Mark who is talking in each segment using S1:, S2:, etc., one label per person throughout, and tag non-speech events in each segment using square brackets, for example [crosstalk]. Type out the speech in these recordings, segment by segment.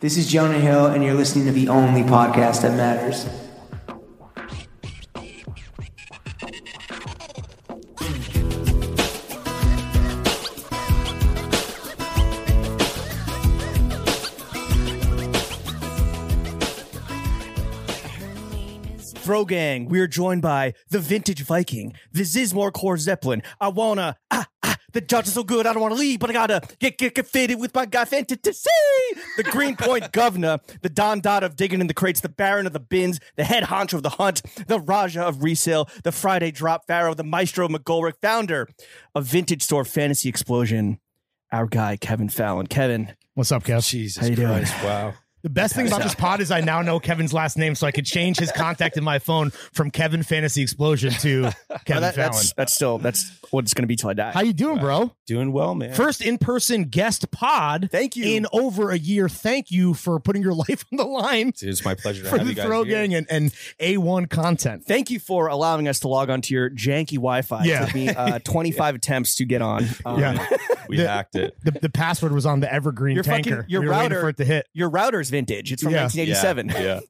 S1: This is Jonah Hill, and you're listening to the only podcast that matters.
S2: Bro Gang, we're joined by the Vintage Viking, the Zizmore Core Zeppelin. I wanna, ah, ah, the judge is so good, I don't wanna leave, but I gotta get, get, get fitted with my guy Fenton to see. The Greenpoint [laughs] Governor, the Don Dot of Digging in the Crates, the Baron of the Bins, the Head Honcho of the Hunt, the Raja of Resale, the Friday Drop Pharaoh, the Maestro of McGolrick, founder of Vintage Store Fantasy Explosion, our guy Kevin Fallon. Kevin,
S3: What's up, Kev?
S2: how
S4: Jesus
S2: you doing?
S4: Christ! Wow.
S3: The best thing about this pod is I now know Kevin's last name, so I could change his contact in my phone from Kevin Fantasy Explosion
S2: [laughs]
S3: to
S2: Oh,
S3: Kevin
S2: that-
S3: Fallon.
S2: that's, that's still, that's what it's gonna be till I die.
S3: How you doing, bro?
S4: Doing well, man.
S3: First in-person guest pod
S2: Thank you.
S3: in over a year. Thank you for putting your [laughs] life on the line
S4: Dude, it's my pleasure to
S3: for
S4: have
S3: the
S4: you guys
S3: Throw
S4: here.
S3: Gang and, and A1 content.
S2: thank you for allowing us to log onto your janky Wi-Fi. It
S3: Yeah.
S2: took me
S3: [laughs]
S2: uh, 25 attempts to get on. Um,
S3: Yeah.
S4: we
S3: The- [laughs]
S4: hacked it.
S3: The, the password was on the Evergreen
S2: Your fucking-
S3: tanker.
S2: your
S3: we were waiting
S2: router-
S3: for it to hit.
S2: Your router's vintage. It's from
S3: Yeah.
S2: 1987.
S4: Yeah.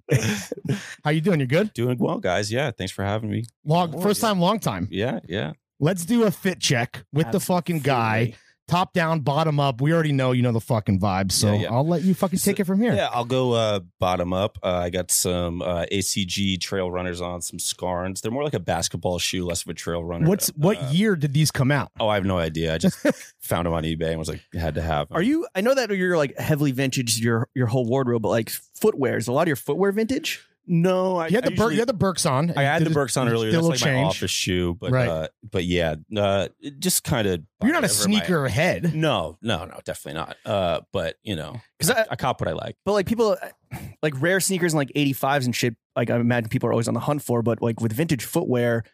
S4: yeah.
S3: How you doing? You good?
S4: Doing well, guys. Yeah. Thanks for having me.
S3: Long, first time, long time.
S4: Yeah. Yeah.
S3: Let's do a fit check [laughs] with the fucking guy. Top down, bottom up. We already know you know the fucking vibe, so
S4: Yeah, yeah.
S3: I'll let you fucking
S4: So-
S3: take it from here.
S4: Yeah. I'll go uh, bottom up. Uh, I got some uh, ACG trail runners on, some Scarns. They're more like a basketball shoe, less of a trail runner.
S3: What's what
S4: Uh,
S3: year did these come out?
S4: Oh, I have no idea.
S3: [laughs]
S4: I just found them on eBay and was like, had to have 'em.
S2: Are you? I know that you're like heavily vintage your your whole wardrobe, but like footwear is a lot of your footwear vintage.
S4: No, I
S3: You had the Bur-
S4: I usually-
S3: you had the Burks on.
S4: I had
S3: Did
S4: the
S3: it-
S4: Burks on
S3: did it
S4: earlier.
S3: Still
S4: That's like my
S3: change.
S4: office shoe, but
S3: Right.
S4: uh, but yeah, uh, it just kind of.
S3: You're not a sneaker head.
S4: No, no, no, definitely not. Uh, but you know,
S2: 'Cause I-
S4: I cop what I like.
S2: But like people, like rare sneakers and like 85s and shit. Like I imagine people are always on the hunt for. But like with vintage footwear,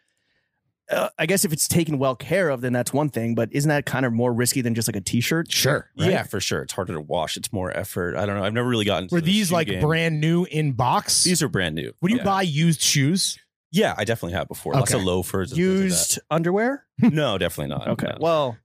S2: uh, I guess if it's taken well care of, then that's one thing. But isn't that kind of more risky than just like a t-shirt?
S3: Sure.
S4: Yeah, for sure. It's harder to wash. It's more effort. I don't know. I've never really gotten. to
S3: Were
S4: the
S3: these
S4: shoe
S3: like
S4: game.
S3: brand new in box?
S4: These are brand new.
S3: Would you
S4: yeah.
S3: buy used shoes?
S4: Yeah, I definitely have before. Lots of
S3: Okay.
S4: loafers. and things
S2: Used underwear?
S4: like that. no, definitely not.
S2: Okay.
S4: No.
S2: Well,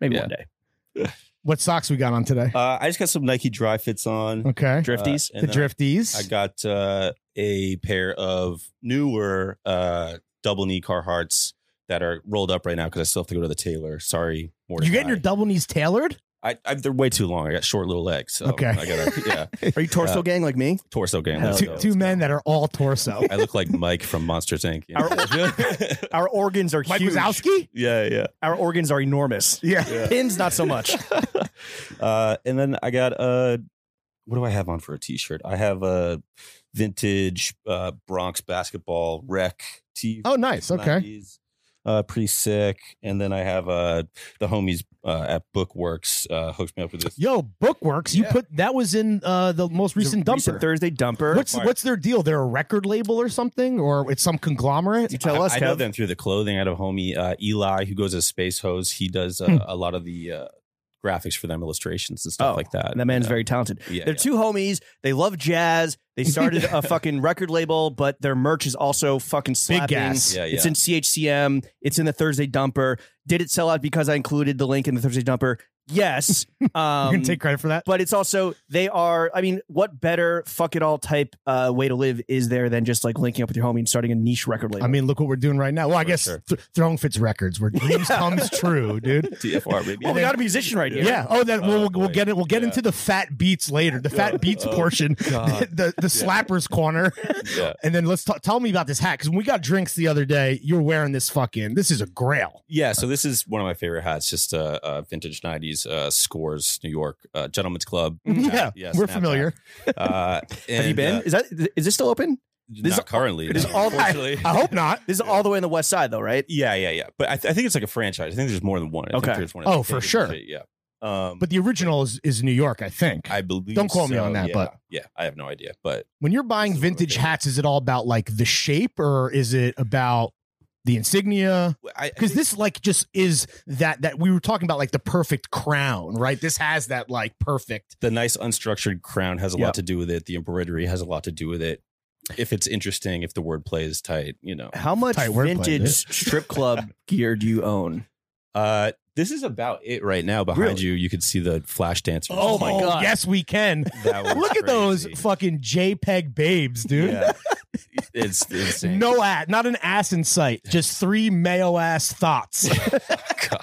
S2: maybe
S4: Yeah.
S2: one day.
S3: What socks we got on today?
S4: Uh, I just got some Nike Dry Fits on.
S3: okay.
S2: [laughs] Drifties.
S3: the
S4: Uh, and then
S3: Drifties.
S4: I got uh, a pair of newer uh, double knee Carhartts that are rolled up right now because I still have to go to the tailor. Sorry, more.
S3: you getting your double knees tailored?
S4: I, I, they're way too long. I got short little legs. So
S3: Okay.
S4: I gotta yeah
S2: Are you torso
S4: Uh,
S2: gang like me?
S4: torso game.
S2: Hell
S4: Let's
S2: no.
S3: Two,
S4: go.
S3: two men that are all torso.
S4: [laughs] I look like Mike from Monsters Inc. you know? [laughs]
S2: Our organs are
S3: Mike
S2: huge.
S3: Wazowski?
S4: yeah, yeah.
S2: Our organs are enormous.
S3: Yeah.
S2: Pins, not so
S4: [laughs]
S2: much.
S4: Uh, and then I got uh, what do I have on for a t-shirt? I have a vintage uh, Bronx basketball rec tee.
S3: Oh, nice. Okay.
S4: 90s, Uh, pretty sick. And then I have uh, the homies uh, at Bookworks uh, hooked me up with this.
S3: Yo, Bookworks. You
S4: Yeah.
S3: put that was in uh, the most recent dumper.
S2: Recent Thursday dumper.
S3: what's what's their deal? They're a record label or something, or it's some conglomerate?
S2: you [laughs] tell
S4: I,
S2: us,
S4: I know
S2: Kev?
S4: them through the clothing. I had a homie, uh, Eli, who goes as Space Hose. He does uh,
S3: Hmm.
S4: a lot of the uh, graphics for them, illustrations and stuff
S2: Oh,
S4: like that.
S2: That man's
S4: Yeah.
S2: very talented.
S4: Yeah,
S2: They're
S4: yeah.
S2: two homies. They love jazz. They
S4: [laughs]
S2: started a fucking record label, but their merch is also fucking slapping.
S3: gas.
S4: Yeah,
S2: It's
S4: yeah.
S2: in CHCM. It's in the Thursday dumper. Did it sell out because I included the link in the Thursday dumper?
S4: [laughs]
S2: Yes.
S3: you
S2: Um,
S3: can take credit for that.
S2: but it's also they are i mean what better fuck it all type uh, way to live is there than just like linking up with your homie and starting a niche record label
S3: I mean, look what we're doing right now. Well, I
S4: For
S3: guess
S4: sure.
S3: th- Throwing Fits Records, where
S4: [laughs]
S3: dreams comes true, dude.
S4: TFR, baby.
S2: well, Oh, we got a musician right here
S3: Yeah. Oh, that
S4: Oh,
S3: we'll, we'll- we'll
S4: boy.
S3: get it. We'll get
S4: Yeah.
S3: into the fat beats later. The fat beats
S4: Oh,
S3: portion. [laughs]
S4: God.
S3: The the slappers corner.
S4: [laughs] yeah.
S3: [laughs] And then let's t- tell me about this hat because when we got drinks the other day, you're wearing this fucking. This is a grail.
S4: Yeah, so this is one of my favorite hats, just uh, uh vintage '90s uh, scores, New York uh, Gentleman's Club.
S3: Mm-hmm. yeah,
S4: hat.
S3: we're
S4: snapback.
S3: familiar. [laughs]
S4: Uh,
S2: have you
S4: and,
S2: been
S4: uh,
S2: is that is this still open this
S4: not
S2: is-
S4: currently.
S2: it is
S4: no,
S2: all-
S4: unfortunately.
S3: I hope not.
S2: this is all the way on the west side though right
S4: [laughs] yeah, yeah, yeah. But I, th- I think it's like a franchise. I think there's more than one. I think
S2: Okay.
S4: there's one.
S3: Oh, for sure.
S4: Yeah. Um,
S3: But the original is, is New York, I think.
S4: I believe.
S3: Don't quote me
S4: so,
S3: on that,
S4: yeah.
S3: but-
S4: yeah, I have no idea. But
S3: when you're buying
S4: This is one of my
S3: vintage
S4: favorites.
S3: hats, is it all about like the shape or is it about the insignia?
S4: I
S3: because this like just is that that we were talking about like the perfect crown right this has that like perfect
S4: the nice unstructured crown has a lot to do with it. The embroidery has a lot to do with it. If it's interesting, if the wordplay is tight, you know.
S2: how much
S3: Tight wordplay, [laughs]
S2: vintage
S3: dude.
S2: strip club gear do you own
S4: Uh, This is about it right now. Behind
S2: Really?
S4: you, you could see the flash dancers.
S2: Oh my God.
S3: Yes, we
S4: [laughs]
S3: can.
S4: That was
S3: Look at those
S4: crazy.
S3: fucking JPEG babes, dude.
S4: [laughs] Yeah.
S3: [laughs]
S4: it's insane.
S3: No ass, not an ass in sight. Just three mayo ass
S4: [laughs]
S3: thoughts.
S4: God.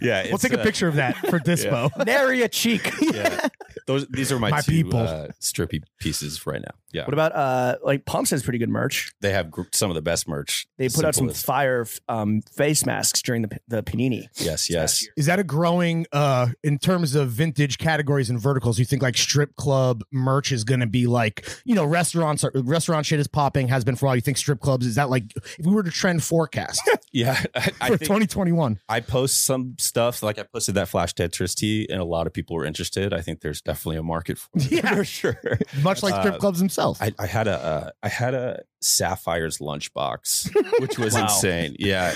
S4: Yeah.
S3: we'll
S4: it's,
S3: take a
S4: uh,
S3: picture of that
S4: [laughs]
S3: for Dispo.
S2: Nary a cheek.
S4: Yeah. Those these are my,
S3: My
S4: two
S3: people.
S4: uh, strippy pieces right now. Yeah.
S2: [laughs] What about uh like Pumps has pretty good merch.
S4: they have gr- some of the best merch.
S2: They put out some
S4: Simple as-
S2: fire f- um, face masks during the the panini.
S4: Yes, yes.
S3: Is that a growing uh in terms of vintage categories and verticals? You think like strip club merch is going to be like you know restaurants? Are, restaurant shit is popping, has been for a while. You think strip clubs is that like if we were to trend
S4: [laughs]
S3: forecast
S4: Yeah. I, I
S3: for
S4: think
S3: twenty twenty one?
S4: I post some stuff. Like I posted that Flash Tetris tee, and a lot of people were interested. I think there's definitely a market for it.
S3: Yeah.
S4: [laughs] for sure.
S3: Much like strip
S4: Uh,
S3: clubs themselves.
S4: I, I had a uh, I had a Sapphire's lunchbox, [laughs] which was
S2: Wow.
S4: insane. Yeah.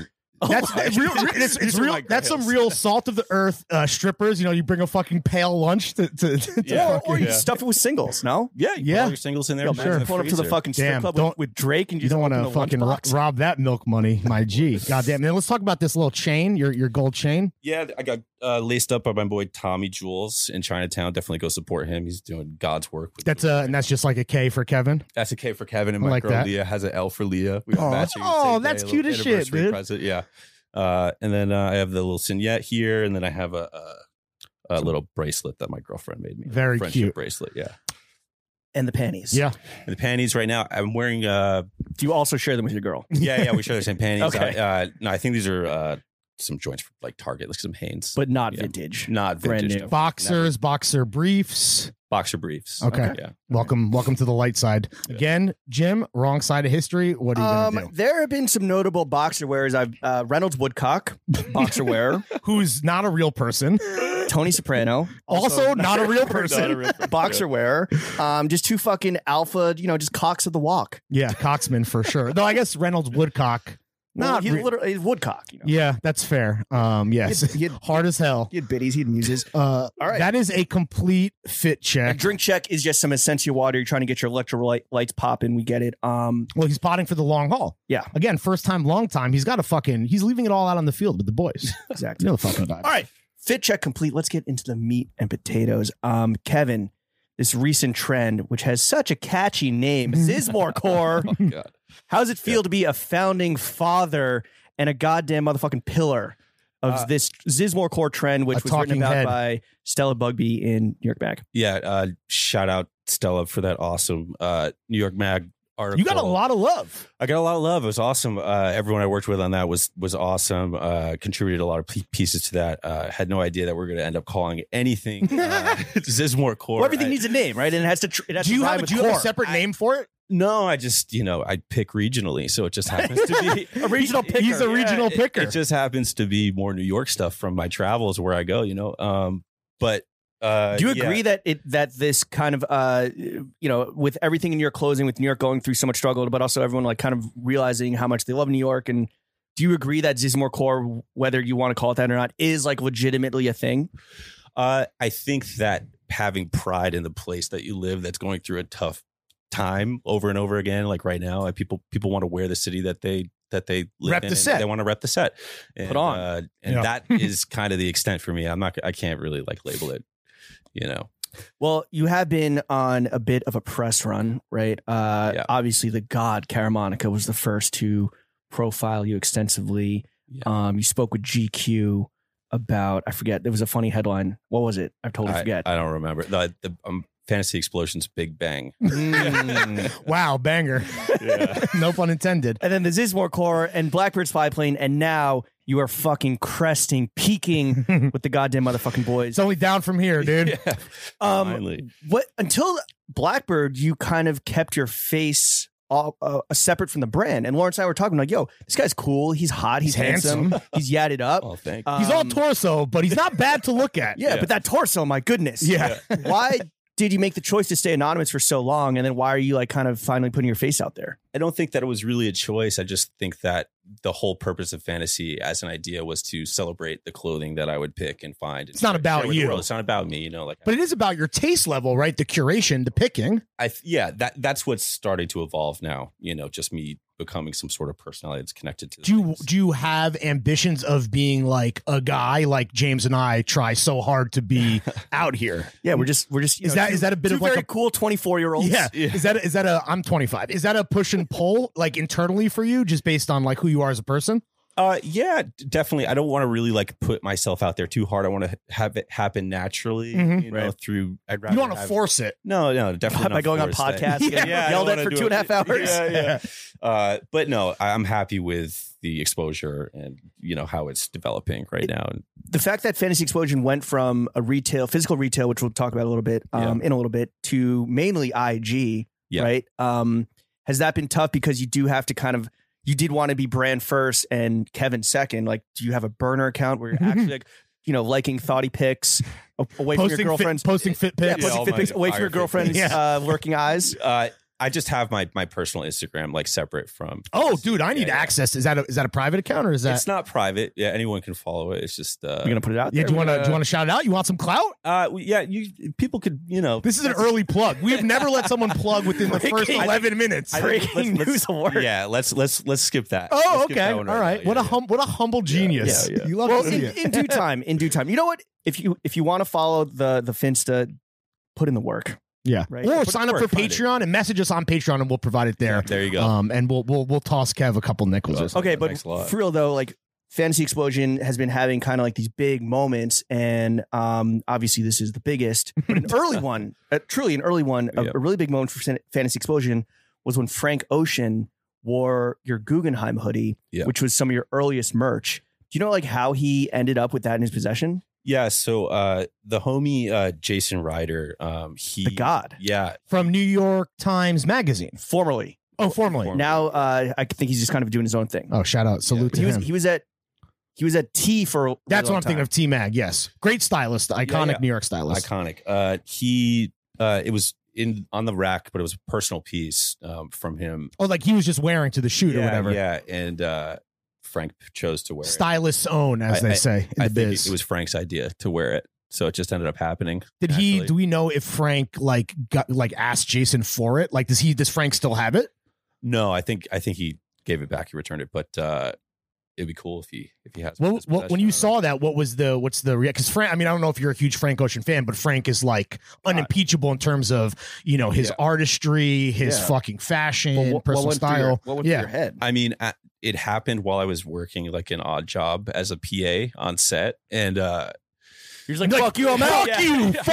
S4: Uh, [laughs]
S3: That's
S4: my
S3: real,
S4: God.
S3: it's, it's
S4: These are
S3: real.
S4: my
S3: That's some
S4: grails.
S3: real salt of the earth uh, strippers. You know, you bring a fucking pale lunch to. to, [laughs] to
S4: Yeah.
S2: Or, or you
S4: Yeah.
S2: stuff it with singles, no?
S4: yeah. You
S3: Yeah.
S4: Put all your singles in there.
S2: Yo,
S4: and put
S2: man,
S4: it in
S3: sure.
S2: pull up to the
S4: freezer.
S2: fucking strip
S3: Damn,
S2: club
S3: don't-
S2: with, with Drake and
S3: You don't want to fucking ro-
S2: rock.
S3: rob that milk money, my
S4: [laughs]
S3: G. Goddamn. Now let's talk about this little chain, your your gold chain.
S4: Yeah, I got uh, laced up by my boy Tommy Jules in Chinatown. Definitely go support him. He's doing God's work. With
S3: That's uh, and that's just like a K for Kevin.
S4: That's a K for Kevin, and
S3: I
S4: my
S3: like
S4: girl
S3: that.
S4: Leah has an L for Leah. We
S3: Aw.
S4: are matching. the
S3: Oh,
S4: same
S3: that's
S4: day,
S3: cute
S4: little
S3: as shit,
S4: anniversary
S3: dude.
S4: Present. Yeah, uh, and then uh, I have the little signet here, and then I have a, a, a little bracelet that my girlfriend made me.
S3: Very
S4: a friendship
S3: cute.
S4: bracelet. Yeah,
S2: and the panties.
S3: Yeah.
S4: and the panties right now. I'm wearing. Uh,
S2: Do you also share them with your girl? [laughs]
S4: yeah, yeah, we share the same panties.
S2: Okay.
S4: I, uh, no, I think these are uh, some joints from like Target, like some Hanes,
S2: But not
S4: Yeah.
S2: vintage.
S4: not
S2: brand
S4: vintage.
S2: new.
S4: no.
S3: Boxers, boxer briefs.
S4: boxer briefs.
S3: Okay.
S4: yeah.
S3: Welcome, welcome to the light side.
S4: Yeah.
S3: Again, Jim, wrong side of history. What are you
S2: Um,
S3: gonna
S2: there have been some notable boxer wearers. I've uh, Reynolds Woodcock, boxer [laughs] wearer,
S3: do? Who's not a real person?
S2: Tony Soprano,
S3: [laughs] Also, not [laughs] a real
S4: Not a
S3: person.
S4: real person.
S2: boxer wearer. Um, just two fucking alpha, you know, just cocks of the walk.
S3: yeah, Coxman for sure. Though I guess Reynolds Woodcock.
S2: Well,
S3: Not
S2: he
S3: re-
S2: literally he's Woodcock. You know,
S3: Yeah, that's fair. Um, yes,
S2: he had, he
S3: [laughs] hard as hell.
S2: had biddies, he had muses.
S3: Uh,
S2: All right.
S3: that is a complete fit
S2: A
S3: check.
S2: drink check is just some essential water. You're trying to get your electrolytes popping. We get it. Um,
S3: Well, he's potting for the long haul.
S2: Yeah.
S3: Again, first time, long time. He's got a fucking. He's leaving it all out on the field with the boys.
S2: [laughs] exactly.
S3: You know the fucking vibe.
S2: All right, fit check complete. Let's get into the meat and potatoes. Um, Kevin, this recent trend, which has such a catchy [laughs] name, Zizmore
S4: [laughs]
S2: Core.
S4: Oh, God.
S2: How does it feel to be a founding father and a goddamn motherfucking pillar of
S4: Uh,
S2: this Zizmore Core trend,
S3: a
S2: which was written
S3: talking
S2: about
S3: head.
S2: by Stella Bugby in New York Mag?
S4: yeah uh shout out stella for that awesome uh new york mag article
S3: You got a lot of love.
S4: i got a lot of love it was awesome uh everyone i worked with on that was was awesome uh contributed a lot of p- pieces to that uh had no idea that we are going to end up calling it
S2: [laughs]
S4: anything uh, zizmore core
S2: Well, everything
S4: I-
S2: needs a name, right? And it has to. Tr- it has
S3: Do
S2: to
S3: you
S2: rhyme
S3: have a,
S2: with
S3: do you have a
S2: core.
S3: separate name for it?
S4: no i just you know i pick regionally so it just happens
S2: [laughs]
S4: to be
S2: a regional picker?
S3: [laughs] He's a
S4: Yeah,
S3: regional
S4: it-
S3: picker.
S4: It, just happens to be more New York stuff from my travels where I go, you know. Um, but uh,
S2: Do you
S4: yeah.
S2: agree that it that this kind of uh you know with everything in your closing with New York going through so much struggle, but also everyone like kind of realizing how much they love New York and do you agree that Zizmore Core, whether you want to call it that or not, is like legitimately a thing?
S4: Uh, I think that having pride in the place that you live that's going through a tough time over and over again, like right now, like people people want to wear the city that they that they live
S3: Rep the
S4: in and
S3: set.
S4: They want to rep the set. And,
S2: Put on.
S4: uh, and
S3: Yeah. [laughs]
S4: that is kind of the extent for me. I'm not. I can't really like label it. You know.
S2: Well, you have been on a bit of a press run, right? Uh,
S4: Yeah.
S2: Obviously, the god Karamonica was the first to profile you extensively.
S4: Yeah.
S2: Um, you spoke with GQ about I forget there was a funny headline. What was it? I totally
S4: I,
S2: forget.
S4: I [laughs] don't remember the, the um, Fantasy Explosions Big Bang.
S2: Um, Mm.
S3: [laughs] Wow, banger. [laughs] no pun intended.
S2: [laughs] and then the Zizmore Core and Blackbird's Spy Plane, and now you are fucking cresting, peaking
S4: [laughs]
S2: with the goddamn motherfucking boys.
S3: It's only down from here, dude.
S4: Yeah.
S2: Um,
S4: Finally.
S2: what until Blackbird, you kind of kept your face all, uh, separate from the brand. And Lawrence and I were talking like, "Yo, this guy's cool. He's hot. He's,
S3: He's
S2: handsome.
S3: handsome.
S2: He's yadded
S3: [laughs]
S2: up.
S4: Oh, thank.
S2: Um,
S3: He's all torso, but he's not bad to look
S2: [laughs]
S3: at.
S2: yeah,
S4: Yeah.
S2: but that torso, my goodness.
S3: Yeah.
S2: [laughs] Why did you make the choice to stay anonymous for so long? And then why are you like kind of finally putting your face out there?
S4: I don't think that it was really a choice. I just think that the whole purpose of fantasy as an idea was to celebrate the clothing that I would pick and find. and
S3: It's not
S4: share-
S3: about
S4: share with the
S3: you.
S4: world. It's not about me. You know, like
S3: But it is about your taste level, right? The curation, the picking.
S4: I, th- yeah, that that's what's starting to evolve now. You know, just me becoming some sort of personality that's connected to. the
S3: do you,
S4: things.
S3: do you have ambitions of being like a guy like James and I try so hard to be out here?
S2: Yeah, we're just we're just
S3: Is that is that a bit
S2: two
S3: of like
S2: very
S3: a
S2: cool twenty four year olds.
S3: yeah. Is that is that a I'm 25. Is that a push and pull like internally for you just based on like who you are as a person?
S4: Uh, yeah, d- definitely. I don't want to really like put myself out there too hard. I want to have it happen naturally,
S3: Mhm.
S4: you know, through. I'd rather
S3: You don't want to
S4: have-
S3: force it.
S4: No, no, definitely
S2: by
S4: not
S2: going on
S4: force that. [laughs]
S2: podcasts,
S3: getting
S4: I
S2: yelled
S4: don't
S2: at
S4: wanna
S2: for
S4: do
S2: two and a
S4: it.
S2: half hours.
S4: Yeah,
S2: [laughs]
S4: yeah. uh, but no, I- I'm happy with the exposure and you know how it's developing right now. And
S2: the fact that Fantasy Explosion went from a retail, physical retail, which we'll talk about a little bit um, in a little bit, to mainly IG,
S4: Yeah.
S2: right? Um, has that been tough because you do have to kind of you did want to be brand first and Kevin second? Like, do you have a burner account
S3: [laughs]
S2: where you're actually like, you know, liking thoughty pics a- away from
S3: Posting
S2: your girlfriend's,
S3: fit, posting fit
S2: yeah,
S3: pics.
S4: Yeah,
S2: posting
S4: all
S2: fit
S4: my
S2: pics away from your
S4: fire fit
S2: girlfriend's
S3: pics.
S2: uh, lurking eyes?
S4: uh, I just have my my personal Instagram like separate from.
S3: Oh, dude, I need
S4: Yeah, yeah.
S3: access. Is that a, is that a private account or is that
S4: It's not private. Yeah, anyone can follow it. It's just [laughs] uh,
S2: You're gonna put it out
S3: Yeah,
S2: there.
S3: do you want to do you want to shout it out? You want some clout?
S4: uh, we- yeah, you people could you know
S3: This is an
S4: that's-
S3: early plug. We have never let someone plug within
S4: [laughs]
S3: the first
S2: Breaking-
S3: 11 minutes.
S4: I think-
S2: breaking news award?
S4: Yeah, let's let's let's skip that.
S3: Oh,
S4: Let's skip
S3: okay.
S4: that
S3: All
S4: one
S3: right.
S4: now.
S3: what
S4: Yeah,
S3: a hum- what a humble genius.
S4: yeah, yeah.
S3: You love
S2: well,
S3: to
S2: in,
S3: see it.
S2: in due time, in due time. You know what? If you if you want to follow the the Finsta, put in the work.
S3: Yeah.
S2: Right.
S3: Or
S4: Put it
S3: sign
S4: to
S3: up for
S4: work, find it.
S3: Patreon and message us on Patreon and we'll provide it
S4: yeah.
S3: there.
S4: There you go. oh.
S3: Um, and we'll we'll we'll toss Kev a couple nickels. or
S4: Awesome.
S3: something.
S2: Okay,
S4: that
S2: but
S4: makes a lot.
S2: for real though, like Fantasy Explosion has been having kind of like these big moments, and um, obviously this is the biggest, but
S4: [laughs]
S2: an early one, uh, truly an early one, a,
S4: Yep.
S2: a really big moment for Fan- Fantasy Explosion was when Frank Ocean wore your Guggenheim hoodie,
S4: Yeah.
S2: which was some of your earliest merch. Do you know like how he ended up with that in his possession?
S4: yeah. So uh, the homie uh, Jason Ryder, um, he
S2: The God,
S4: yeah,
S3: From New York Times Magazine.
S2: formerly.
S3: Oh, formerly.
S4: Form-
S2: Now uh, I think he's just kind of doing his own thing.
S3: Oh, shout out. Salute
S2: he
S3: to
S2: was
S3: him.
S2: he was at he was at T for a really
S3: That's what
S2: long
S3: I'm thinking
S2: time.
S3: of. T Mag. Yes. Great stylist. Iconic
S4: yeah.
S3: New York stylist.
S4: iconic. Uh, he uh, it was in on the rack, but it was a personal piece um, from him.
S3: oh, like he was just wearing to the shoot or
S4: yeah,
S3: whatever.
S4: Yeah, and uh, Frank chose to wear it.
S3: Stylists own, as
S4: I-
S3: they
S4: I-
S3: say in
S4: I
S3: the
S4: think
S3: biz.
S4: it was Frank's idea to wear it, so it just ended up happening.
S3: Did he?
S4: naturally.
S3: Do we know if Frank like got like asked Jason for it? Like, does he? Does Frank still have it?
S4: No, I think I think he gave it back. He returned it, but uh, it'd be cool if he if he has.
S3: Well,
S4: his
S3: well when
S4: possession,
S3: you
S4: I don't know.
S3: saw that, what was the what's the reaction? Because Frank, I mean, I don't know if you're a huge Frank Ocean fan, but Frank is like unimpeachable in terms of you know his
S4: Yeah.
S3: artistry, his
S4: Yeah.
S3: fucking fashion,
S2: Well, what-
S3: personal
S2: what went through your-
S3: style.
S2: what went through
S3: Yeah.
S2: your head?
S4: I mean, I, it happened while I was working like an odd job as a PA on set, and uh,
S2: You're just
S3: Like, Fuck
S2: Yeah.
S3: you! Fuck you!
S4: I
S3: Fuck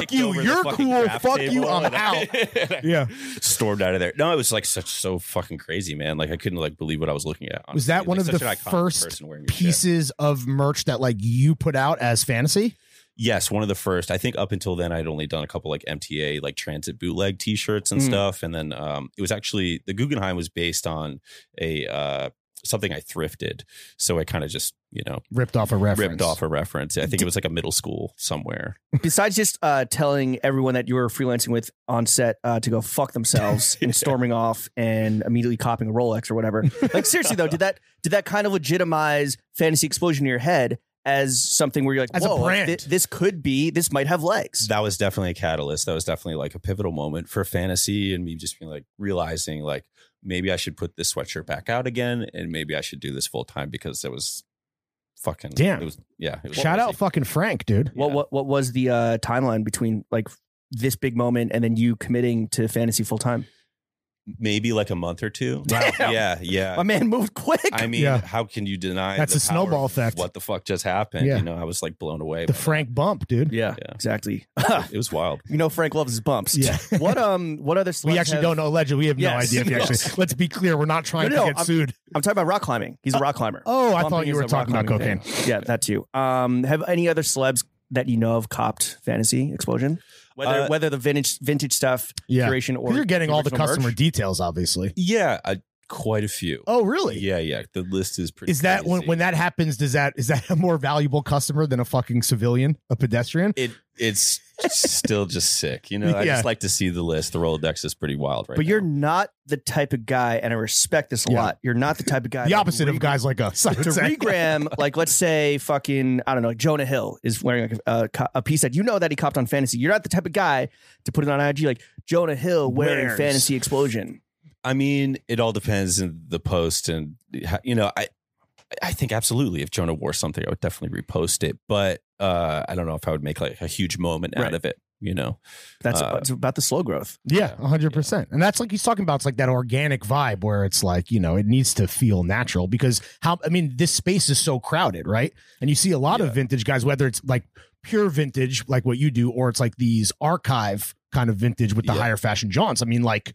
S4: kicked
S3: you!
S4: over the
S3: You're
S4: fucking
S3: cool.
S4: draft
S3: Fuck you!
S4: table
S3: I'm
S4: and I-
S3: out.
S4: and I
S3: [laughs] Yeah.
S4: stormed out of there. No, it was like such so fucking crazy, man. Like I couldn't like believe what I was looking at.
S3: Was that
S4: honestly.
S3: one
S4: Like,
S3: of the
S4: such an iconic
S3: first
S4: person wearing your shit.
S3: Pieces of merch that like you put out as fantasy.
S4: Yes, one of the first. I think up until then, I'd only done a couple like MTA like transit bootleg T-shirts and
S2: Mm.
S4: stuff, and then um, it was actually the Guggenheim was based on a uh, something I thrifted, so I kind of just you know
S3: Ripped off a reference.
S4: ripped off a reference. I think it was like a middle school somewhere.
S2: Besides just uh, telling everyone that you were freelancing with on set uh, to go fuck themselves and storming off and immediately copying a Rolex or whatever. Like seriously though, did that did that kind of legitimize fantasy explosion in your head as something where you're like,
S3: As a
S2: whoa, like,
S3: brand.
S2: thi- this could be, this might have legs.
S4: That was definitely a catalyst. That was definitely like a pivotal moment for fantasy and me just being like realizing like maybe I should put this sweatshirt back out again, and maybe I should do this full time because it was fucking
S3: Damn.
S4: It was yeah. It was
S3: Shout out
S4: crazy.
S3: fucking Frank, dude.
S2: What
S4: Yeah.
S2: what what was the uh, timeline between like this big moment and then you committing to fantasy full time?
S4: maybe like a month or two.
S2: [laughs] Damn.
S4: Yeah, yeah.
S2: My man moved quick.
S4: I mean,
S3: Yeah.
S4: how can you deny
S3: That's
S4: the
S3: a
S4: power
S3: snowball
S4: of
S3: effect.
S4: What the fuck just happened?
S3: Yeah.
S4: You know, I was like blown away.
S3: The
S4: by
S3: Frank bump, dude.
S2: yeah,
S4: Yeah.
S2: exactly. [laughs]
S4: that. it was wild.
S2: you know, Frank loves his bumps.
S3: Yeah.
S2: What um? What other?
S3: We
S2: celebs
S3: actually
S2: have-
S3: don't know allegedly. We have no
S2: Yes.
S3: idea if he actually.
S2: [laughs] Yes.
S3: Let's be clear. We're not trying
S2: No, no,
S3: to get
S2: I'm-
S3: sued.
S2: I'm talking about rock climbing. He's a rock climber.
S3: Oh, I thought
S2: Bumping
S3: you
S2: is
S3: were
S2: a rock
S3: talking about
S2: climbing
S3: cocaine.
S2: Yeah, that too. Um, have any other celebs that you know of copped fantasy explosion? Whether
S4: Uh,
S2: whether the vintage vintage stuff
S3: Yeah.
S2: curation or
S3: Because you're getting all the
S2: original
S3: customer
S2: merch?
S3: details, obviously.
S4: Yeah, uh, quite a few.
S3: Oh, really?
S4: Yeah, yeah. The list is pretty.
S3: Is that when,
S4: crazy.
S3: when that happens? Does that is that a more valuable customer than a fucking civilian, a pedestrian?
S4: it it's still just sick?
S3: [laughs]
S4: You know, I
S3: Yeah.
S4: just like to see the list. The Rolodex is pretty wild, right?
S2: But
S4: now.
S2: you're not the type of guy, and I respect this a
S3: Yeah.
S2: lot. You're not the type of guy.
S3: The
S2: that
S3: opposite of
S2: re-
S3: guys eh? like us. I would
S2: To
S3: say.
S2: regram,
S3: [laughs]
S2: like let's say fucking I don't know, Jonah Hill is wearing like, a, co- a piece that you know that he copped on fantasy. You're not the type of guy to put it on IG like Jonah Hill wearing
S3: Wears.
S2: fantasy explosion.
S4: I mean, it all depends on the post, and you know, I, I think absolutely, if Jonah wore something, I would definitely repost it. But uh, I don't know if I would make like a huge moment out
S2: Right.
S4: of it. You know,
S2: That's
S4: Uh,
S2: it's about the slow growth.
S3: Yeah, hundred percent. And that's like he's talking about. It's like that organic vibe where it's like you know it needs to feel natural because how I mean this space is so crowded, right? And you see a lot
S4: Yeah.
S3: of vintage guys, whether it's like pure vintage like what you do, or it's like these archive kind of vintage with the
S4: Yeah.
S3: higher fashion jaunts. I mean, like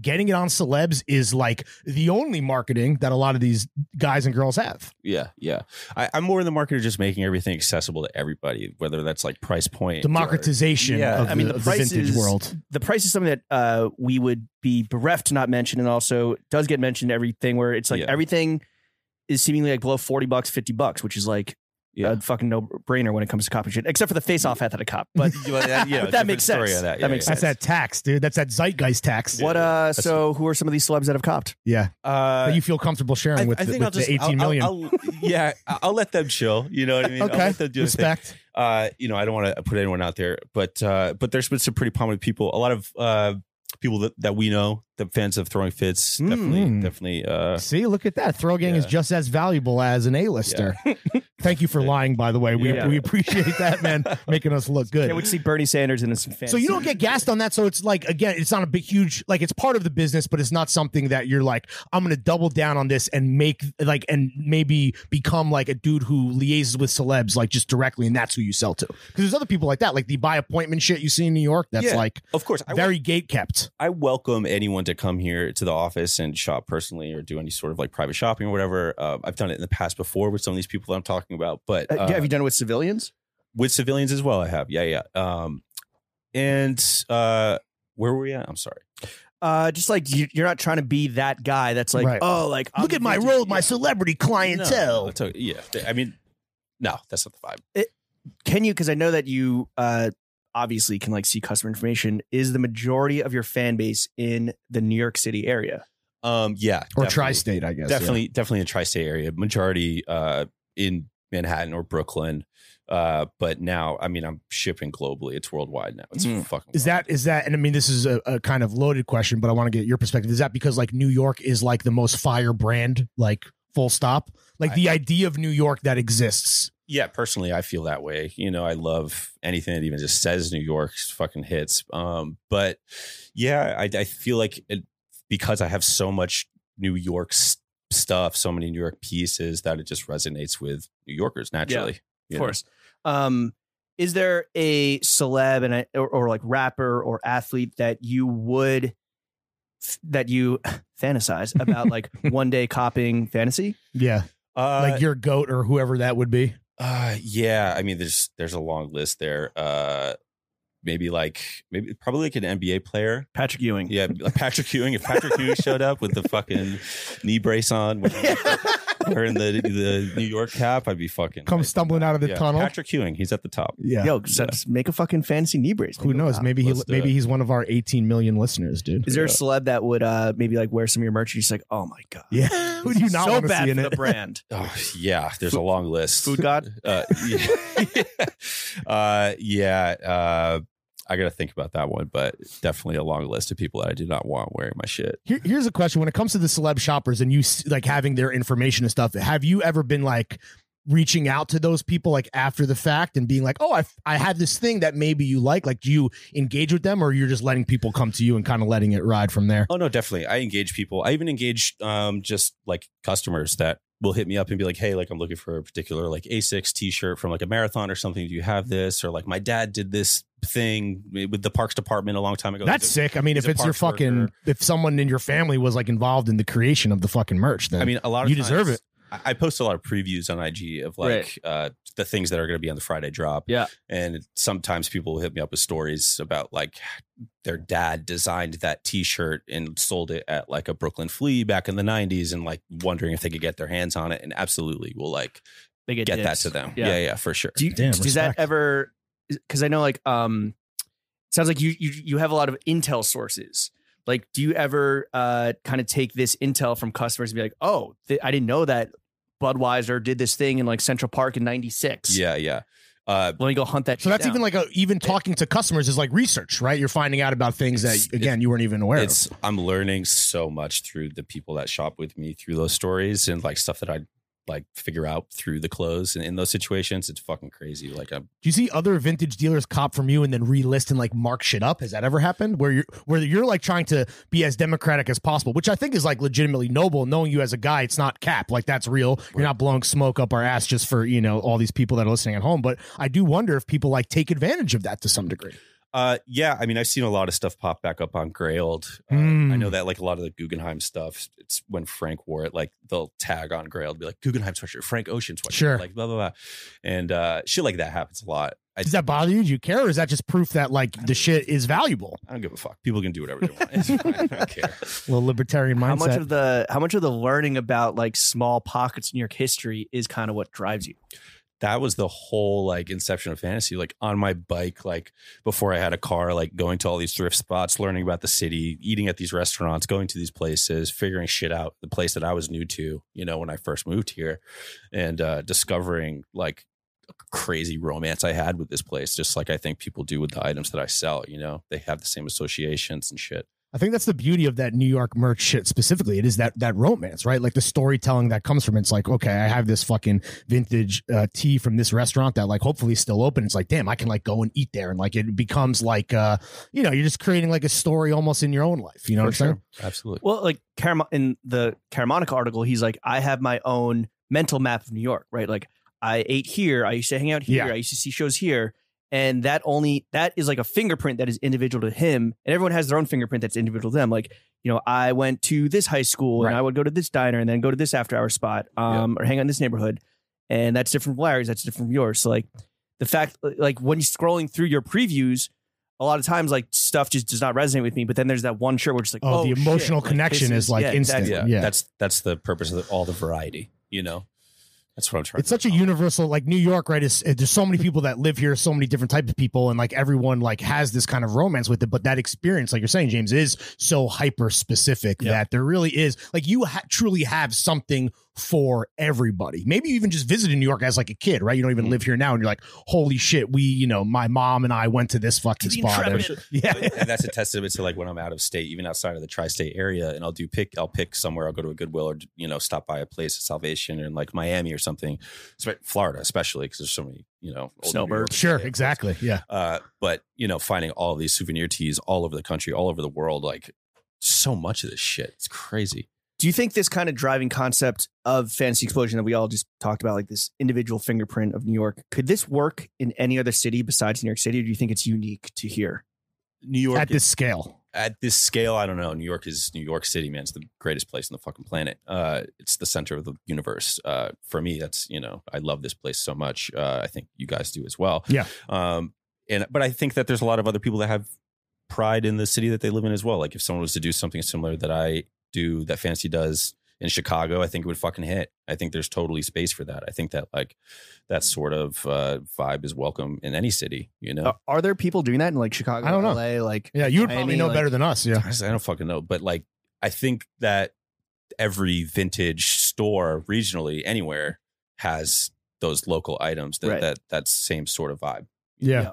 S3: getting it on celebs is like the only marketing that a lot of these guys and girls have.
S4: yeah, yeah. I, I'm more in the market of just making everything accessible to everybody, whether that's like price point, or-
S3: Democratization
S4: Yeah,
S3: of,
S2: I mean,
S3: the,
S2: the
S3: of the
S2: price
S3: vintage
S2: is-
S3: world.
S2: The price is something that uh, we would be bereft to not mention, and also does get mentioned. in Everything where it's like
S4: Yeah.
S2: everything is seemingly like below forty bucks, fifty bucks, which is like
S4: Yeah.
S2: a fucking no brainer when it comes to copy shit, except for the face off hat that I cop. But
S4: Well,
S3: [laughs]
S4: that, yeah,
S2: But that makes
S4: different story
S2: sense.
S4: of
S2: That makes
S3: That's that tax, dude. That's that zeitgeist tax.
S4: [laughs] Yeah,
S2: what? Uh,
S4: that's-
S2: so who are some of these celebs that have copped?
S3: Yeah,
S4: Uh,
S3: that you feel comfortable sharing with, the, with the eighteen
S4: I'll-
S3: million.
S4: I'll- I'll- yeah, I- I'll let them chill. You know what I mean? I'll
S3: okay,
S4: let them do their thing.
S3: respect.
S4: Uh, you know, I don't want to put anyone out there, but uh, but there's been some pretty prominent people. A lot of uh, people that, that we know, the fans of throwing fits,
S3: Mm.
S4: definitely, definitely. Uh,
S3: See, look at that. Throw gang is
S4: Yeah.
S3: just as valuable as an A-lister.
S4: [laughs]
S3: Thank you for lying, by the way. We,
S4: Yeah.
S3: we appreciate that,
S4: [laughs]
S3: man, making us look good.
S2: Can't wait to see Bernie Sanders and his fans.
S3: so you don't get gassed on that. So it's like again, it's not a big huge like it's part of the business, but it's not something that you're like, I'm gonna double down on this and make like and maybe become like a dude who liaises with celebs like just directly, and that's who you sell to. Because there's other people like that, like the by appointment shit you see in New York that's
S4: Yeah.
S3: like
S4: of course, I,
S3: very gate kept.
S4: I welcome anyone to come here to the office and shop personally or do any sort of like private shopping or whatever. Uh, I've done it in the past before with some of these people that I'm talking about, but
S2: Uh,
S4: uh,
S2: have you done it with civilians?
S4: with civilians as well. I have, yeah, yeah. Um, and uh, where were we at? I'm sorry.
S2: Uh, just like you, you're not trying to be that guy that's like,
S3: Right.
S2: oh, like I'm
S3: Look at my
S2: vintage."
S3: role, my
S2: Yeah.
S3: celebrity
S4: No,
S3: clientele.
S4: it's okay. yeah, th- I mean, no, that's not the vibe.
S2: Can you? Because I know that you uh, obviously can like see customer information. Is the majority of your fan base in the New York City area?
S4: Um, yeah,
S3: Or
S4: definitely.
S3: tri-state, I guess. yeah.
S4: definitely, definitely a tri-state area. Majority uh, in Manhattan or Brooklyn, uh, but now, I mean, I'm shipping globally. It's worldwide now. It's
S2: Mm.
S4: fucking.
S3: Is
S4: wild.
S3: that is that and I mean this is a, a kind of loaded question, but I want to get your perspective. Is that because like New York is like the most fire brand, like full stop? Like the idea of New York that exists.
S4: yeah, personally, I feel that way. You know, I love anything that even just says New York fucking hits. Um, but yeah, I, I feel like it, because I have so much New York s- stuff, so many New York pieces that it just resonates with New Yorkers naturally. you know?
S2: Um, is there a celeb and a, or, or like rapper or athlete that you would that you [laughs] fantasize about
S3: [laughs]
S2: like one day copying fantasy?
S3: Yeah.
S4: Uh,
S3: like your goat or whoever that would be.
S4: Uh yeah, I mean there's there's a long list there. Uh maybe like maybe probably like an NBA player.
S2: Patrick Ewing.
S4: Yeah, like Patrick Ewing. If Patrick Ewing showed up with the fucking knee brace
S2: [laughs]
S4: on when he- wearing the the New York cap, I'd be fucking
S3: Come stumbling out of the
S4: Yeah,
S3: tunnel.
S4: Patrick Ewing, he's at the top.
S3: yeah.
S2: Yo, so just make a fucking fantasy knee brace.
S3: Who
S2: Make a
S3: knows?
S2: cop.
S3: Maybe he
S4: Let's do
S3: maybe
S4: it.
S3: he's one of our 18 million listeners, dude.
S2: Is there a celeb that would uh maybe like wear some of your merch? And you're just like, oh my god,
S3: Yeah. [laughs] Who do
S2: This
S3: you
S2: is
S3: not
S2: so
S3: want to
S2: bad
S3: see in
S2: for
S3: it?
S2: the brand.
S4: Oh yeah, there's a long list.
S2: Food God.
S4: [laughs] Uh, yeah. [laughs] uh, yeah. Uh, I gotta think about that one, but definitely a long list of people that I do not want wearing my shit.
S3: Here, here's a question: When it comes to the celeb shoppers and you s- like having their information and stuff, have you ever been like reaching out to those people like after the fact and being like, "Oh, I I had this thing that maybe you like." Like, do you engage with them, or you're just letting people come to you and kind of letting it ride from there?
S4: Oh no, definitely. I engage people. I even engage um just like customers that will hit me up and be like, "Hey, like I'm looking for a particular like Asics t-shirt from like a marathon or something. Do you have this?" Or like, "My dad did this thing eh, with the parks department a long time ago."
S3: That's sick. I mean,
S4: he's
S3: if
S4: a
S3: it's your
S4: parts worker.
S3: fucking, if someone in your family was like involved in the creation of the fucking merch, then
S4: I mean, a lot of
S3: You deserve
S4: times- I I post a lot of previews on IG of like uh, the things that are going to be on the Friday drop.
S2: Yeah.
S4: and sometimes people will hit me up with stories about like their dad designed that T-shirt and sold it at like a Brooklyn Flea back in the '90s, and like wondering if they could get their hands on it. And absolutely, we'll like
S2: They
S4: get that to them. Yeah, yeah, for sure.
S2: Do you,
S3: Damn,
S2: does
S3: respect.
S2: that ever? Because I know, like, um, it sounds like you you you have a lot of intel sources. Like, do you ever uh kind of take this intel from customers and be like, oh, th- I didn't know that Budweiser did this thing in like Central Park in '96.
S4: Yeah, yeah. Uh,
S5: Let me go hunt that. shit
S3: So that's
S5: down.
S3: even like a even talking to customers is like research, right? You're finding out about things that
S4: It's-
S3: again you weren't even aware of.
S4: it's I'm learning so much through the people that shop with me through those stories and like stuff that I like figure out through the clothes and in those situations. It's fucking crazy. Like I'm
S3: Do you see other vintage dealers cop from you and then relist and like mark shit up? Has that ever happened? Where you're where you're like trying to be as democratic as possible, which I think is like legitimately noble. Knowing you as a guy, it's not cap. Like that's real. You're not blowing smoke up our ass just for you know all these people that are listening at home. But I do wonder if people like take advantage of that to some degree.
S4: Uh, yeah, I mean, I've seen a lot of stuff pop back up on Grailed. Uh,
S3: Hmm.
S4: I know that like a lot of the Guggenheim stuff. It's when Frank wore it, like they'll tag on Grailed, be like Guggenheim sweatshirt, Frank Ocean sweatshirt,
S3: Sure.
S4: like blah blah blah, and uh, shit like that happens a lot. I,
S3: Does that bother you? Do you care, or is that just proof that like the shit is valuable?
S4: I don't give a fuck. People can do whatever they want. It's fine. I don't care.
S3: little libertarian mindset.
S2: How much of the how much of the learning about like small pockets in your history is kind of what drives you?
S4: that was the whole like inception of fantasy like on my bike like before i had a car like going to all these thrift spots learning about the city eating at these restaurants going to these places figuring shit out the place that i was new to you know when i first moved here and uh discovering like a crazy romance i had with this place just like i think people do with the items that i sell you know they have the same associations and shit
S3: I think that's the beauty of that New York merch shit specifically. It is that that romance, right? Like the storytelling that comes from it. it's like, okay, I have this fucking vintage uh, tea from this restaurant that like hopefully is still open. It's like, damn, I can like go and eat there, and like it becomes like, uh, you know, you're just creating like a story almost in your own life. You know what I'm saying?
S4: absolutely
S2: Well, like Karamo- in the Karamonica article, he's like, I have my own mental map of New York, right? Like I ate here, I used to hang out here,
S3: Yeah.
S2: I used to see shows here. And that only that is like a fingerprint that is individual to him. And everyone has their own fingerprint that's individual to them. Like, you know, I went to this high school and
S3: Right.
S2: I would go to this diner and then go to this after hour spot um, or hang out in this neighborhood. And that's different from Larry's, that's different from yours. So like the fact like when you're scrolling through your previews, a lot of times like stuff just does not resonate with me. But then there's that one shirt which is like,
S3: Oh,
S2: oh,
S3: the
S2: shit,
S3: emotional
S2: like,
S3: connection
S2: this
S3: is, like,
S2: yeah,
S3: instant.
S2: exactly.
S4: yeah,
S3: Yeah.
S4: that's that's the purpose of the, all the variety you know that's what i'm trying
S3: It's such a universal, like New York, right? Is there's so many people that live here, so many different types of people, and like everyone like has this kind of romance with it. But that experience, like you're saying, James, is so hyper specific
S4: Yeah.
S3: that there really is like you ha- truly have something for everybody. Maybe you even just visited New York as like a kid, right? You don't even
S4: Mhm.
S3: live here now, and you're like, holy shit, we, you know, my mom and I went to this fucking
S2: To the
S3: spot.
S2: Intrepid.
S3: And- yeah. [laughs]
S4: and that's a testament to like when I'm out of state, even outside of the tri-state area, and I'll do pick, I'll pick somewhere, I'll go to a Goodwill or you know stop by a place of Salvation in like Miami or something, Spe- Florida especially because there's so many you know old New
S2: Snowbirds.
S4: Yorkers
S3: Sure,
S4: there.
S3: exactly. Yeah.
S4: Uh, but you know, finding all these souvenir teas all over the country, all over the world, like so much of this shit, it's crazy.
S2: Do you think this kind of driving concept of fantasy explosion that we all just talked about, like this individual fingerprint of New York, could this work in any other city besides New York City? Or do you think it's unique to here?
S4: New York
S3: At this scale.
S4: at this scale, I don't know. New York is New York City, man. It's the greatest place on the fucking planet. Uh, it's the center of the universe. Uh, for me, that's you know, I love this place so much. Uh, I think you guys do as well.
S3: Yeah.
S4: Um, and but I think that there's a lot of other people that have pride in the city that they live in as well. Like if someone was to do something similar that I do, that Fancy does in Chicago, I think it would fucking hit. I think there's totally space for that. I think that like that sort of uh, vibe is welcome in any city. You know,
S2: Uh, Are, are there people doing that in like Chicago,
S3: I don't know.
S2: LA? Like,
S3: Yeah. You would
S2: Miami,
S3: probably know
S2: like-
S3: better than us. Yeah.
S4: Honestly, I don't fucking know, but like I think that every vintage store regionally anywhere has those local items that
S2: Right.
S4: that that same sort of vibe.
S3: Yeah.
S2: Yeah.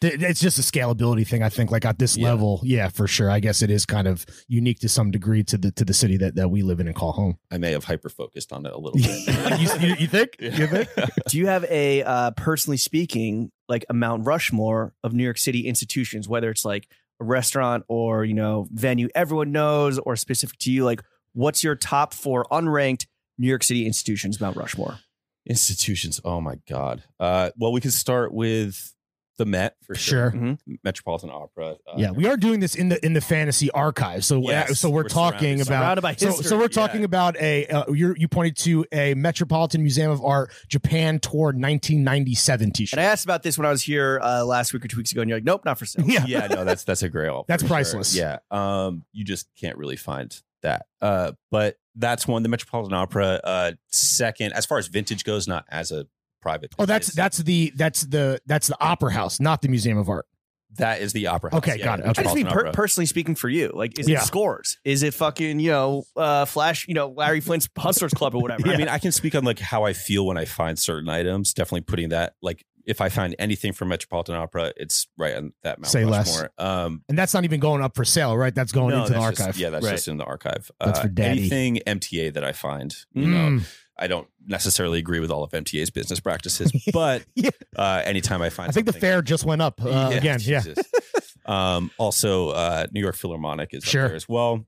S3: Th- It's just a scalability thing, I think. Like at this
S4: Yeah.
S3: level, yeah, for sure. I guess it is kind of unique to some degree to the to the city that, that we live in and call home.
S4: I may have hyper focused on it a little
S3: you,
S4: bit.
S3: [laughs] you- you think? You think?
S2: do you have a, uh, personally speaking, like a Mount Rushmore of New York City institutions, whether it's like a restaurant or, you know, venue everyone knows or specific to you? Like, what's your top four unranked New York City institutions, Mount
S3: Uh,
S2: Rushmore?
S4: [laughs] Institutions. Oh my god. Uh, well, we could start with the Met for sure. Mm-hmm.
S3: Sure.
S4: Metropolitan Opera. Uh,
S3: Yeah, we are doing this in the in the fantasy archive. So uh,
S4: Yes,
S3: so we're,
S4: we're
S3: talking
S4: surrounded-
S3: about
S2: Surrounded by
S3: so,
S2: history.
S3: so we're talking
S4: yeah.
S3: about a uh, you're, you pointed to a Metropolitan Museum of Art Japan tour 1997
S2: And
S3: t-shirt.
S2: I asked about this when I was here uh, last week or two weeks ago, and you're like, nope, not for sale.
S3: yeah.
S4: yeah, no, that's that's a grail.
S3: That's
S4: for
S3: priceless.
S4: Yeah. Um, you just can't really find that. Uh, but that's one. The Metropolitan Opera. Uh, second, as far as vintage goes, not as a private.
S3: Oh, that's
S4: business.
S3: that's the that's the that's the Opera House, not the Museum of Art.
S4: that is the opera. House.
S3: Okay,
S4: Yeah,
S3: got
S4: the
S3: it. Okay.
S2: I just
S4: Metropolitan
S2: mean per-
S4: Opera.
S2: personally speaking for you, like, is
S3: Yeah.
S2: it scores? Is it fucking you know, uh, Flash, you know, Larry Flint's
S3: [laughs]
S2: Hustlers Club or whatever?
S4: I mean, I can speak on like how I feel when I find certain items. Definitely putting that like if I find anything from Metropolitan Opera, it's right on that Mount
S3: Say less.
S4: Rushmore. Um,
S3: And that's not even going up for sale, right? That's going
S4: no,
S3: into the
S4: that's just-
S3: archive.
S4: yeah, that's
S2: Right.
S4: just in the archive. Uh,
S3: That's for daddy.
S4: Anything MTA that I find, you know,
S3: Mm.
S4: I don't necessarily agree with all of MTA's business practices, but
S3: [laughs] Yeah.
S4: uh, anytime I find,
S3: I think the
S4: something-
S3: fare just went up uh, again. Yeah.
S4: Jesus. um, also, uh, New York Philharmonic is
S3: Sure.
S4: up there as well,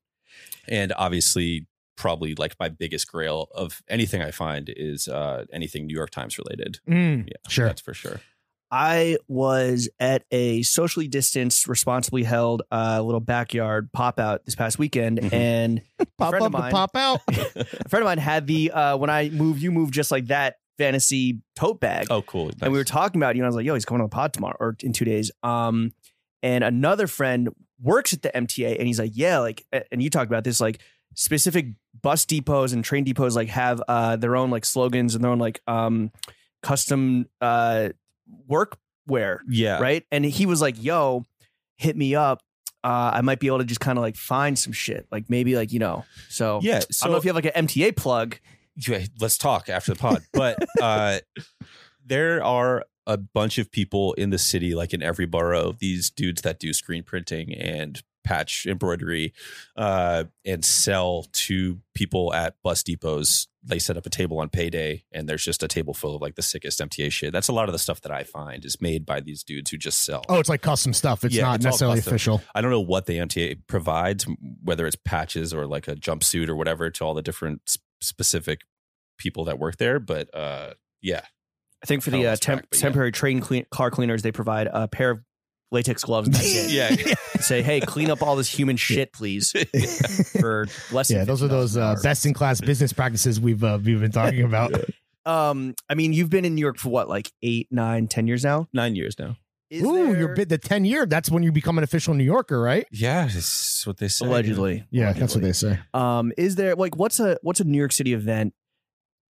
S4: and obviously, probably like my biggest grail of anything I find is uh, anything New York Times related.
S3: Mm.
S4: Yeah,
S3: Sure.
S4: that's for sure.
S2: I was at a socially distanced, responsibly held uh, little backyard pop out this past weekend,
S4: Mhm.
S2: and
S3: Pop
S2: friend of
S3: up to
S2: mine-
S3: pop out.
S2: a friend of mine had the uh, "When I Move, You Move" just like that fantasy tote bag.
S4: Oh, cool.
S2: and we were
S4: Nice.
S2: talking about it, you know I was like yo he's coming on the pod tomorrow or in two days um and another friend works at the MTA and he's like yeah like a- and you talked about this like specific bus depots and train depots like have uh their own like slogans and their own like um custom uh work wear
S4: yeah,
S2: right and he was like yo hit me up uh, I might be able to just kind of like find some shit, like maybe like you know. So
S4: Yeah,
S2: I don't
S4: so-
S2: know if you have like an MTA plug.
S4: yeah, let's talk after the pod. But uh, there are a bunch of people in the city, like in every borough, these dudes that do screen printing and patch embroidery uh, and sell to people at bus depots. They set up a table on payday, and there's just a table full of like the sickest MTA shit. That's a lot of the stuff that I find is made by these dudes who just sell.
S3: [laughs] Oh, it's like custom stuff. It's
S4: Yeah,
S3: not
S4: it's all
S3: necessarily
S4: custom.
S3: official.
S4: I don't know what the MTA provides, whether it's patches or like a jumpsuit or whatever to all the different s- specific people that work there.
S3: [laughs]
S4: But uh, yeah,
S2: I think for
S4: Kinda
S2: the uh,
S4: lost
S2: temp-
S4: track, but yeah.
S2: temporary train clean- car cleaners, they provide a pair of latex gloves. And [laughs] that's it.
S4: [laughs] yeah,
S2: Say, hey, clean up all this human shit, please. [laughs] For less. than
S3: [laughs] Yeah, those are those uh,
S2: $50,000.
S3: best in class business practices we've uh, we've been talking
S4: [laughs]
S3: about.
S2: Um, I mean, you've been in New York for what, like eight, nine, ten years now.
S4: nine years now.
S2: Is
S3: Ooh,
S2: there-
S3: your bid the ten year. That's when you become an official New Yorker, right?
S4: Yeah, that's what they say.
S2: allegedly.
S3: Yeah, that's what they say.
S2: Um, is there like what's a what's a New York City event?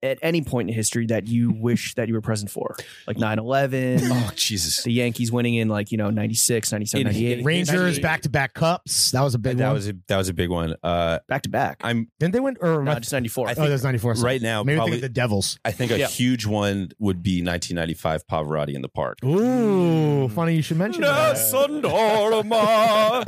S2: At any point in history that
S4: [laughs]
S2: you wish that you were present for, like 9 11,
S4: Oh Jesus!
S2: the Yankees winning in like, you know, 96, 97,
S4: In-
S2: 98,
S3: Rangers
S4: Actually-
S3: back to back cups. That was a big
S4: That
S3: one.
S4: was a, that was a big one. Uh,
S2: back to back.
S4: I'm
S3: Didn't they win? Or am I-
S2: No, just 94.
S4: I
S3: oh, that was ninety four.
S4: right now
S3: Maybe
S4: probably.
S3: think of the Devils.
S4: I think a
S2: Yeah.
S4: huge one would be 1995 Pavarotti in the park.
S3: Ooh, funny you should mention that. [laughs]
S4: Norma.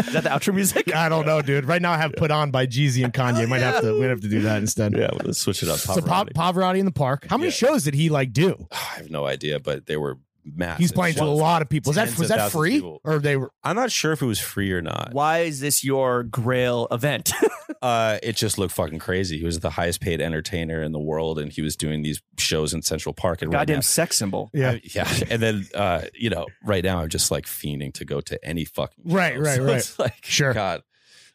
S2: Is that the outro
S4: [laughs]
S2: music?
S3: I don't know, dude. Right now, I have put on by Jeezy and Kanye. Might have to, we have to do that instead.
S4: yeah, let's switch it up.
S3: So Pa-
S4: Pavarotti.
S3: Pavarotti in the park. How many
S4: Yeah. Ah,
S3: shows did he like do?
S4: I have no idea, but they were massive.
S3: He was playing to a
S4: shows.
S3: lot of people. Was that
S4: Tens
S3: was
S4: of
S3: that
S4: thousands of
S3: free
S4: people.
S3: or they were?
S4: I'm not sure if it was free or not.
S2: Why is this your grail event?
S4: Uh, it just looked fucking crazy. He was the highest paid entertainer in the world, and he was doing these shows in Central Park. And right
S2: Goddamn
S4: now-
S2: sex symbol.
S3: Yeah,
S4: yeah, [laughs] and then uh, you know, right now I'm just like fiending to go to any fucking.
S3: Right,
S4: show. [laughs]
S3: right,
S4: So
S3: right.
S4: It's like
S3: Sure.
S4: God.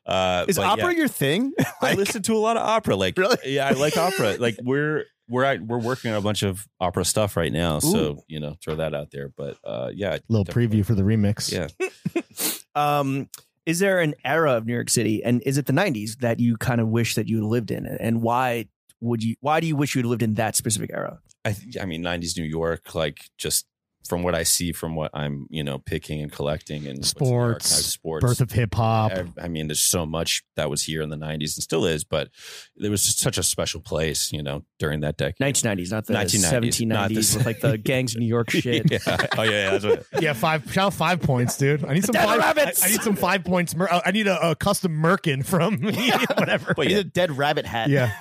S4: Uh,
S2: Is
S4: but
S2: opera
S4: yeah,
S2: your thing? [laughs]
S4: I listen to a lot of opera. Like, really? [laughs] Yeah, I
S3: [laughs]
S4: like opera. Like, we're we're at, we're working on a bunch of opera stuff right now.
S2: Ooh.
S4: So you know, throw that out there. But uh, yeah,
S3: little
S4: definitely.
S3: preview for the remix.
S4: Yeah.
S2: Um, is there an era of New York City, and is it the '90s that you kind of wish that you lived in, and why would you? Why do you wish you had lived in that specific era?
S4: I th- I mean, '90s New York, like just from what I see, from what I'm you know picking and collecting and what's in the
S3: Sports,
S4: archive, sports,
S3: Birth of hip hop.
S4: I, I mean, there's so much that was here in the '90s and still is, but there was just such a special place, you know, during that decade.
S2: 1990s, not the
S4: 1990s,
S2: 1790s,
S4: not the-
S2: with like the gangs of New
S4: [laughs]
S2: York shit.
S4: yeah. Oh yeah, yeah. That's what,
S3: Yeah, five shout out five points, dude. I need some
S2: Dead
S3: five. I,
S2: rabbits!
S3: I need some five points. Mer- oh, I need a, a custom merkin from
S4: [laughs]
S3: [laughs] whatever.
S4: but yeah,
S6: He's a dead rabbit
S4: [laughs]
S6: hat.
S3: Yeah,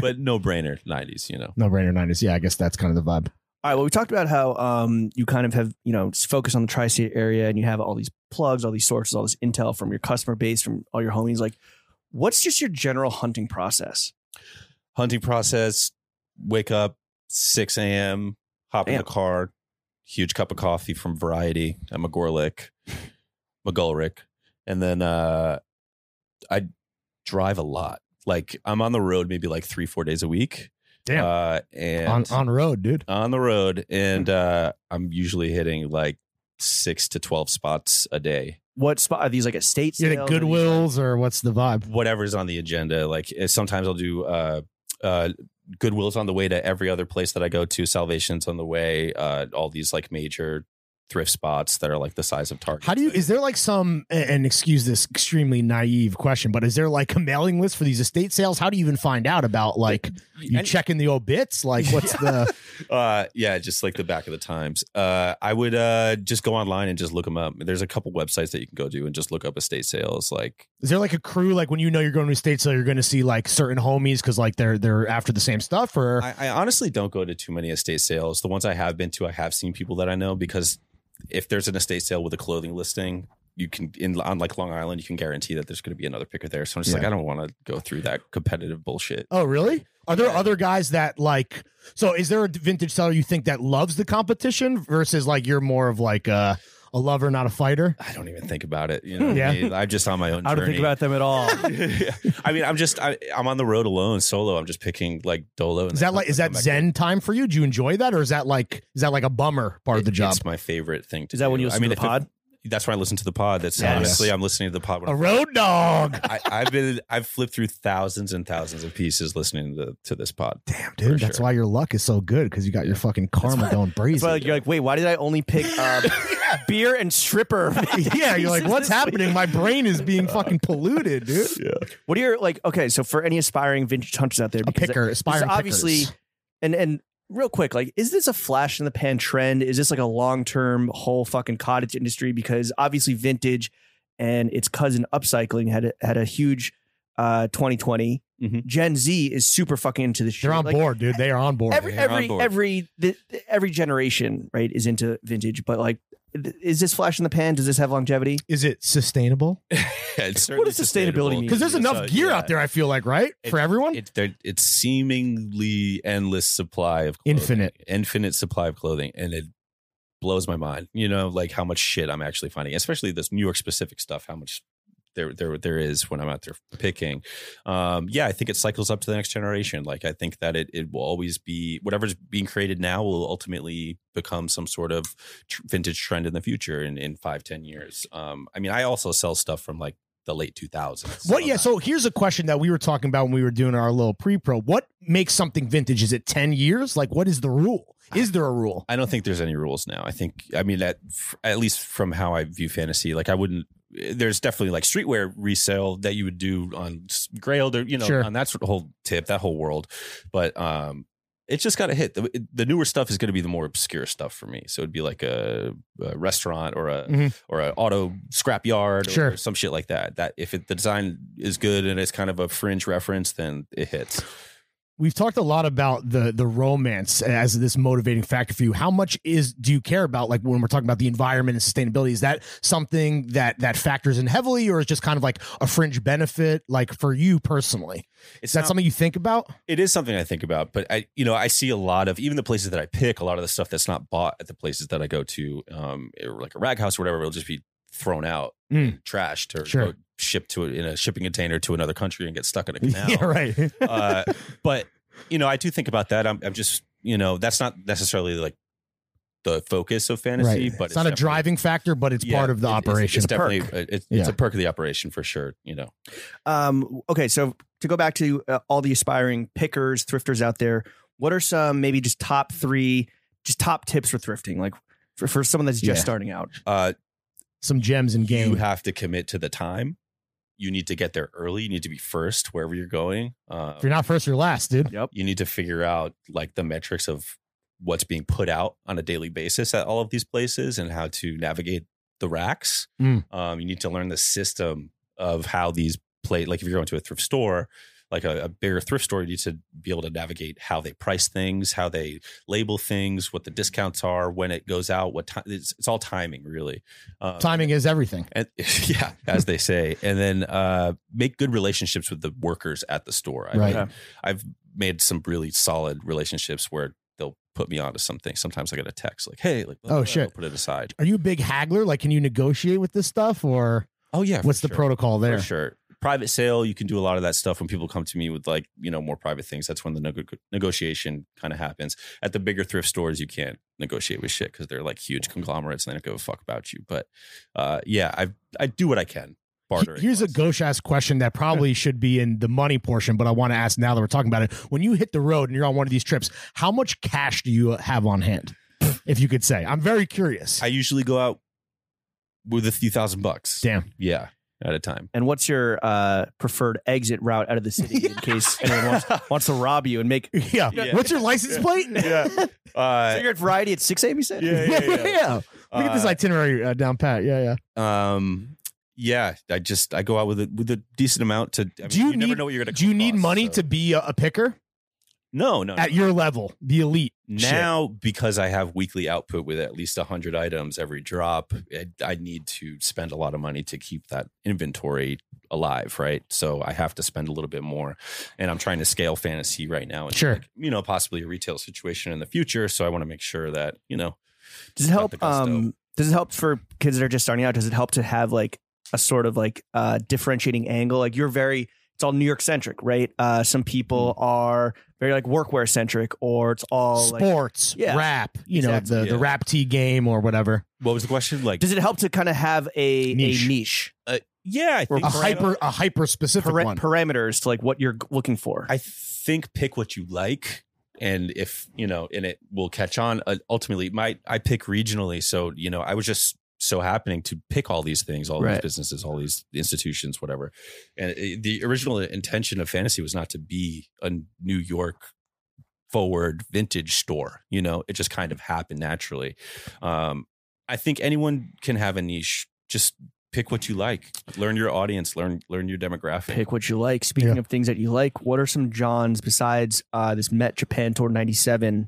S4: but no brainer '90s. You know,
S3: no brainer nineties. Yeah, I guess that's kind of the vibe.
S2: All right. Well, we talked about how um, you kind of have, you know, focus on the tri state area and you have all these plugs, all these sources, all this intel from your customer base, from all your homies. Like, what's just your general hunting process?
S4: hunting process. Wake up 6 a.m. Hop in
S2: Damn.
S4: the car. Huge cup of coffee from Variety. I'm
S3: [laughs]
S4: a Gorlick, McGulrick, and then uh, I drive a lot. Like I'm on the road maybe like three four days a week.
S3: Damn.
S4: Uh, and
S3: on on road, dude.
S4: on the road
S3: Hmm.
S4: and uh i'm usually hitting like six to 12 spots a day
S2: What spot are these like estates?
S3: You're at Goodwill's or what's the vibe?
S4: whatever's on the agenda like eh, sometimes i'll do uh uh goodwill's on the way to every other place that i go to salvation's on the way uh all these like major thrift spots that are like the size of target
S3: How do you? Is there like some? a- And excuse this extremely naive question, but is there like a mailing list for these estate sales? How do you even find out about like You
S4: And-
S3: checking the obits? Like, what's the?
S4: uh yeah just like the back of the times uh i would uh just go online and just look them up there's a couple websites that you can go to and just look up estate sales like
S3: Is there like a crew? Like when you know you're going to a state sale, you're going to see like certain homies because like they're they're after the same stuff. Or
S4: I, I honestly don't go to too many estate sales the ones i have been to i have seen people that i know because if there's an estate sale with a clothing listing you can in on like long island you can guarantee that there's going to be another picker there so i'm just like i don't want to go through that competitive bullshit
S3: oh, really? Are there
S4: Yeah.
S3: other guys that like? So is there a vintage seller you think that loves the competition versus like you're more of like a a lover, not a fighter?
S4: i don't even think about it you know
S3: Yeah.
S4: yeah I mean? i'm just on
S3: [laughs]
S4: my own
S2: I don't
S4: journey.
S2: think about them at [laughs] all.
S4: [laughs] I mean, I'm just I, I'm on the road alone, solo. I'm just picking like Dolo. And
S3: Is
S4: then
S3: that like is that
S4: come back
S3: Zen time for you? Do you enjoy that, or is that like is that like a bummer part of the
S4: It-
S3: job?
S4: It's my favorite thing. To
S2: Is that when
S4: do.
S2: you listen
S4: I mean,
S2: to
S4: if
S2: the
S4: it-
S2: pod?
S4: that's when I listen to the pod. That's
S3: Yes.
S4: honestly, I'm listening to the pod. When
S3: A
S4: I'm-
S3: road
S2: [laughs]
S3: dog.
S4: I, I've been I've flipped through thousands and thousands of pieces listening to to this pod.
S3: Damn, dude, that's
S4: sure.
S3: why your luck is so good because you got your fucking karma going breezy.
S2: It's like, [laughs]
S3: [laughs]
S2: you're like, wait, why did I only
S4: [laughs]
S2: pick um, beer and stripper? [laughs]
S3: yeah, you're like,
S2: pieces [laughs]
S3: what's
S2: this week?"
S3: happening? My brain is being fucking polluted, dude.
S4: [laughs]
S2: What are your like? Okay, so for any aspiring vintage hunters out there,
S3: A
S2: because
S3: picker,
S2: this is
S3: aspiring
S2: obviously,
S3: pickers.
S2: and and real quick, like, is this a flash in the pan trend? Is this like a long term whole fucking cottage industry? Because obviously, vintage and its cousin upcycling had a, had a huge uh 2020.
S4: Mhm.
S2: Gen Z is super fucking into this. shit.
S3: Mm-hmm. They're on
S2: Like,
S3: board, dude. They are on board.
S2: Every
S4: They're on
S2: every
S4: board.
S2: every the, every generation right is into vintage, but like, th- is this flash in the pan? Does this have longevity?
S3: is it sustainable?
S4: what
S2: does sustainability mean?
S3: Because there's enough gear out there. I feel like right for everyone.
S4: uh, It, there, it's seemingly endless supply of clothing,
S3: Infinite.
S4: infinite supply of clothing, and it blows my mind. You know, like how much shit I'm actually finding, especially this New York specific stuff. How much there there there is when I'm out there picking. Um, yeah, I think it cycles up to the next generation. Like I think that it it will always be whatever's being created now will ultimately become some sort of tr- vintage trend in the future in in five ten years. Um, I mean, I also sell stuff from like the late 2000s.
S3: What?
S4: I'm
S3: Yeah.
S4: not-
S3: So here's a question that we were talking about when we were doing our little pre-pro. What makes something vintage? Is it ten years? Like, what is the rule? Is there a rule?
S4: I don't think there's any rules now. I think, I mean, at, at least from how I view fantasy, like I wouldn't. There's definitely like streetwear resale that you would do on s- Grailed or you know
S3: Sure.
S4: on that sort of whole tip, that whole world. But um, it's just got to hit. The, the newer stuff is going to be the more obscure stuff for me. So it'd be like a, a restaurant or a
S3: Mhm.
S4: or an auto scrap yard
S3: Sure.
S4: or some shit like that. That if it, the design is good and it's kind of a fringe reference, then it hits.
S3: We've talked a lot about the the romance as this motivating factor for you. How much is do you care about? Like when we're talking about the environment and sustainability, is that something that that factors in heavily, or is just kind of like a fringe benefit? Like for you personally, is
S4: It's
S3: that
S4: not-
S3: something you think about?
S4: it is something I think about, but I, you know, I see a lot of even the places that I pick, a lot of the stuff that's not bought at the places that I go to, um, or like a rag house or whatever, it'll just be thrown out,
S3: Mm.
S4: trashed, or
S3: Sure.
S4: go shipped to in a shipping container to another country and get stuck in a
S3: [laughs]
S4: canal.
S3: Yeah, right. [laughs]
S4: uh, but you know, I do think about that. I'm, I'm just, you know, that's not necessarily like the focus of fantasy, but
S3: it's not a
S4: definitely-
S3: driving factor, but it's
S4: yeah,
S3: part of the
S4: it- it's-
S3: operation.
S4: It's,
S2: a perk.
S4: definitely it's,
S3: Yeah.
S4: it's a perk of the operation for sure. You know,
S2: Um, okay, so to go back to uh, all the aspiring pickers, thrifters out there, what are some maybe just top three, just top tips for thrifting, like for, for someone that's just
S3: Yeah.
S2: starting out?
S4: uh,
S3: Some gems in game.
S4: You have to commit to the time. You need to get there early. You need to be first wherever you're going. Uh,
S3: if you're not first, you're last, dude.
S2: Yep.
S4: you need to figure out like the metrics of what's being put out on a daily basis at all of these places and how to navigate the racks.
S3: Mm.
S4: Um, you need to learn the system of how these play. Like if you're going to a thrift store, like a, a bigger thrift store, you need to be able to navigate how they price things, how they label things, what the discounts are, when it goes out, what time. It's, it's all timing, really. Um,
S3: Timing is everything.
S4: and [laughs] yeah, as they say, and then uh, make good relationships with the workers at the store. I
S3: Right.
S4: mean, I've made some really solid relationships where they'll put me onto something. Sometimes I get a text like, "Hey, like,
S3: Oh, shit.
S4: I'll put it aside."
S3: Are you a big haggler? Like, can you negotiate with this stuff, or
S4: Oh yeah, for
S3: what's the
S4: sure.
S3: protocol there?
S4: For sure. Private sale, you can do a lot of that stuff when people come to me with like, you know, more private things. That's when the nego- negotiation kind of happens. At the bigger thrift stores, you can't negotiate with shit because they're like huge conglomerates and they don't give a fuck about you. But uh, yeah, I I do what I can.
S3: He-
S4: Bartering.
S3: Here's a
S4: wise.
S3: gauche ass question that
S4: [laughs]
S3: probably should be in the money portion, but I want to ask now that we're talking about it. When you hit the road and you're on one of these trips, how much cash do you have on hand? if you could say, I'm very curious.
S4: I usually go out with a few thousand bucks. [laughs]
S3: Damn.
S4: Yeah. at a time.
S2: And what's your uh, preferred exit route out of the [laughs] city in case anyone wants, wants to rob you and make?
S3: Yeah.
S4: Yeah.
S3: What's your license plate? [laughs]
S4: Yeah. Uh,
S2: So you're at Variety at six a.m. You said.
S4: Yeah,
S3: yeah, yeah. [laughs] We get this
S4: Uh,
S3: itinerary uh, down pat. Yeah, yeah.
S4: um yeah i just i go out with a with a decent amount to I mean,
S3: Do you
S4: never
S3: need-
S4: know what you're gonna
S3: Do you need
S4: cross,
S3: money
S4: so-
S3: to be a, a picker
S4: no no
S3: at your level, the elite? shit?
S4: now because i have weekly output with at least 100 items every drop I, I need to spend a lot of money to keep that inventory alive right so i have to spend a little bit more and i'm trying to scale fantasy right now and
S3: Sure.
S4: like, you know possibly a retail situation in the future so i want to make sure that you know
S2: Does it
S4: Got the
S2: help?
S4: gusto.
S2: Um, does it help for kids that are just starting out? Does it help to have like a sort of like uh, differentiating angle? Like you're very, it's all New York centric, right? Uh, some people are very like workwear centric, or it's all Oh, like.
S3: sports,
S2: Yeah.
S3: rap, you
S2: Exactly.
S3: know, the, the
S4: Yeah.
S3: rap tea game or whatever.
S4: what was the question like
S2: Does it help to kind of have a
S3: Niche.
S2: a niche
S4: yeah i
S2: Or
S4: think
S3: A
S4: so.
S3: hyper a hyper specific
S2: para-
S3: one.
S2: parameters to like what you're g- looking for?
S4: I think pick what you like and if you know and it will catch on uh, ultimately my I pick regionally so you know I was just so happening to pick all these things all these
S2: Right.
S4: businesses all these institutions whatever and it, the original intention of fantasy was not to be a New York forward vintage store you know it just kind of happened naturally um I think anyone can have a niche just pick what you like learn your audience learn learn your demographic
S2: pick what you like. Speaking
S3: Yeah.
S2: of things that you like, what are some Johns besides uh, this Met Japan Tour '97?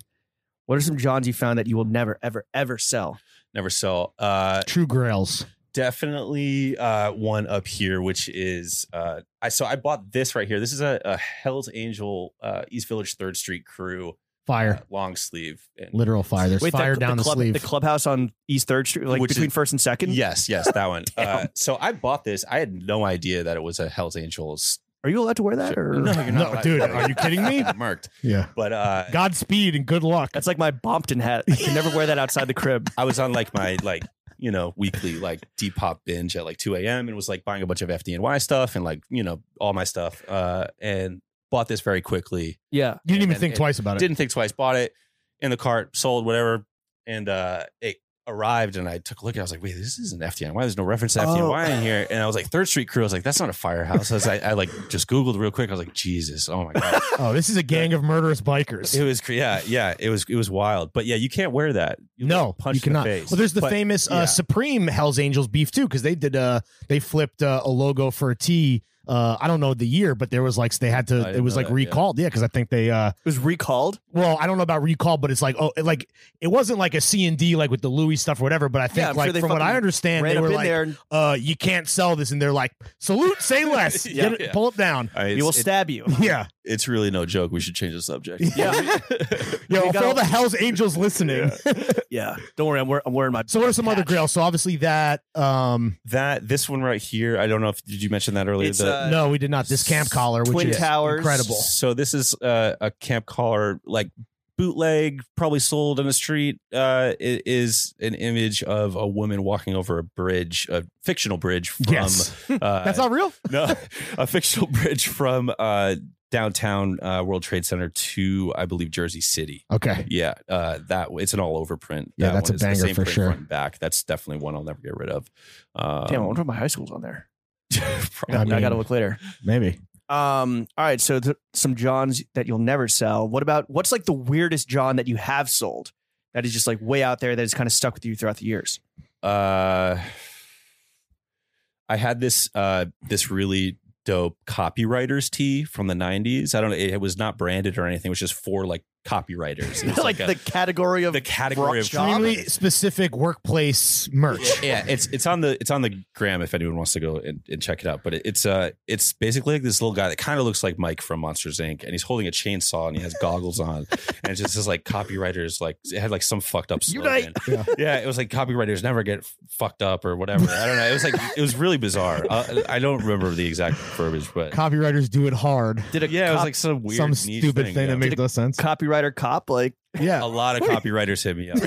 S2: What are some Johns you found that you will never, ever, ever sell?
S4: never sell uh
S3: True grails.
S4: definitely uh, one up here, which is uh, I. So I bought this right here. This is a, a Hell's Angel uh, East Village Third Street Crew uh,
S3: Fire.
S4: long sleeve. And
S3: Literal fire. There's
S2: Wait,
S3: fire down the,
S2: club-
S3: sleeve.
S2: The clubhouse on East Third Street, like
S4: Which is-
S2: between First and Second.
S4: yes, yes, that
S3: [laughs]
S4: one. uh,
S2: Damn.
S4: so I bought this. I had no idea that it was a Hell's Angels.
S2: Are you allowed to wear that? Or
S4: you're
S3: No,
S4: allowed-
S3: dude, are you kidding me?
S4: Marked.
S3: yeah.
S4: But uh,
S3: Godspeed and good luck.
S2: [laughs] that's like my Bompton hat. I can never wear that
S3: [laughs]
S2: outside the crib.
S4: I was on like my like you know weekly like deep hop binge at like 2 a.m. and was like buying a bunch of FDNY stuff and like you know all my stuff uh, and bought this very quickly.
S2: Yeah,
S3: You didn't even
S4: and-
S3: think
S4: and
S3: twice about it.
S4: Didn't think twice. Bought it in the cart, sold whatever, and uh, it arrived. And I took a look. and I was like, "Wait, this isn't FDNY. There's no reference to FDNY
S3: Oh.
S4: in here." And I was like, Third Street Crew." I was like, "That's not a firehouse." I, was, I, I like just googled real quick. I was like, "Jesus, oh my
S3: [laughs]
S4: god!"
S3: Oh, this is a gang of murderous bikers.
S4: it was cr- yeah, yeah. It was it was wild. But yeah, you can't wear that. You
S3: no,
S4: get punched
S3: you cannot.
S4: In the face.
S3: Well, there's the
S4: But-
S3: famous
S4: yeah.
S3: uh, Supreme Hell's Angels beef too, because they did. Uh, they flipped uh, a logo for a T. Uh, I don't know the year, but there was like they had
S4: I
S3: to.
S4: didn't
S3: It was
S4: know
S3: like
S4: that, yeah.
S3: recalled. Yeah, because I think they. Uh,
S2: it was recalled.
S3: well, I don't know about recall, but it's like oh, it, like it wasn't like a C and D like with the Louis stuff or whatever. But I think
S2: I'm sure
S3: like
S2: they
S3: from what I
S2: fucking
S3: understand,
S2: ran
S3: they
S2: up
S3: were
S2: in
S3: like,
S2: there. And
S3: uh, you can't sell this, and they're like, salute, say less,
S4: [laughs] Yeah,
S3: Get it,
S4: yeah.
S3: pull it down.
S4: I-
S2: we will
S4: it's, it-
S2: stab
S3: [laughs]
S2: you.
S3: Yeah,
S4: it's really no joke. We should change
S3: [laughs]
S4: the subject.
S2: Yeah.
S3: yo,
S2: We
S3: for all
S2: got-
S3: the Hell's Angels listening.
S2: yeah. Don't worry, I'm, wear- I'm wearing my.
S3: [laughs] So what are some other
S2: patch.
S3: grails? So obviously that um
S4: That this one right here. I don't know if did you mention that earlier.
S2: It's,
S4: The-
S2: uh,
S3: no, we did not. This camp collar, which
S2: Twin
S3: is
S2: Towers.
S3: incredible.
S4: So this is uh, a camp collar, like bootleg, probably sold on the street. Uh, it is an image of a woman walking over a bridge, a fictional bridge from.
S3: yes,
S4: Uh,
S3: [laughs] that's not real.
S4: [laughs] no, a fictional bridge from uh, downtown uh, World Trade Center to, I believe, Jersey City.
S3: Okay,
S4: Yeah, uh, that it's an all over print.
S3: Yeah,
S4: That
S3: that's a
S4: one is the
S3: banger
S4: same
S3: for
S4: print
S3: sure.
S4: Front and back. That's definitely one I'll never get rid of. Um,
S2: Damn, I wonder if my high school's on there.
S4: [laughs] probably.
S3: I
S2: I,
S3: mean-
S2: gotta look later.
S3: maybe.
S2: Um. All right. So th- some Johns that you'll never sell. What about what's like the weirdest John that you have sold? That is just like way out there. That is kind of stuck with you throughout the years.
S4: uh I had this uh this really dope copywriters tee from the 90s. I don't know it, it was not branded or anything. It was just for like copywriters. It
S2: [laughs]
S4: was
S2: like,
S4: a-
S2: the category of
S4: the category of
S2: Job.
S3: Extremely specific workplace merch.
S4: yeah, it's it's on the it's on the gram if anyone wants to go and, and check it out. But it, it's uh it's basically like this little guy that kind of looks like Mike from Monsters Inc. and he's holding a chainsaw and he has goggles on and it's just this like copywriters like it had like some fucked up slogan.
S2: Unite.
S4: Yeah. it was like copywriters never get f- fucked up or whatever. I don't know. It was like it was really bizarre. Uh, I don't remember the exact verbiage, but
S3: Copywriters do it hard.
S2: did a
S4: yeah, it was
S2: cop-
S4: like some weird
S3: Some
S4: niche
S3: stupid thing,
S4: yeah.
S3: that makes no sense.
S2: copywriter cop like
S3: Yeah.
S4: A lot of copywriters
S3: [laughs]
S4: hit me up.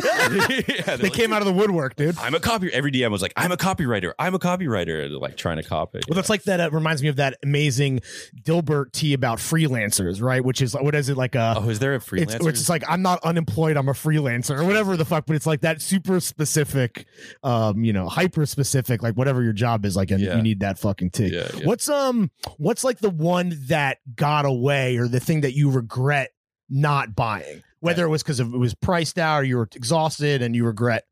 S4: yeah,
S3: They came out of the woodwork, dude.
S4: I'm a copy. Every DM was like, I'm a copywriter. I'm a copywriter. And they're, like trying to copy.
S3: Well, that's like that. Uh, reminds me of that amazing Dilbert tea about freelancers, right? Which is what is it like a?
S4: oh, is [laughs] there a
S3: it's,
S4: freelancer?
S3: it's just like I'm not unemployed. I'm a freelancer or whatever the fuck. But it's like that super specific, um, you know, hyper specific, like whatever your job is, like and
S4: Yeah.
S3: you need that fucking tick.
S4: yeah, yeah.
S3: What's um, what's like the one that got away or the thing that you regret not buying? Whether it was because it was priced out or you were exhausted and you regret.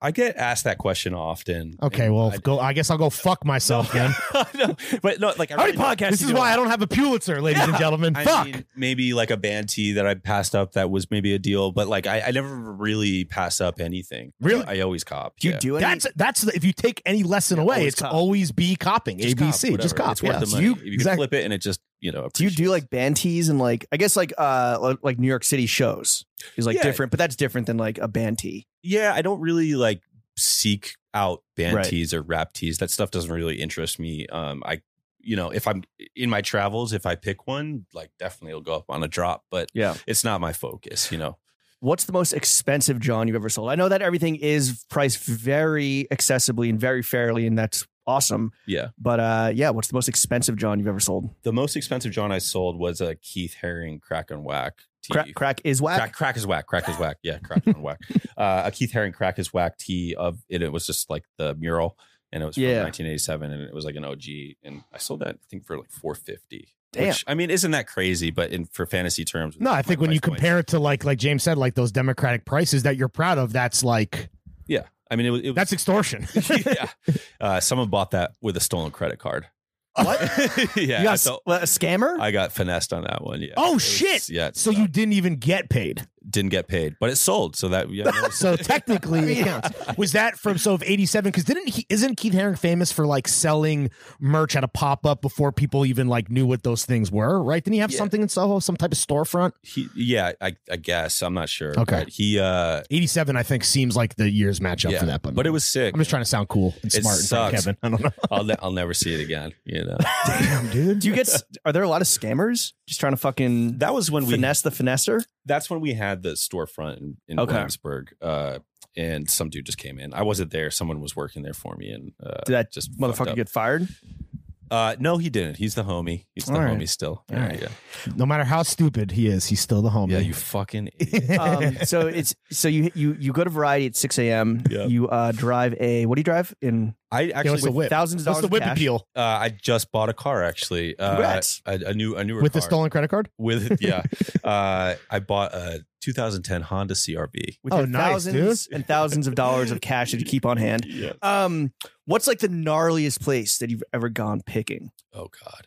S4: I get asked that question often.
S3: Okay,
S4: And
S3: well,
S4: [laughs] I-
S3: go. I guess I'll go fuck myself then.
S4: [laughs] no, but no, like I really-
S3: This is why I don't have a Pulitzer, ladies
S4: [laughs]
S3: and gentlemen.
S4: I
S3: fuck.
S4: mean, maybe like a band tee that I passed up that was maybe a deal, but like I, I never really pass up anything.
S3: Really?
S4: I always cop.
S2: Do you
S4: yeah.
S2: do any?
S3: That's that's the, if you take any lesson
S2: Yeah,
S3: away,
S2: always
S3: it's
S2: cop.
S3: always be copying.
S4: Just cop,
S3: ABC, just
S4: whatever.
S3: cop.
S4: It's
S3: yeah.
S4: worth the
S3: So
S4: money.
S3: you-
S4: if you
S3: exact-
S4: can flip it and it just you know.
S2: do you do
S4: appreciates.
S2: like band tees and like I guess like uh li- like New York City shows is like
S4: Yeah.
S2: different, but that's different than like a band tee.
S4: yeah, I don't really like seek out band
S2: Right.
S4: tees or rap tees. That stuff doesn't really interest me. Um, I, you know, if I'm in my travels, if I pick one, like definitely it'll go up on a drop, but
S2: Yeah.
S4: it's not my focus. You know,
S2: What's the most expensive John you've ever sold? I know that everything is priced very accessibly and very fairly, and that's awesome.
S4: yeah.
S2: But uh, yeah, what's the most expensive John you've ever sold?
S4: The most expensive John I sold was a Keith Haring Crack and Whack tee.
S2: Crack, crack is whack.
S4: Crack, crack is whack. Crack is whack. Yeah, crack and
S3: [laughs]
S4: whack. Uh, a Keith Haring crack is whack tee of it. It was just like the mural, and it was from
S2: Yeah.
S4: 1987, and it was like an OG, and I sold that I think for like 450.
S2: Damn.
S4: Which, I mean, isn't that crazy? But in for fantasy terms,
S3: no, I
S4: like
S3: think when you
S4: life point.
S3: compare it to like like James said, like those democratic prices that you're proud of, that's like
S4: yeah, I mean, it was, it was
S3: that's extortion.
S4: [laughs]
S3: [laughs]
S4: yeah. Uh, someone bought that with a stolen credit card. [laughs]
S2: What?
S4: yeah,
S2: you got a,
S4: so
S2: what, a scammer?
S4: I got finessed on that one. Yeah.
S3: Oh,
S4: It was-
S3: shit!
S4: Yeah. it
S3: so you didn't even get paid.
S4: didn't get paid, but it sold. So that yeah. that was- [laughs]
S3: So technically, it counts. Was that from so of '87? Because didn't he? Isn't Keith Haring famous for like selling merch at a pop up before people even like knew what those things were? Right? Didn't he have
S4: Yeah.
S3: something in Soho, some type of storefront?
S4: he, yeah, I, I guess I'm not sure.
S3: [laughs] Okay.
S4: But he uh
S3: '87, I think, seems like the years match up
S4: yeah,
S3: for that. But,
S4: but it was sick.
S3: I'm just trying to sound cool and
S4: It
S3: smart, in front of
S4: sucks.
S3: Kevin. I don't know.
S4: I'll, ne- I'll never see it again. You know,
S3: Damn, [laughs] dude.
S2: Do you
S4: [laughs]
S2: get? s- Are there a lot of scammers just trying to fucking
S4: that was when we.
S2: finesse the finesser?
S4: That's when we had the storefront in, in
S2: Okay.
S4: Williamsburg, uh, and some dude just came in. I wasn't there. Someone was working there for me, and uh,
S2: Did that
S4: just fucked
S2: Motherfucker
S4: up.
S2: get fired?
S4: Uh, no, he didn't. He's the homie. He's the
S2: All right.
S4: homie still.
S2: All right.
S4: Yeah,
S3: No matter how stupid he is, he's still the homie.
S4: yeah. You fucking.
S3: [laughs]
S4: idiot.
S2: um, so it's so you you you go to Variety at six a.m.
S4: Yeah.
S2: You uh, drive a what do you drive in
S4: I actually.
S3: what's the
S4: with-
S3: whip?
S2: thousands of
S3: What's
S2: dollars?
S3: the
S2: of
S3: whip
S2: cash.
S3: appeal
S4: uh, I just bought a car actually. Uh,
S2: Congrats.
S4: a, a new a newer
S3: with
S4: car.
S3: the stolen credit card?
S4: with yeah. uh, I bought a 2010 Honda CRV.
S2: With
S3: Oh,
S2: your
S3: nice, dude.
S2: thousands and thousands of dollars of cash that you keep on hand.
S4: Yeah.
S2: Um, what's like the gnarliest place that you've ever gone picking,
S4: Oh God.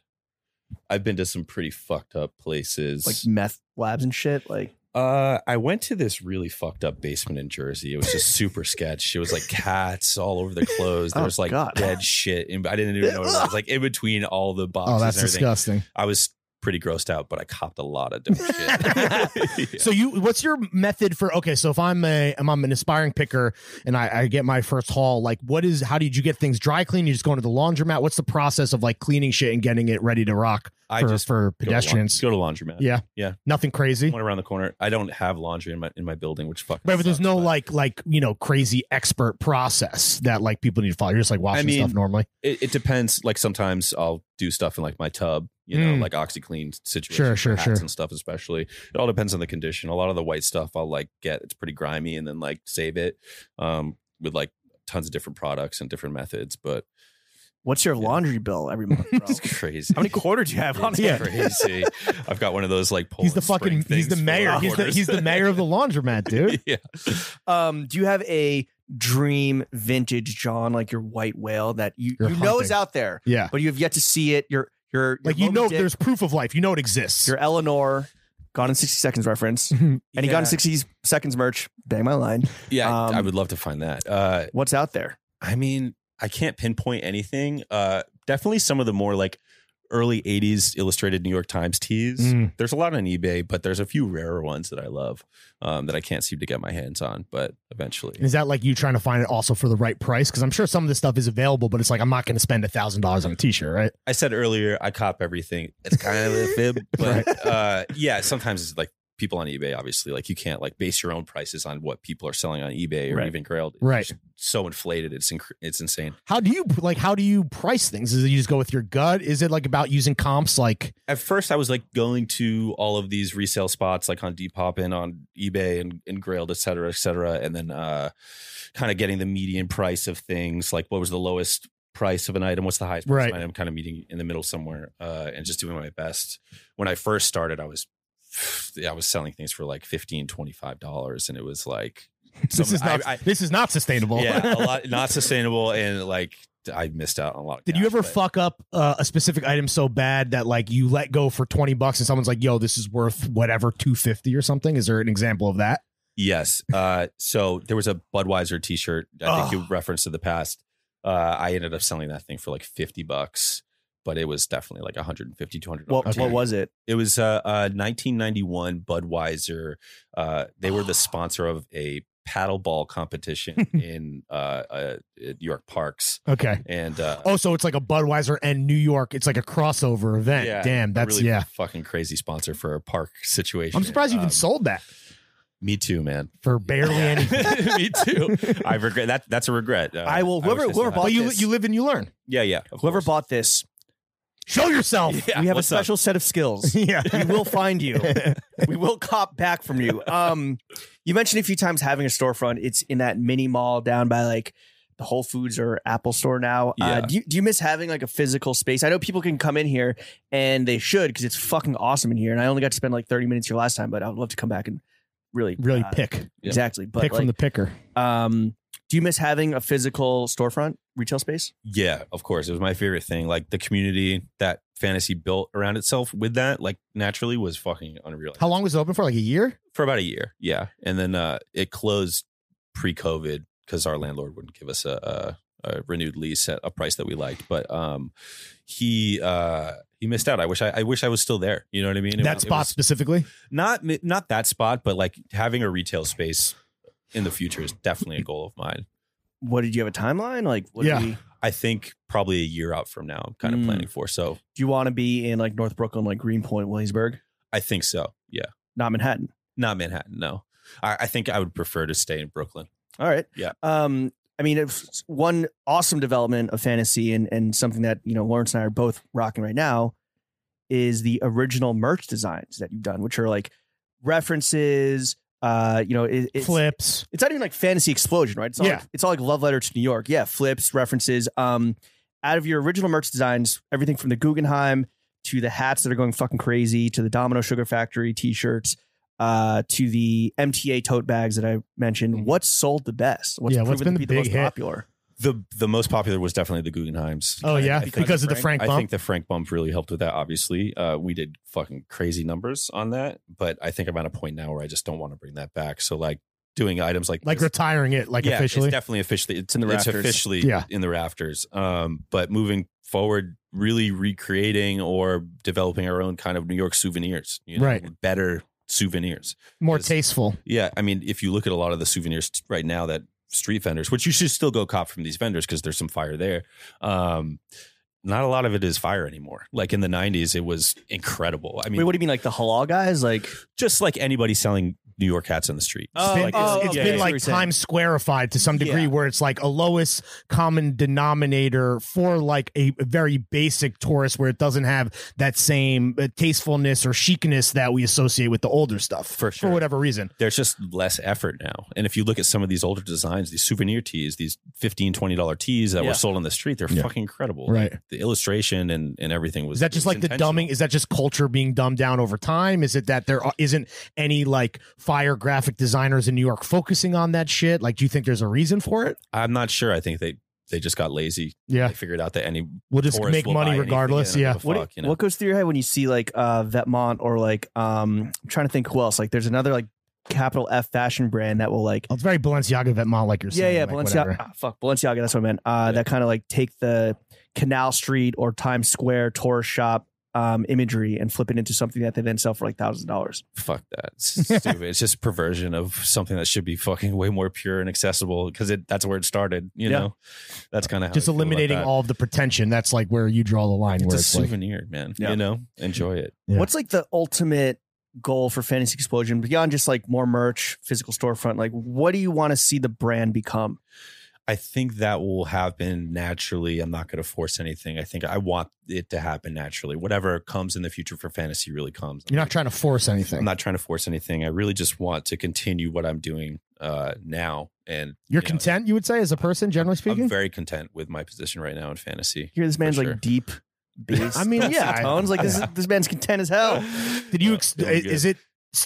S4: I've been to some pretty fucked up places.
S2: like meth labs and shit? Like
S4: Uh, I went to this really fucked up basement in Jersey. It was just super sketch. It was like cats all over the clothes. There
S2: Oh,
S4: was like
S2: God.
S4: dead shit, and I didn't even know. It was, It was like in between all the boxes.
S3: Oh, that's
S4: and everything.
S3: disgusting.
S4: I was pretty grossed out, but I copped a lot of dope shit. [laughs] Yeah.
S3: [laughs] So you, what's your method for? Okay, so if I'm a, I'm, I'm an aspiring picker and I, I get my first haul, like what is? How did you get things dry clean? You just go into the laundromat. What's the process of like cleaning shit and getting it ready to rock
S4: I
S3: for
S4: just
S3: for
S4: go to laun-
S3: pedestrians?
S4: Go to laundromat.
S3: Yeah. Nothing crazy.
S4: Went around the corner. I don't have laundry in my in my building, which fucking.
S3: Right, but there's
S4: sucks,
S3: no like like you know crazy expert process that like people need to follow. You're just like washing
S4: mean,
S3: stuff normally.
S4: It, it depends. Like sometimes I'll do stuff in like my tub, you know,
S3: Mm.
S4: like OxyClean situation,
S3: Sure, sure,
S4: hats
S3: sure.
S4: and stuff. Especially, it all depends on the condition. A lot of the white stuff I'll like get. It's pretty grimy, and then like save it um, with like tons of different products and different methods. But
S2: what's your
S4: Yeah.
S2: laundry bill every month,
S3: [laughs]
S2: bro?
S4: it's [laughs] crazy.
S2: How many quarters do you have on
S4: It's
S2: it?
S3: Yeah.
S4: crazy. I've got one of those like.
S3: He's the
S4: Poland Spring
S3: fucking he's
S4: things
S3: the
S4: for
S3: mayor. He's the
S4: quarters.
S3: he's the mayor of the laundromat, [laughs] dude.
S4: [laughs] yeah.
S2: Um, do you have a dream vintage John, like your white whale that you,
S3: You're
S2: you know is
S3: hunting.
S2: out there,
S3: Yeah.
S2: but you have yet to see it? You're you're,
S3: Like
S2: you're
S3: you know
S2: Moby Dick,
S3: there's proof of life. You know it exists.
S2: you're Eleanor, gone in sixty seconds reference, and he got in sixty seconds merch. Bang my line.
S4: Yeah, I- I
S2: Um,
S4: would love to find that. Uh,
S2: What's out there?
S4: I mean, I can't pinpoint anything. Uh, definitely some of the more like early 80s illustrated New York Times tees.
S3: Mm.
S4: There's a lot on eBay, but there's a few rarer ones that I love um, that I can't seem to get my hands on, but eventually.
S3: [laughs] Is that like you trying to find it also for the right price? Because I'm sure some of this stuff is available, but it's like I'm not going to spend a thousand dollars on a T-shirt, right? [laughs]
S4: I said earlier, I cop everything. It's kind of a fib, but uh, yeah, sometimes it's like people on eBay, obviously. Like you can't like base your own prices on what people are selling on eBay or
S2: Right.
S4: even Grailed. It's
S3: Right.
S4: just So inflated, it's inc- it's insane.
S3: How do you like? How do you price things? Is it you just go with your gut? Is it like about using comps? [laughs] Like
S4: At first, I was like going to all of these resale spots, like on Depop and on eBay and, and Grailed, et cetera, et cetera, and then uh, kind of getting the median price of things. Like what was the lowest price of an item? What's the highest price of
S3: Right.
S4: an item? Kind of meeting in the middle somewhere, uh, and just doing my best. When I first started, I was [sighs] I was selling things for like 15 dollars, and it was like
S3: this
S4: Some-
S3: is not
S4: I- I-
S3: this is not sustainable.
S4: yeah,
S3: [laughs]
S4: a lot not sustainable, and like I missed out on a lot. Of
S3: Did you
S4: cash,
S3: ever
S4: but-
S3: fuck up uh, a specific item so bad that like you let go for twenty bucks and someone's like, "Yo, this is worth whatever two fifty or something"? Is there an example of that?
S4: Yes. Uh, so there was a Budweiser T-shirt. I think
S3: Ugh.
S4: you referenced in the past. Uh, I ended up selling that thing for like fifty bucks, but it was definitely like 150 200
S2: What,
S3: Okay.
S2: what was it?
S4: It was uh, uh 1991 Budweiser. Uh, they
S3: Ah.
S4: were the sponsor of a paddleball
S3: [laughs]
S4: competition in uh, uh at York Parks,
S3: Okay.
S4: and uh,
S3: Oh, so it's like a Budweiser and New York. It's like a crossover event.
S4: Yeah,
S3: Damn,
S4: a
S3: that's
S4: really
S3: yeah.
S4: fucking crazy sponsor for a park situation.
S3: I'm surprised you even
S4: Um,
S3: sold that
S4: Me too,
S3: [laughs]
S4: man. [laughs]
S3: for barely anything.
S4: me too. I regret that. That's a regret. Uh,
S2: I will-
S4: wish
S2: whoever-
S4: this
S2: whoever
S4: didn't
S2: bought
S3: But
S4: happen.
S3: you
S2: this.
S3: you live and you learn.
S4: Yeah, yeah. of
S2: Whoever
S4: course.
S2: bought this,
S3: Show yourself.
S4: [laughs] Yeah,
S2: we have a
S4: what's up?
S2: special set of
S3: [laughs]
S2: skills.
S3: yeah.
S2: we will find you.
S3: [laughs]
S4: [laughs]
S2: we will cop back from you. Um, you mentioned a few times having a storefront. It's in that mini mall down by like the Whole Foods or Apple store now. Uh,
S4: Yeah.
S2: do you do you miss having like a physical space? I know people can come in here and they should because it's fucking awesome in here. And I only got to spend like thirty minutes here last time, but I would love to come back and really
S3: Really
S2: uh,
S3: pick
S4: Yeah.
S2: exactly. But
S3: pick
S2: like,
S3: from the picker.
S2: um, do you miss having a physical storefront retail space?
S4: Yeah, of course. It was my favorite thing. Like the community that fantasy built around itself with that, like naturally was fucking unreal.
S3: How long was it open for? Like a year?
S4: For about a year. Yeah. And then uh it closed pre COVID because our landlord wouldn't give us a, a, a renewed lease at a price that we liked. But um he uh he missed out. I wish I, I wish I was still there. You know what I mean? It
S3: that
S4: was- it
S3: spot
S4: was-
S3: specifically.
S4: not not that spot, but like having a retail space in the future is definitely a goal of mine.
S2: What did you have a timeline? Like, what do
S3: Yeah.
S2: we-
S4: I think probably a year out from now, I'm kind of
S2: Mm.
S4: planning for. So
S2: do you want to be in like North Brooklyn, like Greenpoint, Williamsburg,
S4: I think so. Yeah.
S2: not Manhattan?
S4: Not Manhattan. No. I, I think I would prefer to stay in Brooklyn.
S2: All right.
S4: Yeah.
S2: Um, I mean, it's one awesome development of fantasy and and something that you know Lawrence and I are both rocking right now is the original merch designs that you've done, which are like references. Uh, you know, it, it's
S3: Flips.
S2: it's not even like fantasy explosion, right? It's all
S3: Yeah.
S2: like, it's all like love letter to New York. Yeah, flips, references. Um, out of your original merch designs, everything from the Guggenheim to the hats that are going fucking crazy to the Domino Sugar Factory t-shirts, uh, to the MTA tote bags that I mentioned. What's sold the best?
S3: Mm. Yeah, what's
S2: proven
S3: been
S2: to be
S3: the
S2: the
S3: big
S2: most
S3: hit?
S2: popular?
S4: The the most popular was definitely the Guggenheims.
S3: Oh
S4: I-
S3: yeah,
S4: I
S3: because,
S4: think,
S3: of the Frank,
S4: I
S3: bump.
S4: think the Frank bump really helped with that, obviously. Uh, we did fucking crazy numbers on that, but I think I'm at a point now where I just don't want to bring that back. So like doing items like
S3: like
S4: this-
S3: retiring it, like
S4: yeah,
S3: officially.
S4: It's definitely officially it's in
S2: the
S4: It's
S2: rafters.
S4: officially
S3: Yeah.
S4: in the rafters. Um, but moving forward, really recreating or developing our own kind of New York souvenirs, you know,
S3: Right.
S4: Better souvenirs.
S3: More
S4: it's-
S3: tasteful.
S4: Yeah, I mean, if you look at a lot of the souvenirs t- right now that street vendors, which you should still go cop from these vendors because there's some fire there. Um, not a lot of it is fire anymore. Like in the '90s, it was incredible. I mean,
S2: Wait, what do you mean, like the halal guys? Like,
S4: just like anybody selling New York hats on the street.
S2: Oh,
S4: Like,
S3: It's been,
S2: oh,
S3: it's- it's
S2: okay.
S3: been
S2: I see what you're
S3: like
S2: saying.
S3: Times Squareified to some degree,
S2: Yeah.
S3: where it's like a lowest common denominator for like a very basic tourist, where it doesn't have that same uh, tastefulness or chicness that we associate with the older stuff
S4: For sure.
S3: for whatever reason.
S4: there's just less effort now. And if you look at some of these older designs, these souvenir tees, these 15 20 dollar tees that
S2: Yeah.
S4: were sold on the street, they're
S3: Yeah.
S4: fucking incredible.
S3: Right?
S4: The illustration and and everything was
S3: Is that just
S4: was
S3: like the
S4: intentional.
S3: dumbing? Is that just culture being dumbed down over time? Is it that there are- isn't any like fire graphic designers in New York focusing on that shit? Like, do you think there's a reason for it?
S4: I'm not sure. I think they they just got lazy.
S3: Yeah,
S4: They figured out that any
S3: we'll just
S4: tourist
S3: make
S4: will buy
S3: money
S4: anything
S3: regardless.
S4: and I
S3: Yeah.
S4: don't give a
S2: what,
S4: fuck, you know?
S2: what goes through your head when you see like uh, Vetmont or like um, I'm trying to think who else? Like, there's another like capital F fashion brand that will like
S3: Well, it's very Balenciaga Vetmont, like you're saying.
S2: yeah,
S3: like,
S2: yeah,
S3: whatever.
S2: Balenciaga. ah, fuck, Balenciaga. That's what I meant. Uh,
S4: Yeah.
S2: That kind of like take the Canal Street or Times Square tourist shop um, imagery and flip it into something that they then sell for like thousand dollars.
S4: fuck that.
S3: [laughs]
S4: It's stupid. it's just perversion of something that should be fucking way more pure and accessible because it that's where it started, you
S2: Yeah.
S4: know. That's kind of
S3: just eliminating all of the pretension. That's like where you draw the line.
S4: it's
S3: where
S4: a
S3: it's like,
S4: souvenir, man.
S2: Yeah.
S4: You know, enjoy it.
S3: Yeah.
S2: What's like the ultimate goal for Fantasy Explosion beyond just like more merch, physical storefront? Like, what do you want to see the brand become?
S4: I think that will happen naturally. I'm not going to force anything. I think I want it to happen naturally. Whatever comes in the future for fantasy really comes.
S3: You're not trying to force anything.
S4: I'm not trying to force anything. I really just want to continue what I'm doing uh, now. And
S3: You're
S4: you know,
S3: content, you would say, as a person, generally speaking.
S4: I'm very content with my position right now in fantasy.
S2: Here, this man's
S4: sure.
S2: like deep. Bass.
S3: [laughs] I
S4: [laughs]
S3: mean, yeah, I-
S2: tones
S3: [laughs]
S2: like this.
S3: yeah.
S2: This man's content as hell.
S3: Did you?
S4: Uh,
S3: Ex-
S4: feeling
S3: is it?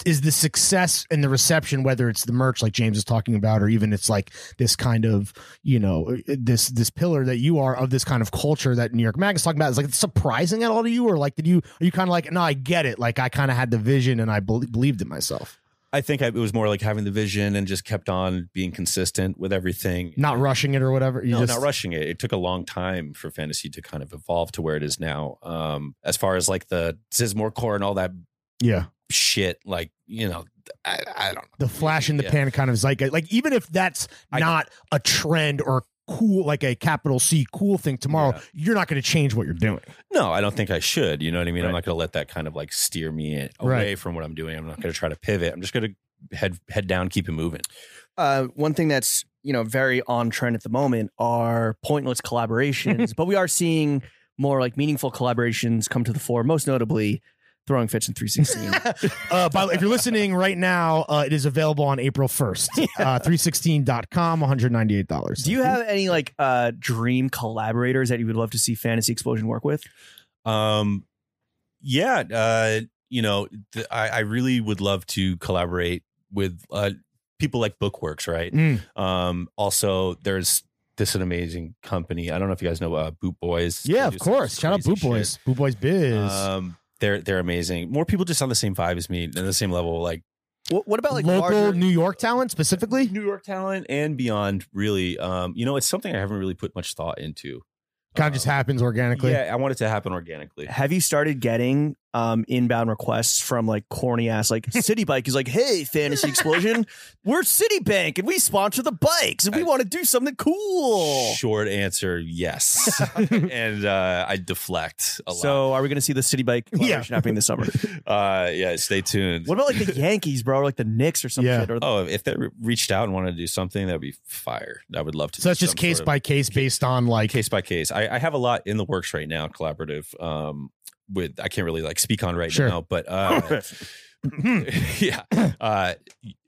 S3: Is the success and the reception, whether it's the merch like James is talking about, or even it's like this kind of you know uh, this this pillar that you are of this kind of culture that New York Mag is talking about, is like surprising at all to you, or like did you are you kind of like no, I get it, like I kind of had the vision and I bel believed in myself,
S4: I think I, it was more like having the vision and just kept on being consistent with everything.
S3: not rushing it or whatever. You
S4: no,
S3: just,
S4: not rushing it. It took a long time for fantasy to kind of evolve to where it is now. Um, as far as like the Sismore core and all that
S3: Yeah,
S4: shit, like you know, I, I don't.
S3: the flash in the
S4: Yeah.
S3: pan kind of zeitgeist. Like even if that's
S4: I-
S3: not a trend or cool, like a capital C cool thing tomorrow,
S4: Yeah.
S3: you're not going to change what you're doing.
S4: No, I don't think I should. You know what I mean? I'm
S2: Right.
S4: not going to let that kind of like steer me away
S3: Right.
S4: from what I'm doing. I'm not going to try to pivot. I'm just going to head head down, keep it moving.
S2: uh, one thing that's you know very on trend at the moment are pointless collaborations, but we are seeing more like meaningful collaborations come to the fore. Most notably, throwing fits in three sixteen.
S3: uh, by the way, if you're listening right now, uh, it is available on April
S4: [laughs]
S3: 1st. Uh, 316.com, $198.
S2: Do you have any like uh, dream collaborators that you would love to see Fantasy Explosion work with?
S4: Um, yeah, uh, you know, th- I, I really would love to collaborate with uh, people like Bookworks, right?
S3: Mm.
S4: Um, also, there's this an amazing company. I don't know if you guys know uh, Boot Boys. They
S3: Yeah,
S4: do
S3: of
S4: some
S3: course. Shout out
S4: crazy
S3: Boot
S4: shit.
S3: Boys. Boot Boys Biz.
S4: Um, they're they're amazing. More people just on the same vibe as me and the same level, like
S2: What, what about like
S3: Local
S2: larger-
S3: New York talent specifically?
S4: [laughs] New York talent and beyond. Really, um, you know, it's something I haven't really put much thought into.
S3: Kind of just
S4: Um,
S3: happens organically.
S4: Yeah, I want it to happen organically.
S2: have you started getting um, inbound requests from like corny ass like Citibank is like, hey, Fantasy Explosion, we're Citibank and we sponsor the bikes and we
S4: I-
S2: want to do something cool.
S4: Short
S3: [laughs]
S4: answer, yes. [laughs] and uh, I deflect a lot.
S2: So are we going to see the Citibank collaboration happening this
S3: [laughs]
S2: summer?
S4: Uh, yeah, stay tuned.
S2: What about like the Yankees, bro, or like the Knicks or some
S3: Yeah.
S2: shit? Or
S4: Oh, if they re- reached out and wanted to do something, that'd be fire. I would love to.
S3: So that's
S4: do
S3: just
S4: some
S3: case
S4: sort of-
S3: by case based on like.
S4: case by case. I, I have a lot in the works right now, collaborative. Um, with I can't really like speak on right
S3: Sure. Hmm.
S4: now,
S3: [laughs]
S4: but uh, [laughs] yeah, uh, y-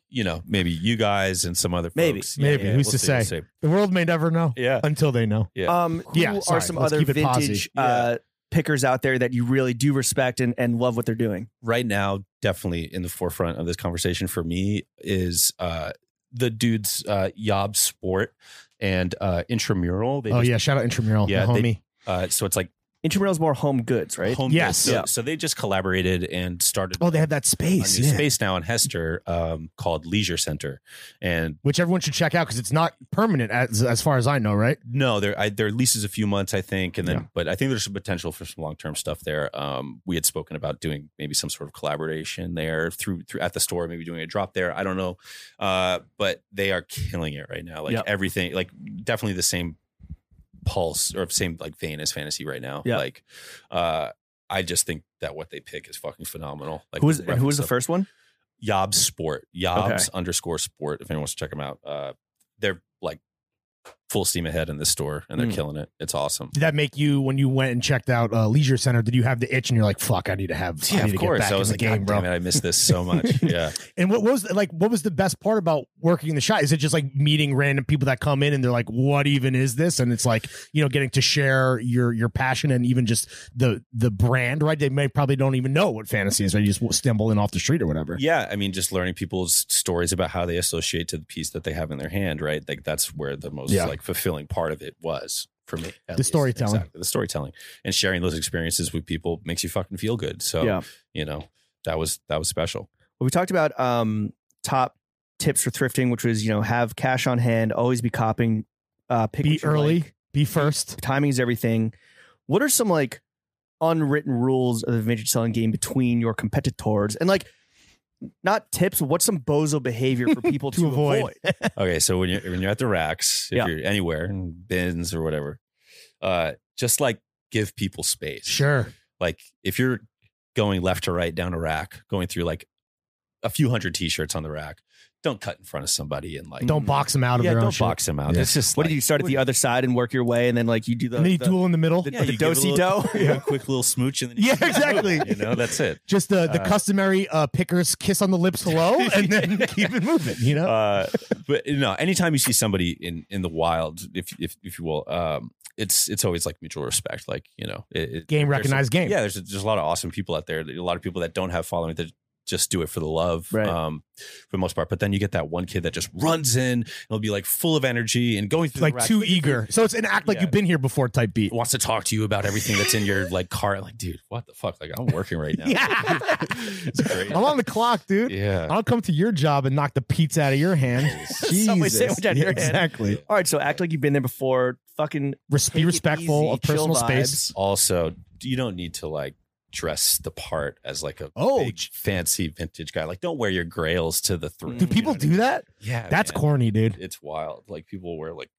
S4: you know, maybe you guys and some other
S2: Maybe.
S4: folks.
S3: Maybe. Who's to
S4: see, we'll
S3: say? The world may never know
S4: Yeah.
S3: until they know.
S4: Yeah.
S2: um, who
S3: Yeah,
S2: are
S3: sorry.
S2: some
S3: Let's
S2: other
S3: keep it posy.
S2: vintage uh, pickers out there that you really do respect and, and love what they're doing?
S4: right now, definitely in the forefront of this conversation for me is uh, the dudes uh, Yob Sport and uh, Intramural. They
S3: Oh,
S4: just,
S3: yeah. Shout out Intramural,
S4: Yeah,
S3: the
S4: they-
S3: homie.
S4: Uh, so it's like
S2: Intramural's more home goods, right?
S4: home.
S3: Yes.
S4: So,
S2: Yeah.
S4: so they just collaborated and started.
S3: oh, they have that
S4: a new
S3: space. Yeah.
S4: space now in Hester um, called Leisure Center, and
S3: Which everyone should check out because it's not permanent as, as far as I know, right?
S4: No, their I, their lease is a few months, I think, and then
S3: Yeah.
S4: but I think there's some potential for some long term stuff there. Um, we had spoken about doing maybe some sort of collaboration there through through at the store, maybe doing a drop there. I don't know, uh, but they are killing it right now. Like
S2: Yep.
S4: everything, like definitely the same pulse or same like vein as fantasy right now.
S2: Yeah.
S4: Like, uh, I just think that what they pick is fucking phenomenal. Like,
S2: who was
S4: reference
S2: who was the
S4: of-
S2: first one?
S4: Yobs Sport. Yobs underscore Sport. If anyone wants to check them out, uh, they're like full steam ahead in this store, and
S3: Hmm.
S4: they're
S2: Mm.
S4: killing it. It's awesome.
S3: did that make you when you went and checked out uh, Leisure Center? Did you have the itch and you're like, "Fuck, I need to have, I need to get back
S4: I was
S3: in
S4: like,
S3: the game,
S4: God
S3: bro."
S4: damn it, I missed this
S3: [laughs]
S4: so much. yeah,
S3: And what was like, what was the best part about working in the shop? Is it just like meeting random people that come in and they're like, "What even is this?" And it's like, you know, getting to share your your passion and even just the the brand, right? They may probably don't even know what fantasy is, right? You just stumble in off the street or whatever.
S4: yeah. I mean, just learning people's stories about how they associate to the piece that they have in their hand, right? Like that's where the most
S3: Yeah.
S4: like fulfilling part of it was for me. at
S3: The storytelling.
S4: exactly. the storytelling, and sharing those experiences with people makes you fucking feel good. So
S2: Yeah.
S4: you know that was that was special.
S2: Well, we talked about um, top tips for thrifting, which was you know have cash on hand, always be copying, uh, pick
S3: Be
S2: what you
S3: early,
S2: like.
S3: be first.
S2: Timing is everything. What are some like unwritten rules of the vintage selling game between your competitors and like not tips? What's some bozo behavior for people to,
S3: [laughs] To avoid.
S4: okay, so when you're when you're at the racks, if
S2: Yeah.
S4: you're anywhere, in
S3: Mm.
S4: bins or whatever, uh, just like give people space.
S3: Sure,
S4: Like if you're going left to right down a rack, going through like a few hundred t-shirts on the rack. Don't cut in front of somebody and like
S3: Don't box them out of
S4: Mm. yeah,
S3: their own
S4: don't
S3: shit.
S4: box them out.
S3: Yeah.
S4: It's
S2: [laughs]
S4: just
S2: What
S4: like,
S2: did you start at the other side and work your way, and then like you do the
S3: and then you
S2: the-
S3: duel in the middle.
S2: the,
S4: Yeah,
S2: the
S4: you give a
S2: do-si-do?
S4: little- yeah, quick little smooch and then you
S3: Yeah,
S4: keep it
S3: exactly.
S4: moving, You know, that's [laughs] it.
S3: Just the, the
S4: Uh,
S3: customary uh, pickers kiss on the lips
S4: [laughs]
S3: hello and then keep it moving, you know?
S4: Uh, but you know, anytime you see somebody in in the wild, if if if you will, um, it's it's always like mutual respect. Like you know, it, it-
S3: game
S4: there's
S3: recognized game.
S4: Yeah, there's there's a lot of awesome people out there. A lot of people that don't have following that just do it for the love,
S2: Right.
S4: um, for the most part. But then you get that one kid that just runs in and will be like full of energy and going through the
S3: like
S4: rack,
S3: too eager. So it's an act like
S4: Yeah.
S3: you've been here before type beat.
S4: wants to talk to you about everything that's
S3: [laughs]
S4: in your like car. Like, dude, what the fuck? Like, I'm working right now.
S3: Yeah.
S4: it's great.
S3: I'm on the clock, dude.
S4: yeah.
S3: I'll come to your job and knock the pizza out of your
S4: [laughs]
S3: hand.
S2: Subway
S3: Jesus.
S2: sandwich out of
S3: Yeah,
S2: your hand.
S3: Exactly.
S2: All right, so act like you've been there before. Fucking
S3: Res-
S2: Take
S3: be
S2: it
S3: respectful
S2: easy,
S3: of personal
S2: chill
S3: space.
S4: also you don't need to like dress the part as like a
S3: Oh,
S4: big
S3: j-
S4: fancy vintage guy like don't wear your grails to the throat
S3: Do people do that?
S4: yeah
S3: That's
S4: man.
S3: corny, dude.
S4: it's wild like people wear like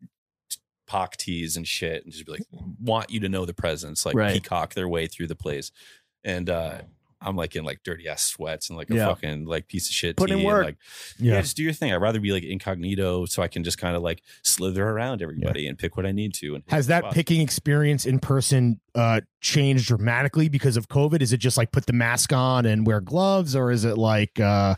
S4: pock tees and shit and just be like want you to know the presence like
S2: Right.
S4: peacock their way through the place and uh I'm like in like dirty ass sweats and like a
S2: Yeah.
S4: fucking like piece of shit.
S2: Put
S4: tee
S2: in
S4: and,
S2: work.
S4: like, yeah. just do your thing. I'd rather be like incognito so I can just kind of like slither around everybody and pick what I need to. And hit
S3: Has
S4: the
S3: that
S4: spots.
S3: picking experience in person uh, changed dramatically because of COVID? Is it just like put the mask on and wear gloves, or is it like uh,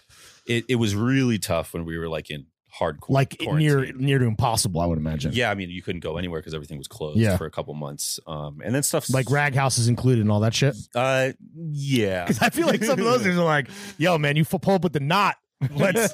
S4: it, it was really tough when we were like in hardcore
S3: like near
S4: quarantine.
S3: near to impossible? I would imagine.
S4: yeah i mean you couldn't go anywhere because everything was closed
S3: Yeah.
S4: for a couple months um and then stuff
S3: Like rag houses included and all that shit. [laughs]
S4: uh yeah
S3: Because I feel like some of those dudes are like, "Yo, man, you f- pull up with the knot.
S4: [laughs]
S3: Let's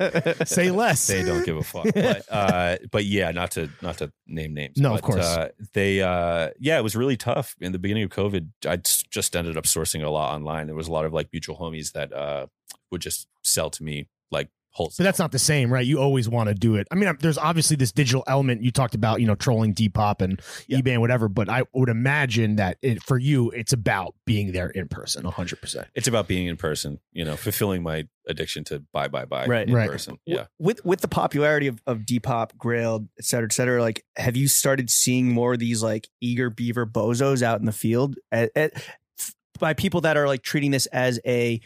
S3: say less."
S4: they don't give a fuck
S3: [laughs]
S4: but uh but yeah not to not to name names
S3: No,
S4: but,
S3: of course.
S4: uh, they uh yeah it was really tough in the beginning of covid i s- just ended up sourcing a lot online there was a lot of like mutual homies that uh would just sell to me like wholesale
S3: But that's not the same, right? You always want to do it. I mean, I'm- there's obviously this digital element you talked about, you know, trolling Depop and
S4: Yeah.
S3: eBay and whatever. But I would imagine that it, for you, it's about being there in person, 100. percent
S4: it's about being in person you know fulfilling my addiction to buy buy buy
S2: Right.
S4: in
S3: Right.
S4: person
S2: W-
S4: yeah
S2: with with the popularity of, of Depop, Grail, et cetera, et cetera, like have you started seeing more of these like eager beaver bozos out in the field at, at, f- by people that are like treating this as a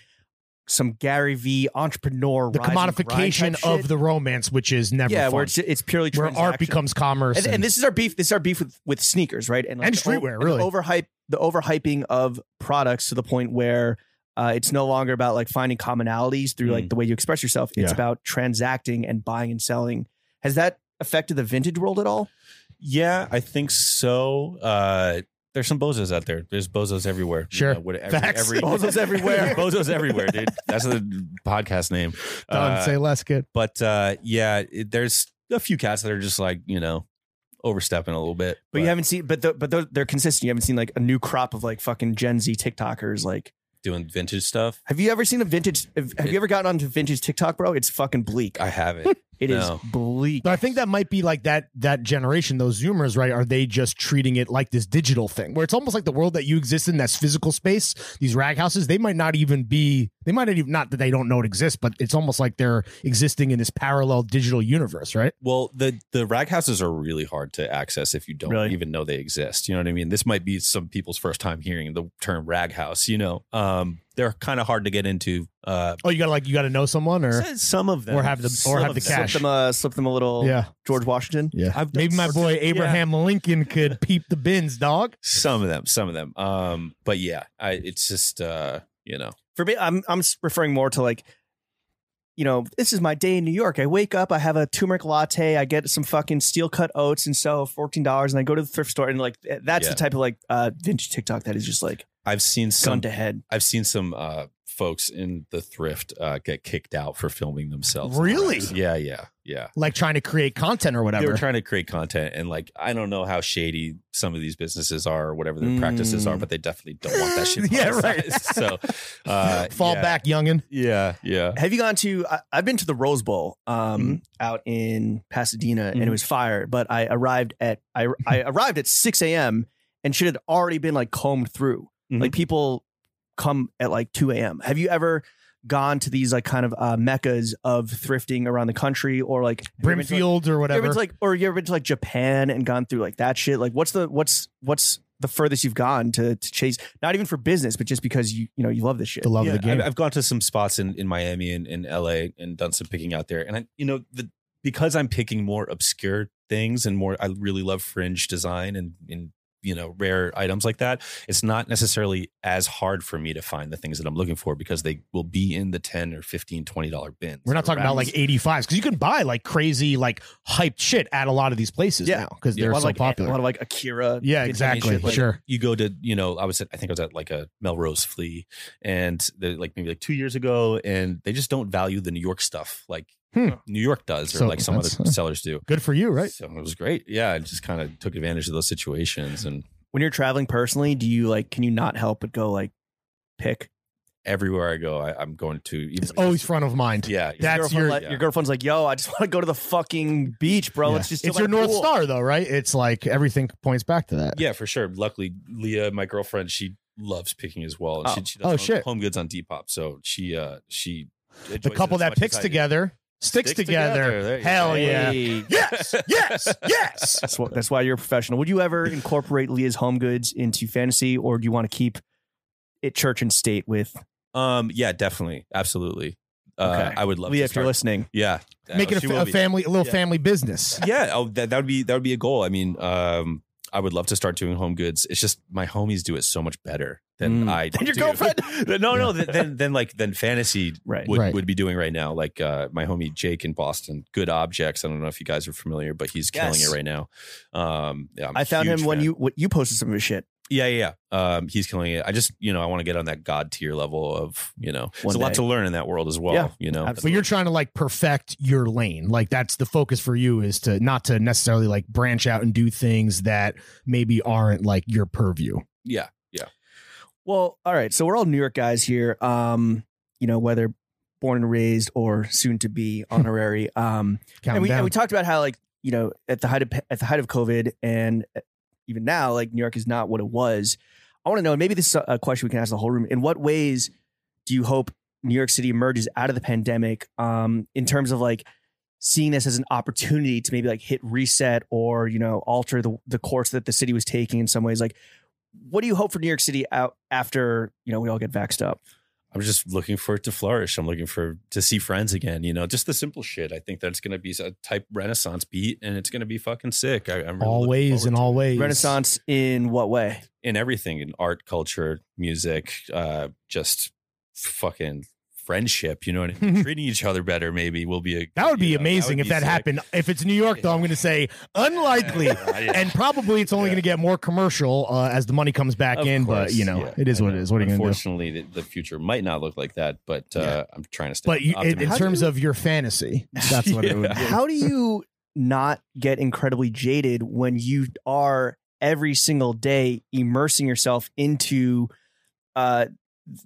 S2: some Gary V entrepreneur
S3: The
S2: rise and grind
S3: commodification
S2: type
S3: of
S2: shit?
S3: the romance, which is never
S2: yeah,
S3: fun,
S2: where
S3: where,
S2: it's, it's purely
S3: art
S2: transaction.
S3: becomes commerce,
S2: and, and this is our beef. This is our beef with with sneakers, right?
S3: And
S2: the o-
S3: streetwear,
S2: the
S3: really.
S2: overhype the overhyping of products to the point where uh, it's no longer about like finding commonalities through like
S4: Mm.
S2: the way you express yourself. It's
S3: Yeah.
S2: about transacting and buying and selling. Has that affected the vintage world at all?
S4: Yeah, I think so. Uh, there's some bozos out there. There's bozos everywhere. You
S3: Sure.
S4: know, what- every-
S3: Facts. [laughs]
S4: every-
S2: Bozos everywhere.
S4: [laughs] bozos everywhere, dude. That's the podcast name.
S3: Done,
S4: Uh,
S3: say less, kid.
S4: but uh, yeah, it, there's a few cats that are just like you know overstepping a little bit.
S2: But, you haven't seen, but the, but those, they're consistent. You haven't seen like a new crop of like fucking Gen Z TikTokers. Like,
S4: doing vintage stuff.
S2: have you ever seen a vintage? Have, have you ever gotten onto vintage TikTok, bro? It's fucking bleak.
S4: I haven't.
S2: It is
S4: No.
S2: bleak.
S3: So I think that might be like that that generation, those Zoomers, right? Are they just treating it like this digital thing, where it's almost like the world that you exist in, that's physical space. These rag houses, they might not even be, they might not even not that they don't know it exists, but it's almost like they're existing in this parallel digital universe, right?
S4: well, the the rag houses are really hard to access if you don't
S2: Really?
S4: even know they exist. You know what I mean? This might be some people's first time hearing the term rag house. You know, um, they're kind of hard to get into. Uh,
S3: Oh, you gotta like you gotta know someone, or
S4: s- some of them,
S3: or have the- or
S4: Some
S3: have
S4: of
S3: the
S4: them.
S3: cash.
S2: Slip them a, slip them a little
S3: yeah,
S2: George Washington.
S3: yeah.
S4: I've done
S3: Maybe my
S4: certain-
S3: boy Abraham Lincoln could peep the bins, dog.
S4: some of them some of them um but yeah i it's just uh you know
S2: for me, I'm I'm s- referring more to like, you know, this is my day in New York. I wake up, I have a turmeric latte, I get some fucking steel cut oats and sell fourteen dollars, and I go to the thrift store and like th- that's
S4: Yeah.
S2: the type of like uh, vintage TikTok that is just like
S4: i've seen some
S2: gun to head.
S4: i've seen some uh folks in the thrift uh get kicked out for filming themselves
S3: Really?
S4: yeah yeah yeah
S3: Like trying to create content or
S4: they were
S3: whatever.
S4: trying to create content and like i don't know how shady some of these businesses are or whatever their
S2: Mm.
S4: practices are but they definitely don't want that
S3: [laughs]
S4: shit
S3: Yeah, right.
S4: publicized. [laughs] so
S3: [laughs]
S4: uh
S3: Fall
S4: yeah.
S3: back, youngin.
S4: yeah yeah
S2: Have you gone to? I, I've been to the Rose Bowl um,
S3: Mm-hmm.
S2: out in Pasadena, and it
S4: Mhm.
S2: was fire. But I arrived at I
S3: [laughs]
S2: I arrived at six a.m. and shit had already been like combed through.
S4: Mhm.
S3: Mm-hmm.
S2: Like people come at like two a.m. Have you ever gone to these like kind of uh, meccas of thrifting around the country or like have you ever been to, like-
S3: Brimfield or
S2: you ever
S3: whatever.
S2: been to, like or you ever been to like Japan and gone through like that shit? Like what's the what's what's the furthest you've gone to to chase not even for business, but just because you you know you love this shit.
S3: the love of the
S4: Yeah,
S3: game.
S4: I've, I've gone to some spots in, in Miami and in LA and done some picking out there. And I, you know, the, because I'm picking more obscure things and more, I really love fringe design and, and, you know, rare items like that. It's not necessarily as hard for me to find the things that I'm looking for because they will be in the 10 or 15, $20 bins.
S3: We're not talking about like 85s because you can buy like crazy, like hyped shit at a lot of these places
S2: Yeah.
S3: now because
S4: Yeah,
S3: they're
S2: a lot
S3: so
S2: of like
S3: popular.
S2: a lot of like Akira.
S3: yeah,
S2: vintage
S3: exactly.
S2: shit, like-
S3: sure.
S4: you go to you know i was at, i think i was at like a melrose flea and the, like maybe like two years ago and they just don't value the new york stuff like
S3: Hmm.
S4: new york does or
S3: So
S4: like some other
S3: that's, uh,
S4: sellers do
S3: Good for you, right?
S4: so it was great yeah i just kind of took advantage of those situations and
S2: When you're traveling personally, do you like can you not help but go like pick?
S4: everywhere i go I, i'm going to even
S3: It's always front of mind.
S4: yeah
S3: That's
S2: girlfriend
S3: your-
S2: let-
S4: yeah.
S2: your girlfriend's like, yo, I just [laughs] want to go to the fucking beach, bro.
S3: Yeah.
S2: It's just
S3: it's your north
S2: star.
S3: star though, right? It's like everything points back to that.
S4: yeah for sure luckily leah my girlfriend she loves picking as well and
S2: Oh.
S4: she, she does
S3: Oh,
S4: home-
S3: shit.
S4: home goods on depop so she uh she enjoys
S3: the
S4: it
S3: couple
S4: as
S3: that
S4: much as
S3: picks
S4: I do.
S3: together sticks, together.
S4: There you
S3: Hell
S4: go.
S3: Oh, yeah.
S2: Hey.
S3: Yes, yes, yes.
S2: That's what. That's why you're a professional. Would you
S3: [laughs]
S2: ever incorporate Leah's home goods into fantasy, or do you want to keep it church and state with
S4: Um, yeah, definitely, absolutely. Uh,
S2: Okay.
S4: I would love
S2: Leah
S4: to
S2: if you're
S4: start.
S2: listening? [laughs]
S4: Yeah,
S3: Make it
S4: She
S3: a,
S4: will
S3: fa- a
S4: be.
S3: family, a little
S4: Yeah.
S3: family business.
S4: Yeah, oh, that that would be that would be a goal. I mean, um, I would love to start doing home goods. It's just my homies do it so much better than
S2: Mm.
S4: I.
S2: Than your
S4: do.
S2: girlfriend? [laughs]
S4: no, no, [laughs] than, than than like than fantasy
S2: Right.
S4: would,
S3: Right.
S4: would be doing right now. Like uh, my homie Jake in Boston, Good Objects. I don't know if you guys are familiar, but he's killing
S2: Yes.
S4: it right now. Um, yeah, I'm
S2: I
S4: a
S2: found
S4: huge
S2: him when
S4: fan.
S2: you what you posted some of his shit.
S4: Yeah, yeah, yeah. Um, he's killing it. I just, you know, I want to get on that god tier level of, you know,
S2: One
S4: there's a lot
S2: day.
S4: to learn in that world as well.
S2: Yeah,
S4: you know,
S2: absolutely.
S3: But you're trying to like perfect your lane. Like that's the focus for you is to not to necessarily like branch out and do things that maybe aren't like your purview.
S4: yeah.
S2: Well, all right. So we're all New York guys here. Um, you know whether born and raised or soon to be honorary. Um,
S3: Count
S2: and we,
S3: down.
S2: and we talked about how like you know at the height of at the height of COVID and uh, even now like New York is not what it was. I want to know and maybe this is a question we can ask the whole room. In what ways do you hope New York City emerges out of the pandemic um, in terms of like seeing this as an opportunity to maybe like hit reset or you know alter the the course that the city was taking in some ways like. What do you hope for New York City out after you know we all get vaxxed up?
S4: I'm just looking for it to flourish. I'm looking for to see friends again. You know, just the simple shit. I think that's going to be a type Renaissance beat, and it's going to be fucking sick. I, I'm really looking
S3: always
S4: forward
S3: and
S4: to it.
S3: always
S2: Renaissance in what way?
S4: in everything in art, culture, music, uh, just fucking friendship. You know what
S3: [laughs]
S4: I mean? Treating each other better maybe will be a
S3: That would be
S4: you know,
S3: amazing if
S4: would be
S3: that
S4: sick.
S3: happened. If it's New York, though, I'm going to say unlikely,
S4: [laughs] Yeah, yeah.
S3: and probably it's only
S4: Yeah.
S3: going to get more commercial uh, as the money comes back
S4: Of
S3: in.
S4: course,
S3: but you know,
S4: yeah,
S3: it is
S4: I
S3: what
S4: know.
S3: it is. What are you going to do?
S4: Unfortunately, the, the future might not look like that, but uh,
S3: Yeah.
S4: I'm trying to stay.
S3: But you, in, in
S4: optimistic.
S3: terms of your fantasy, that's what it would.
S4: [laughs] Yeah.
S3: Be.
S2: [laughs] how do you not get incredibly jaded when you are every single day immersing yourself into uh,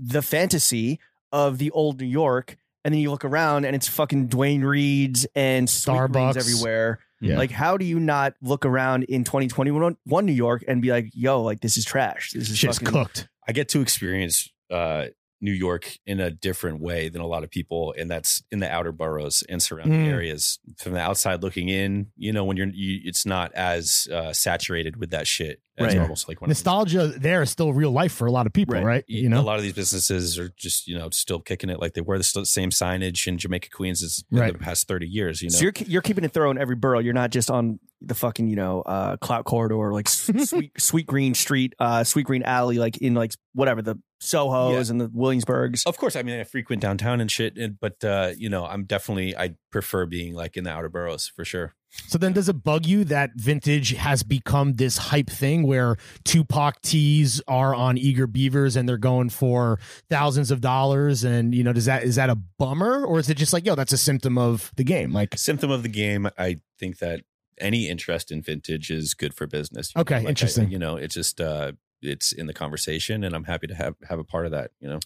S2: the fantasy of the old New York? And then you look around and it's fucking Dwayne Reed's and Starbucks
S3: Starbucks.
S2: everywhere.
S3: Yeah.
S2: Like, how do you not look around in 2021 one New York and be like, yo, like this is trash? This is
S3: Shit's
S2: fucking-
S3: cooked.
S4: I get to experience uh, New York in a different way than a lot of people, and that's in the outer boroughs and surrounding
S3: Mm.
S4: areas. From the outside looking in, you know, when you're, you, it's not as uh, saturated with that shit as
S2: Right.
S4: almost like when
S3: Nostalgia there is still real life for a lot of people, right?
S2: Right.
S3: You
S4: a
S3: know,
S4: lot of these businesses are just you know still kicking it like they wear the st- same signage in Jamaica Queens as
S3: Right.
S4: in the past thirty years. You know,
S2: So you're you're keeping it thorough in every borough. You're not just on the fucking you know uh, clout corridor like
S4: [laughs]
S2: s- sweet sweet green street, uh, sweet green alley, like in like whatever the Soho's and the Williamsburgs.
S4: Of course, I mean I frequent downtown and shit, and, but uh, you know I'm definitely I prefer being like in the outer boroughs for sure.
S3: So then, does it bug you that vintage has become this hype thing where Tupac tees are on eager beavers and they're going for thousands of dollars? And you know, does that is that a bummer or is it just like, yo, that's a symptom of the game? Like,
S4: symptom of the game. I think that any interest in vintage is good for business. You
S3: Okay,
S4: know, like I-
S3: interesting.
S4: you know, it's just uh, it's in the conversation, and I'm happy to have have a part of that. You know,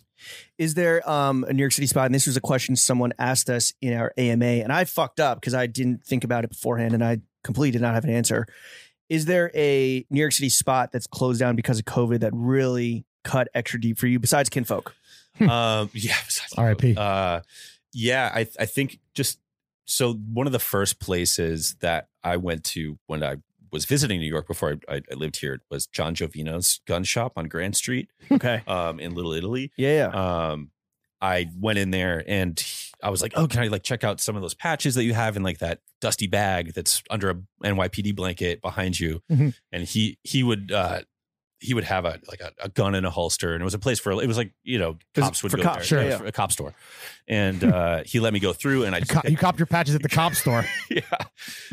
S2: Is there um, a New York City spot? And this was a question someone asked us in our AMA, and I fucked up because I didn't think about it beforehand, and I completely did not have an answer. Is there a New York City spot that's closed down because of COVID that really cut extra deep for you besides
S4: [laughs]
S2: kinfolk?
S3: Hmm.
S4: um, yeah. besides-
S3: R.I.P..
S4: Uh, yeah, I I think just so one of the first places that I went to when I was visiting New York before I, I, I lived here was John Jovino's gun shop on Grand Street
S2: Okay.
S4: um, in Little Italy.
S2: Yeah, yeah.
S4: Um, I went in there and he- I was like, oh, can I like check out some of those patches that you have in like that dusty bag that's under a NYPD blanket behind you?
S2: Mm-hmm.
S3: Mhm.
S4: And he he would uh, he would have a like a, a gun in a holster, and it was a place for it was like you know
S2: was
S4: cops would
S2: for
S4: go
S2: cops,
S4: there,
S2: sure,
S4: It was
S2: yeah.
S4: for a cop store, and uh, he let me go through, and I
S3: You,
S4: just
S3: cop, you copped your patches at the cop store.
S4: [laughs] yeah.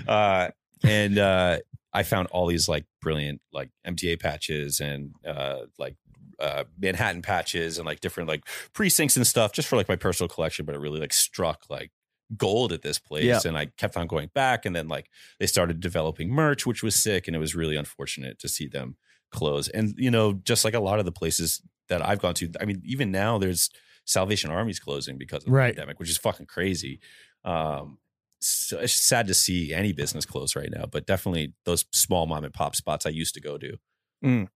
S4: Uh, and uh, I found all these like brilliant like MTA patches and uh, like uh, Manhattan patches and like different like precincts and stuff just for like my personal collection. But it really like struck like gold at this place
S2: Yeah.
S4: and I kept on going back and then like they started developing merch which was sick and it was really unfortunate to see them close and you know just like a lot of the places that I've gone to I mean even now there's Salvation Army's closing because of
S3: Right.
S4: the pandemic which is fucking crazy um so it's sad to see any business close right now, but definitely those small mom and pop spots I used to go to.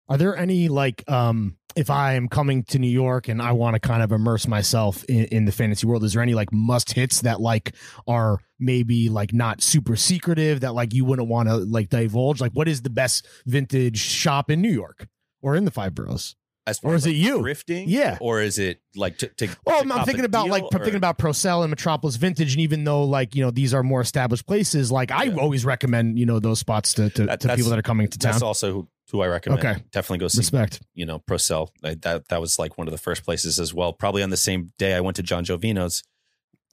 S3: Are there any like um if I am coming to New York and I want to kind of immerse myself in, in the fantasy world, is there any like must hits that like are maybe like not super secretive that like you wouldn't want to like divulge? Like what is the best vintage shop in New York or in the five boroughs?
S4: As
S3: Or
S4: as,
S3: is it
S4: like,
S3: you?
S4: thrifting?
S3: Yeah.
S4: Or is it like to? to
S3: Well,
S4: to
S3: I'm, I'm
S4: cop a
S3: thinking about like
S4: deal,
S3: I'm thinking
S4: or-
S3: about Procel and Metropolis Vintage, and even though like you know these are more established places, like I
S4: Yeah.
S3: always recommend you know those spots to to,
S4: That-
S3: to people
S4: that's-
S3: that are coming to town.
S4: That's also who, who I recommend.
S3: Okay.
S4: Definitely go see.
S3: Respect.
S4: You know, Procel. I, that that was like one of the first places as well. Probably on the same day I went to John Jovino's,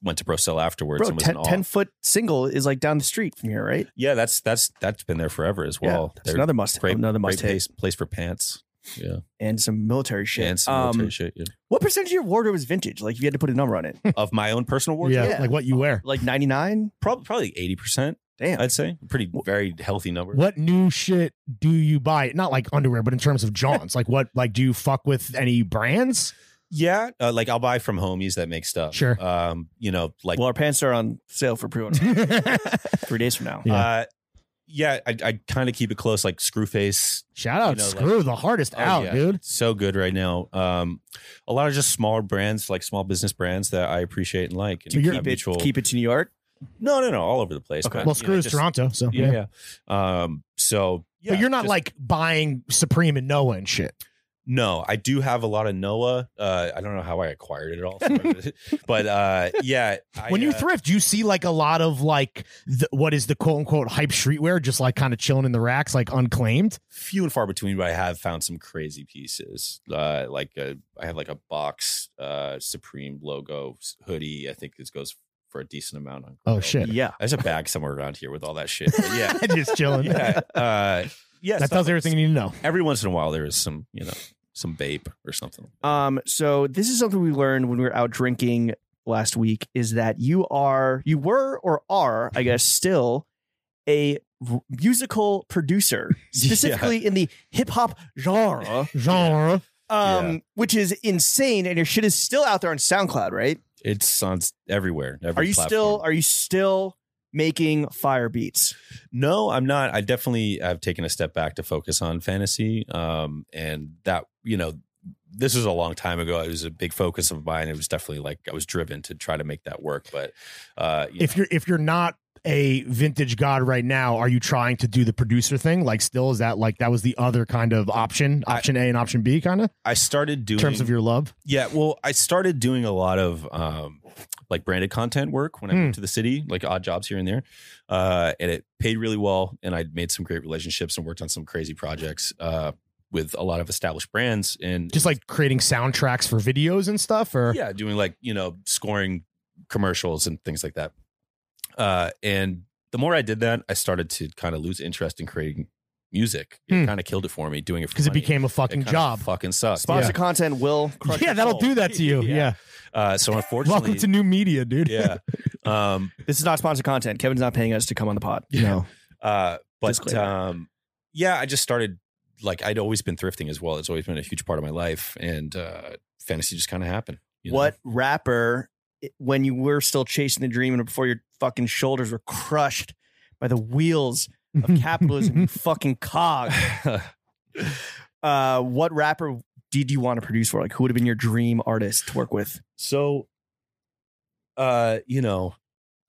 S4: went to Procel afterwards.
S2: Bro,
S4: and was in
S2: 10,
S4: awe.
S2: 10 foot single is like down the street from here, right?
S4: Yeah, that's that's that's been there forever as well.
S2: yeah,
S4: They're
S2: that's another must.
S4: great,
S2: another
S4: great
S2: must hit.
S4: place, place for pants. Yeah,
S2: and some military shit.
S4: and some
S2: Um,
S4: military shit. Yeah.
S2: [laughs] What percentage of your wardrobe is vintage? Like if you had to put a number
S4: [laughs]
S2: on it,
S4: of my own personal wardrobe.
S3: Yeah,
S2: yeah.
S3: like what you wear.
S2: like ninety nine.
S4: Prob- probably eighty percent.
S2: Damn.
S4: I'd say pretty very healthy number.
S3: What new shit do you buy? Not like underwear, but in terms of jaunts, like what like do you fuck with any brands?
S4: [laughs] Yeah, uh, like I'll buy from homies that make stuff.
S3: Sure.
S4: Um, you know, like
S2: well, our pants are on sale for pre-order
S4: [laughs]
S2: three days from now.
S3: yeah.
S4: uh, yeah, I, I kind of keep it close. Like Screwface,
S3: Shout out
S4: You know,
S3: Screw, the hardest
S4: Oh,
S3: out,
S4: yeah.
S3: dude.
S4: so good right now. Um, a lot of just smaller brands, like small business brands that I appreciate and like. And
S3: Do you
S4: have
S2: Keep it,
S4: mutual-
S2: keep it to New York.
S4: no, no, no, all over the place.
S2: Okay.
S4: but,
S3: Well,
S4: you know,
S3: Screw's
S4: just-
S3: Toronto, [laughs] so
S4: Yeah, yeah. Um, so yeah,
S3: but you're not
S4: just-
S3: like buying Supreme and Noah and shit.
S4: No, I do have a lot of Noah. Uh, I don't know how I acquired it [laughs] all, but uh, yeah. I,
S3: when you
S4: uh,
S3: thrift, you see like a lot of like the, what is the quote unquote hype streetwear, just like kind of chilling in the racks, like unclaimed.
S4: few and far between, but I have found some crazy pieces. Uh, like a, I have like a box uh, Supreme logo s- hoodie. I think this goes for a decent amount on.
S3: Oh
S4: Grail.
S3: shit,
S2: Yeah,
S4: There's a bag somewhere around here with all that shit. But yeah,
S3: [laughs] just chilling.
S4: [laughs] yeah, uh, yeah.
S3: Oh, That
S4: stuff
S3: tells
S4: like-
S3: everything you need to know.
S4: Every once in a while, there is some, you know, some vape or something.
S2: Um, so this is something we learned when we were out drinking last week is that you are, you were or are,
S4: [laughs]
S2: I guess, still a r- musical
S4: [laughs]
S2: producer, specifically in the hip hop genre,
S3: Genre.
S2: um,
S4: Yeah.
S2: which is insane. And your shit is still out there on SoundCloud, right?
S4: It's on s- everywhere. every
S2: Are you
S4: platform.
S2: still, are you still making fire beats?
S4: No, I'm not. I definitely have taken a step back to focus on fantasy. Um, and that, you know, this was a long time ago. It was a big focus of mine. It was definitely like I was driven to try to make that work. But uh, you
S3: If you're if you're not a vintage god right now, are you trying to do the producer thing? Like, still is that like that was the other kind of option,
S4: I-
S3: option A and option B, kind of
S4: know, I started
S3: in
S4: doing
S3: terms of your love.
S4: yeah. Well, I started doing a lot of um, like branded content work when I
S3: Hmm.
S4: moved to the city, like odd jobs here and there, uh, and it paid really well. And I made some great relationships and worked on some crazy projects uh, with a lot of established brands and
S3: Just like creating soundtracks for videos and stuff, or
S4: yeah doing like you know scoring commercials and things like that uh and the more i did that i started to kind of lose interest in creating music it
S3: Hmm.
S4: kind of killed it for me doing it for
S3: because it
S4: money.
S3: became a fucking
S4: kinda
S3: job.
S4: fucking sucks
S2: Sponsor content will crush
S3: [laughs] yeah,
S2: your
S3: that'll
S2: soul.
S3: do that to you.
S4: [laughs] Yeah.
S3: Yeah.
S4: uh
S3: [laughs]
S4: so
S3: Welcome
S4: unfortunately
S3: to new media, dude. [laughs]
S4: yeah um
S2: This is not sponsored content. Kevin's not paying us to come on the pod.
S4: Yeah.
S2: No.
S4: Uh, but
S2: Disclaimer.
S4: um, yeah, I just started like I'd always been thrifting as well. It's always been a huge part of my life, and uh, fantasy just kind of happened. you know?
S2: what rapper when you were still chasing the dream and before your fucking shoulders were crushed by the wheels
S3: Mm-hmm.
S4: [laughs]
S2: of capitalism
S3: [laughs]
S2: you fucking cog uh what rapper did you want to produce for like who would have been your dream artist to work with
S4: so uh you know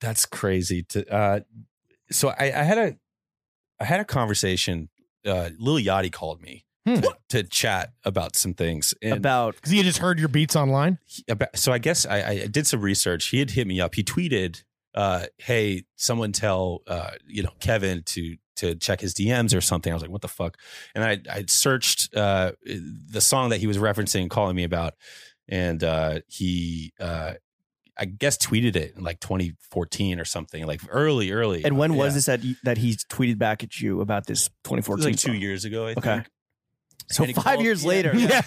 S4: that's crazy to uh so i i had a I had a conversation. Uh, Lil Yachty called me
S3: Hmm.
S4: to, to chat about some things. And
S2: about
S3: Because you just heard your beats
S4: [laughs]
S3: online.
S4: he- about- so I guess I, I did some research. He had hit me up. He tweeted, uh, "Hey, someone tell uh, you know Kevin to to check his DMs or something." I was like, "What the fuck?" And I I searched uh, the song that he was referencing, and calling me about, and uh, he. Uh, I guess tweeted it in like 2014 or something, like early, early.
S2: and when was
S4: Yeah.
S2: this that that he tweeted back at you about this 2014?
S4: It was like two
S2: song?
S4: years ago, I
S2: Okay.
S4: think.
S2: So
S4: And he
S2: five
S4: called-
S2: years
S4: yeah,
S2: later. [laughs]
S4: yeah,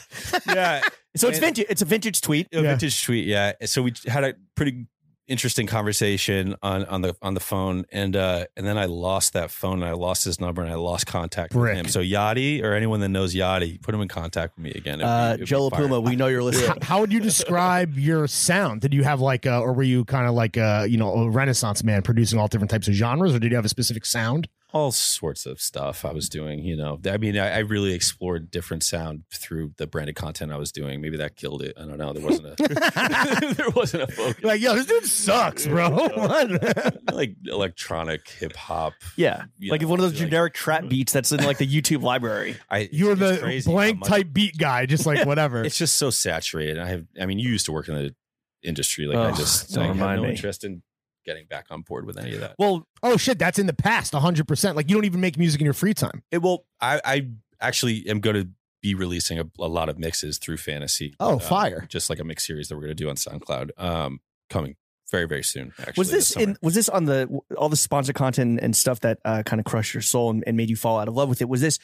S4: yeah.
S2: So it's
S4: And-
S2: vintage. It's a vintage tweet.
S4: a
S3: Yeah.
S4: vintage tweet. Yeah. So we had a pretty interesting conversation on on the on the phone, and uh and then I lost that phone, and I lost his number, and I lost contact
S3: Brick.
S4: with him. So Yachty or anyone that knows Yachty, put him in contact with me again. It'd be-
S2: Uh,
S4: it'd be
S2: Joe
S4: fire.
S2: Puma, we know
S4: [laughs]
S2: you're listening.
S3: How, how would you describe your sound? Did you have like, a, or were you kind of like a, you know, a Renaissance man producing all different types of genres, or did you have a specific sound? [laughs]
S4: all sorts of stuff I was doing. You know, I mean, I, I really explored different sound through the branded content I was doing. Maybe that killed it. I don't know. There
S3: [laughs]
S4: wasn't a [laughs] there wasn't a focus.
S3: Like, yo, this dude sucks, bro. [laughs] What?
S4: like electronic hip hop.
S2: yeah,
S4: you
S2: like
S4: know,
S2: one of those generic trap
S4: mm.
S2: beats that's in like
S4: [laughs]
S2: the YouTube library.
S4: I,
S3: [laughs] You're
S4: it's
S3: the
S4: crazy how
S3: blank
S4: much-
S3: type beat guy, just like whatever.
S4: It's just so saturated. I have, I mean, you used to work in the industry. Like, I
S2: Ugh,
S4: just
S2: don't
S4: I have
S2: remind
S4: no
S2: me.
S4: interest in getting back on board with any of that.
S2: Well,
S3: oh shit, that's in the past, hundred percent. Like you don't even make music in your free time.
S4: It will. I, I actually am going to be releasing a, a lot of mixes through Fantasy.
S3: Oh,
S4: uh,
S3: fire.
S4: Just like a mix series that we're going to do on SoundCloud. Um, coming very very soon. Actually,
S2: was this
S4: summer.
S2: in, was this on the all the sponsored content and stuff that uh, kind of crushed your soul and, and made you fall out of love with it? Was this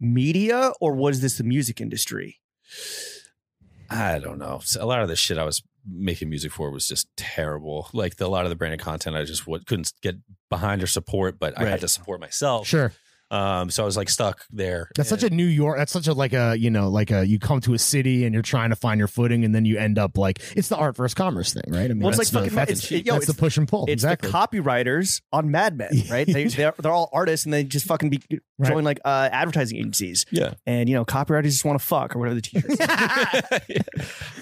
S2: media or was this the music industry?
S4: I don't know. So A lot of the shit I was making music for was just terrible. Like the, a lot of the branded content, I just would, couldn't get behind or support, but I
S2: Right.
S4: had to support
S2: Oh,
S4: myself.
S3: Sure.
S4: Um, so I was like stuck there.
S3: That's such
S4: And-
S3: a New York. That's such a like a you know like a you come to a city and you're trying to find your footing and then you end up like it's the art versus commerce thing, right? I mean,
S2: Well, it's
S3: that's
S2: like
S3: the,
S2: fucking- it's- it- yo,
S3: that's the
S2: it's-
S3: push and pull.
S2: It's
S3: Oh, exactly.
S2: the copywriters on Mad
S3: [laughs]
S2: Men, right? They, they're, they're all artists and they just fucking be
S3: Right.
S2: join like uh, advertising agencies.
S4: Yeah.
S3: [laughs]
S2: And, you know, copywriters just want to fuck or whatever the t shirt
S4: [laughs]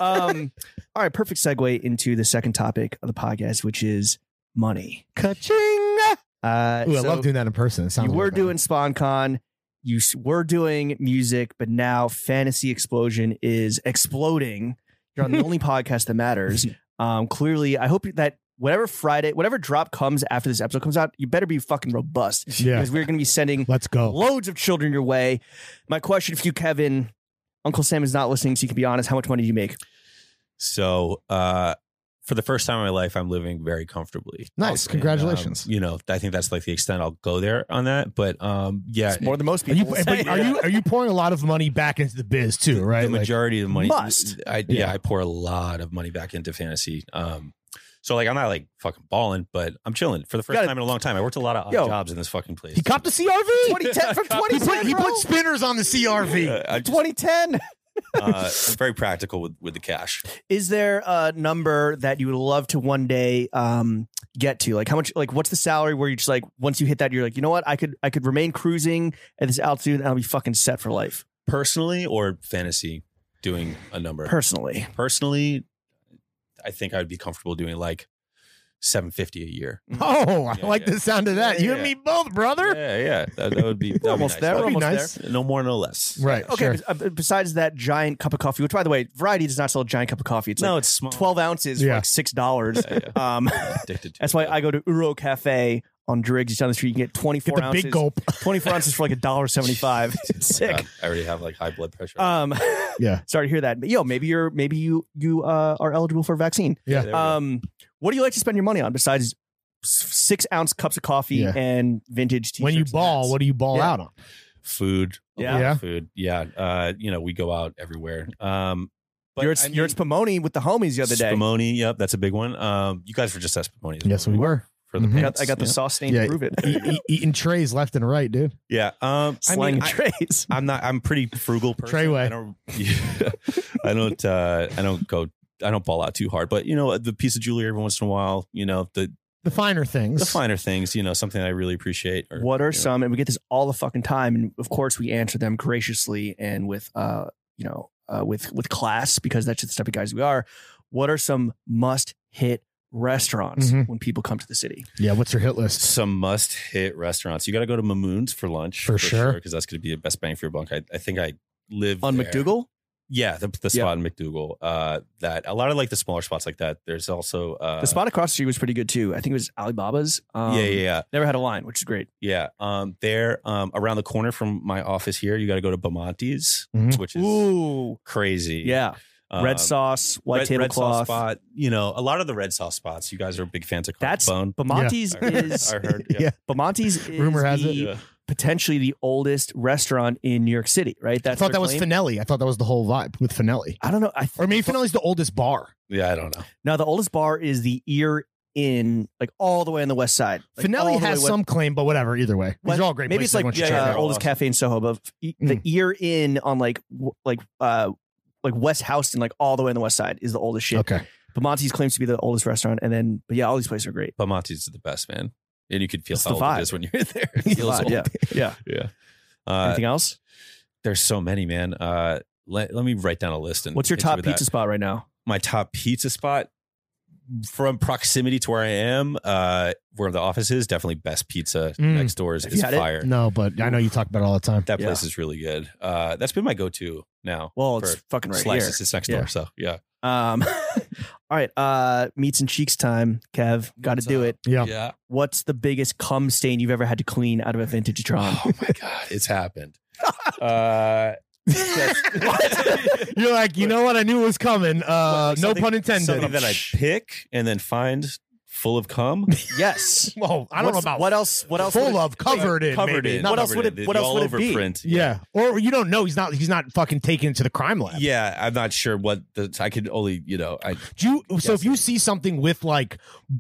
S2: um, all right, perfect segue into the second topic of the podcast, which is money.
S3: Ka-ching!
S2: Uh,
S3: Ooh, I
S2: so
S3: love doing that in person. It sounds
S2: you
S3: way
S2: were
S3: better.
S2: doing SpawnCon, you s- were doing music, but now Fantasy Explosion is exploding. You're on the
S3: [laughs]
S2: only podcast that matters. Um, clearly, I hope that whatever Friday, whatever drop comes after this episode comes out, you better be fucking robust
S3: [laughs] Yeah, Oh.
S2: because we're going to be
S3: [laughs]
S2: sending
S3: [laughs] let's go.
S2: loads of children your way. My question for you, Kevin. Uncle Sam is not listening, so you can be honest. How much money do you make?
S4: So, uh, for the first time in my life, I'm living very comfortably.
S3: Nice.
S4: And, um,
S3: Congratulations.
S4: you know, I think that's like the extent I'll go there on that. But um, yeah,
S2: It's more than most
S3: Are you,
S2: people. will
S3: [laughs] but
S2: say. [laughs]
S3: are you are you pouring a lot of money back into the biz too? Right.
S4: the
S3: Like-
S4: majority of the money
S2: Must.
S4: I, yeah.
S3: Yeah.
S4: I pour a lot of money back into fantasy. Um, so like, I'm not like fucking balling, but I'm chilling for the first
S2: Gotta-
S4: time in a long time. I worked a lot of odd
S2: Yo.
S4: jobs in this fucking place.
S3: he copped a CRV.
S2: 2010 from
S3: [laughs] He put,
S2: 2010.
S3: he
S2: bro.
S3: put spinners on the CRV.
S4: Uh, I just,
S2: 2010.
S4: uh, I'm very practical with, with the cash.
S2: Is there a number that you would love to one day um, get to? Like how much? Like what's the salary where you just like once you hit that, you're like, you know what? I could I could remain cruising at this altitude and I'll be fucking set for life.
S4: Personally or fantasy, doing a number.
S2: Personally,
S4: personally, I think I would be comfortable doing like 750
S2: [laughs]
S4: a year.
S3: Oh, I
S4: Yeah,
S3: like
S4: yeah.
S3: the sound of that.
S4: Yeah,
S3: you
S4: yeah.
S3: and me both, brother.
S4: Yeah, yeah. That, that [laughs] would be that would be
S2: almost
S4: nice.
S2: there,
S4: That
S2: we're
S4: would be
S2: almost
S4: nice. No more, no less.
S3: Right.
S2: okay.
S3: sure.
S2: bes- uh, Besides that giant cup of coffee, which by the way, Variety does not sell a giant cup of coffee. It's
S4: no,
S2: like
S4: it's small.
S2: 12 ounces for
S3: Yeah.
S2: like six [laughs] dollars.
S4: [laughs] Yeah, yeah.
S2: Um,
S4: I'm addicted to
S2: that's
S4: it.
S2: why I go to Uro Cafe on Driggs. It's down the street. You can get 24
S3: Get the
S2: ounces. [laughs]
S3: big gulp.
S2: 24 ounces for like a dollar [laughs] 75.
S4: [laughs] Oh my
S2: Sick.
S4: God, I already have like high blood pressure.
S2: Um, [laughs]
S3: Yeah.
S2: Sorry to hear that. But yo, maybe you're maybe you you uh, are eligible for a vaccine.
S4: Yeah, there we go.
S2: Um, what do you like to spend your money on besides s- six ounce cups of coffee
S3: Yeah.
S2: and vintage t-shirts?
S3: When you
S2: and hats?
S3: ball, what do you ball
S2: Yeah.
S3: out on?
S4: food. a lot of
S3: Yeah.
S4: Food. Yeah. Uh, you know, we go out everywhere. Um, but
S2: you're at,
S4: I
S2: you're at
S4: mean,
S2: Spumoni with the homies the other day.
S4: Spumoni. Yep. That's a big one. Um, you guys were just at Spumoni. this
S3: Yes, we
S4: morning
S3: were.
S4: For the
S3: Mhm.
S2: Mm-hmm. I
S4: pants.
S2: got, I got the
S4: yeah.
S2: sauce stain
S3: Yeah.
S2: to prove it.
S3: [laughs] E- e- eating trays left and right, dude.
S4: Yeah. Um, I
S2: [laughs] Slang
S4: mean,
S2: and
S4: I-
S2: trays.
S4: I'm not. I'm a pretty frugal person.
S3: Treyway.
S4: I don't. [laughs] Yeah, I don't. Uh, I don't go. I don't ball out too hard. But you know, the piece of jewelry every once in a while. You know, the
S3: The finer things.
S4: the finer things. You know, something I really appreciate. Or,
S2: What are
S4: you know.
S2: some? And we get this all the fucking time. And of course, we answer them graciously and with uh you know uh, with with class because that's just the type of guys we are. What are some must hit restaurants
S3: Mhm.
S2: when people come to the city.
S3: Yeah, what's your hit list?
S4: some must hit restaurants. You got to go to Mamoon's for lunch
S3: For sure.
S4: because that's going to be the best bang for your buck. I, I think I live
S2: On
S4: there.
S2: McDougal,
S4: Yeah, the, the spot in McDougal. Uh, that a lot of like the smaller spots like that. There's also uh,
S2: the spot across the street was pretty good too. I think it was Alibaba's. Um,
S4: yeah, yeah, yeah,
S2: Never had a line, which is great.
S4: yeah. Um, there, um, around the corner from my office here, you got to go to Bamonti's,
S3: Mhm.
S4: which is
S2: Ooh,
S4: crazy.
S2: yeah.
S4: Um,
S2: red sauce, white
S4: red- red sauce
S2: tablecloth.
S4: spot. You know, a lot of the red sauce spots. You guys are big fans of
S2: That's-
S4: Bone.
S2: Bamonti's
S4: I heard,
S2: [laughs] is
S4: I
S2: [laughs]
S4: heard,
S3: Yeah.
S4: yeah. [laughs]
S2: Bamonti's is
S3: Rumor has it.
S2: the, potentially the oldest restaurant in New York City, right?
S3: I
S2: That's
S3: thought
S2: their
S3: that was
S2: claim.
S3: Finelli. I thought that was the whole vibe with Finelli.
S2: I don't know. I th-
S3: Or maybe Finelli's the oldest bar.
S4: yeah, I don't know.
S2: now the oldest bar is the Ear Inn, like all the way on the west side. Like, all
S3: Finelli
S2: the
S3: has
S2: way west-
S3: some claim, but whatever. Either way,
S2: What?
S3: these are all great.
S2: Maybe it's
S3: places
S2: like
S3: everyone should
S2: yeah,
S4: check
S2: uh,
S4: out.
S2: oldest cafe in Soho, but f- e, the
S3: Mm.
S2: Ear Inn on like w- like uh like West Houston, like all the way on the west side, is the oldest shit.
S3: check out. Okay,
S2: Bamonti's claims to be the oldest restaurant, and then but yeah, all these places are
S4: [laughs]
S2: great.
S4: Bamonti's is the best, man. And you could feel
S2: It's
S4: how
S2: the
S4: old
S2: vibe.
S4: it is when you're [laughs] there. It
S2: It's the
S4: feels
S2: vibe,
S4: old.
S2: yeah, yeah.
S4: yeah. Uh,
S2: [laughs] Anything else?
S4: there's so many, man. Uh, let, let me write down a list. And
S2: What's your
S4: hit you
S2: top
S4: with that.
S2: pizza spot right now?
S4: My top pizza spot from proximity to where I am, uh, where the office is, definitely best pizza
S3: Mm.
S4: next door is,
S2: Have you
S4: is
S2: had it?
S4: fire.
S3: no, but I know you talk about it all the time.
S4: That
S2: Yeah.
S4: place is really good. Uh, that's been my go-to now.
S2: Well, it's
S4: for
S2: fucking right here.
S4: slices. It's next
S2: Yeah.
S4: door, so yeah.
S2: Um, [laughs] all right, uh, meats and cheeks time, Kev. Got to
S4: What's
S2: do
S4: up?
S2: it.
S3: Yeah,
S4: Yeah.
S2: What's the biggest cum stain you've ever had to clean out of a vintage Tron?
S4: Oh my god, it's [laughs] happened. Uh, [laughs]
S3: you're like, you know what? I knew it was coming. [laughs] Uh,
S4: What,
S3: no
S4: something-
S3: pun intended.
S4: Something that I
S3: [laughs]
S4: pick and then find full of cum.
S2: [laughs] yes.
S3: Well, I don't know
S2: What's-
S3: about
S2: what else. What else? would
S3: full
S2: it-
S3: of covered in
S4: covered
S3: maybe.
S4: in.
S3: Not-
S2: What else would it-
S4: covered in.
S2: what
S4: The
S2: else would it be?
S4: all-over print.
S3: yeah. or you don't know. He's not. He's not fucking taken to the crime lab.
S4: Yeah, I'm not sure what the I could only you know I
S3: Do you, so if you
S4: Yes.
S3: see something with like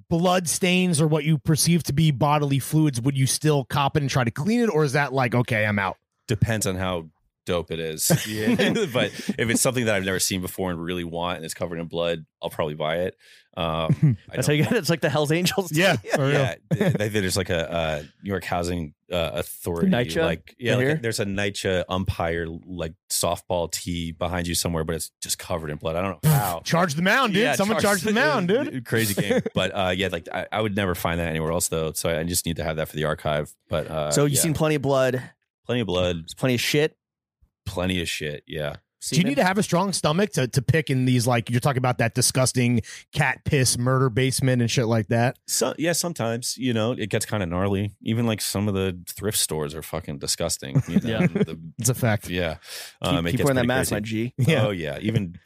S3: blood stains or what you perceive to be bodily fluids, would you still cop it and try to clean it, or is that like okay, I'm out?
S4: depends on how dope it is. [laughs] but if it's something that I've never seen before and really want and it's covered in blood, I'll probably buy it. Um, I
S2: That's how
S4: don't-
S2: you got it. It's like the Hell's Angels.
S3: [laughs] for real.
S4: [laughs] Yeah, th- th- there's like a uh, New York Housing uh, Authority,
S2: NYCHA
S4: like yeah,
S2: in
S4: like
S2: here?
S4: a, there's a NYCHA umpire like softball tee behind you somewhere, but it's just covered in blood. I don't know how.
S3: Charge the mound, dude. Someone charge,
S4: [laughs]
S3: the mound, dude.
S4: Crazy
S3: [laughs]
S4: game, but uh, yeah, like I, I would never find that anywhere else though. So I just need to have that for the archive. But
S2: [laughs]
S4: uh,
S2: So you've
S4: yeah.
S2: seen plenty of blood,
S4: plenty of blood,
S2: plenty of shit.
S4: plenty of shit. Yeah,
S3: Do you need to have a strong stomach to, to pick in these like you're talking about that disgusting cat piss murder basement and shit like that?
S4: so yeah, sometimes you know it gets kind of gnarly. Even like some of the thrift stores are fucking disgusting.
S3: [laughs]
S4: You know?
S2: Yeah.
S4: The-
S3: It's a fact.
S4: yeah. um,
S2: Keep,
S4: it
S2: keep
S4: gets
S2: wearing that
S4: pretty
S2: mask,
S4: crazy.
S2: my G.
S3: Yeah.
S4: Oh yeah, even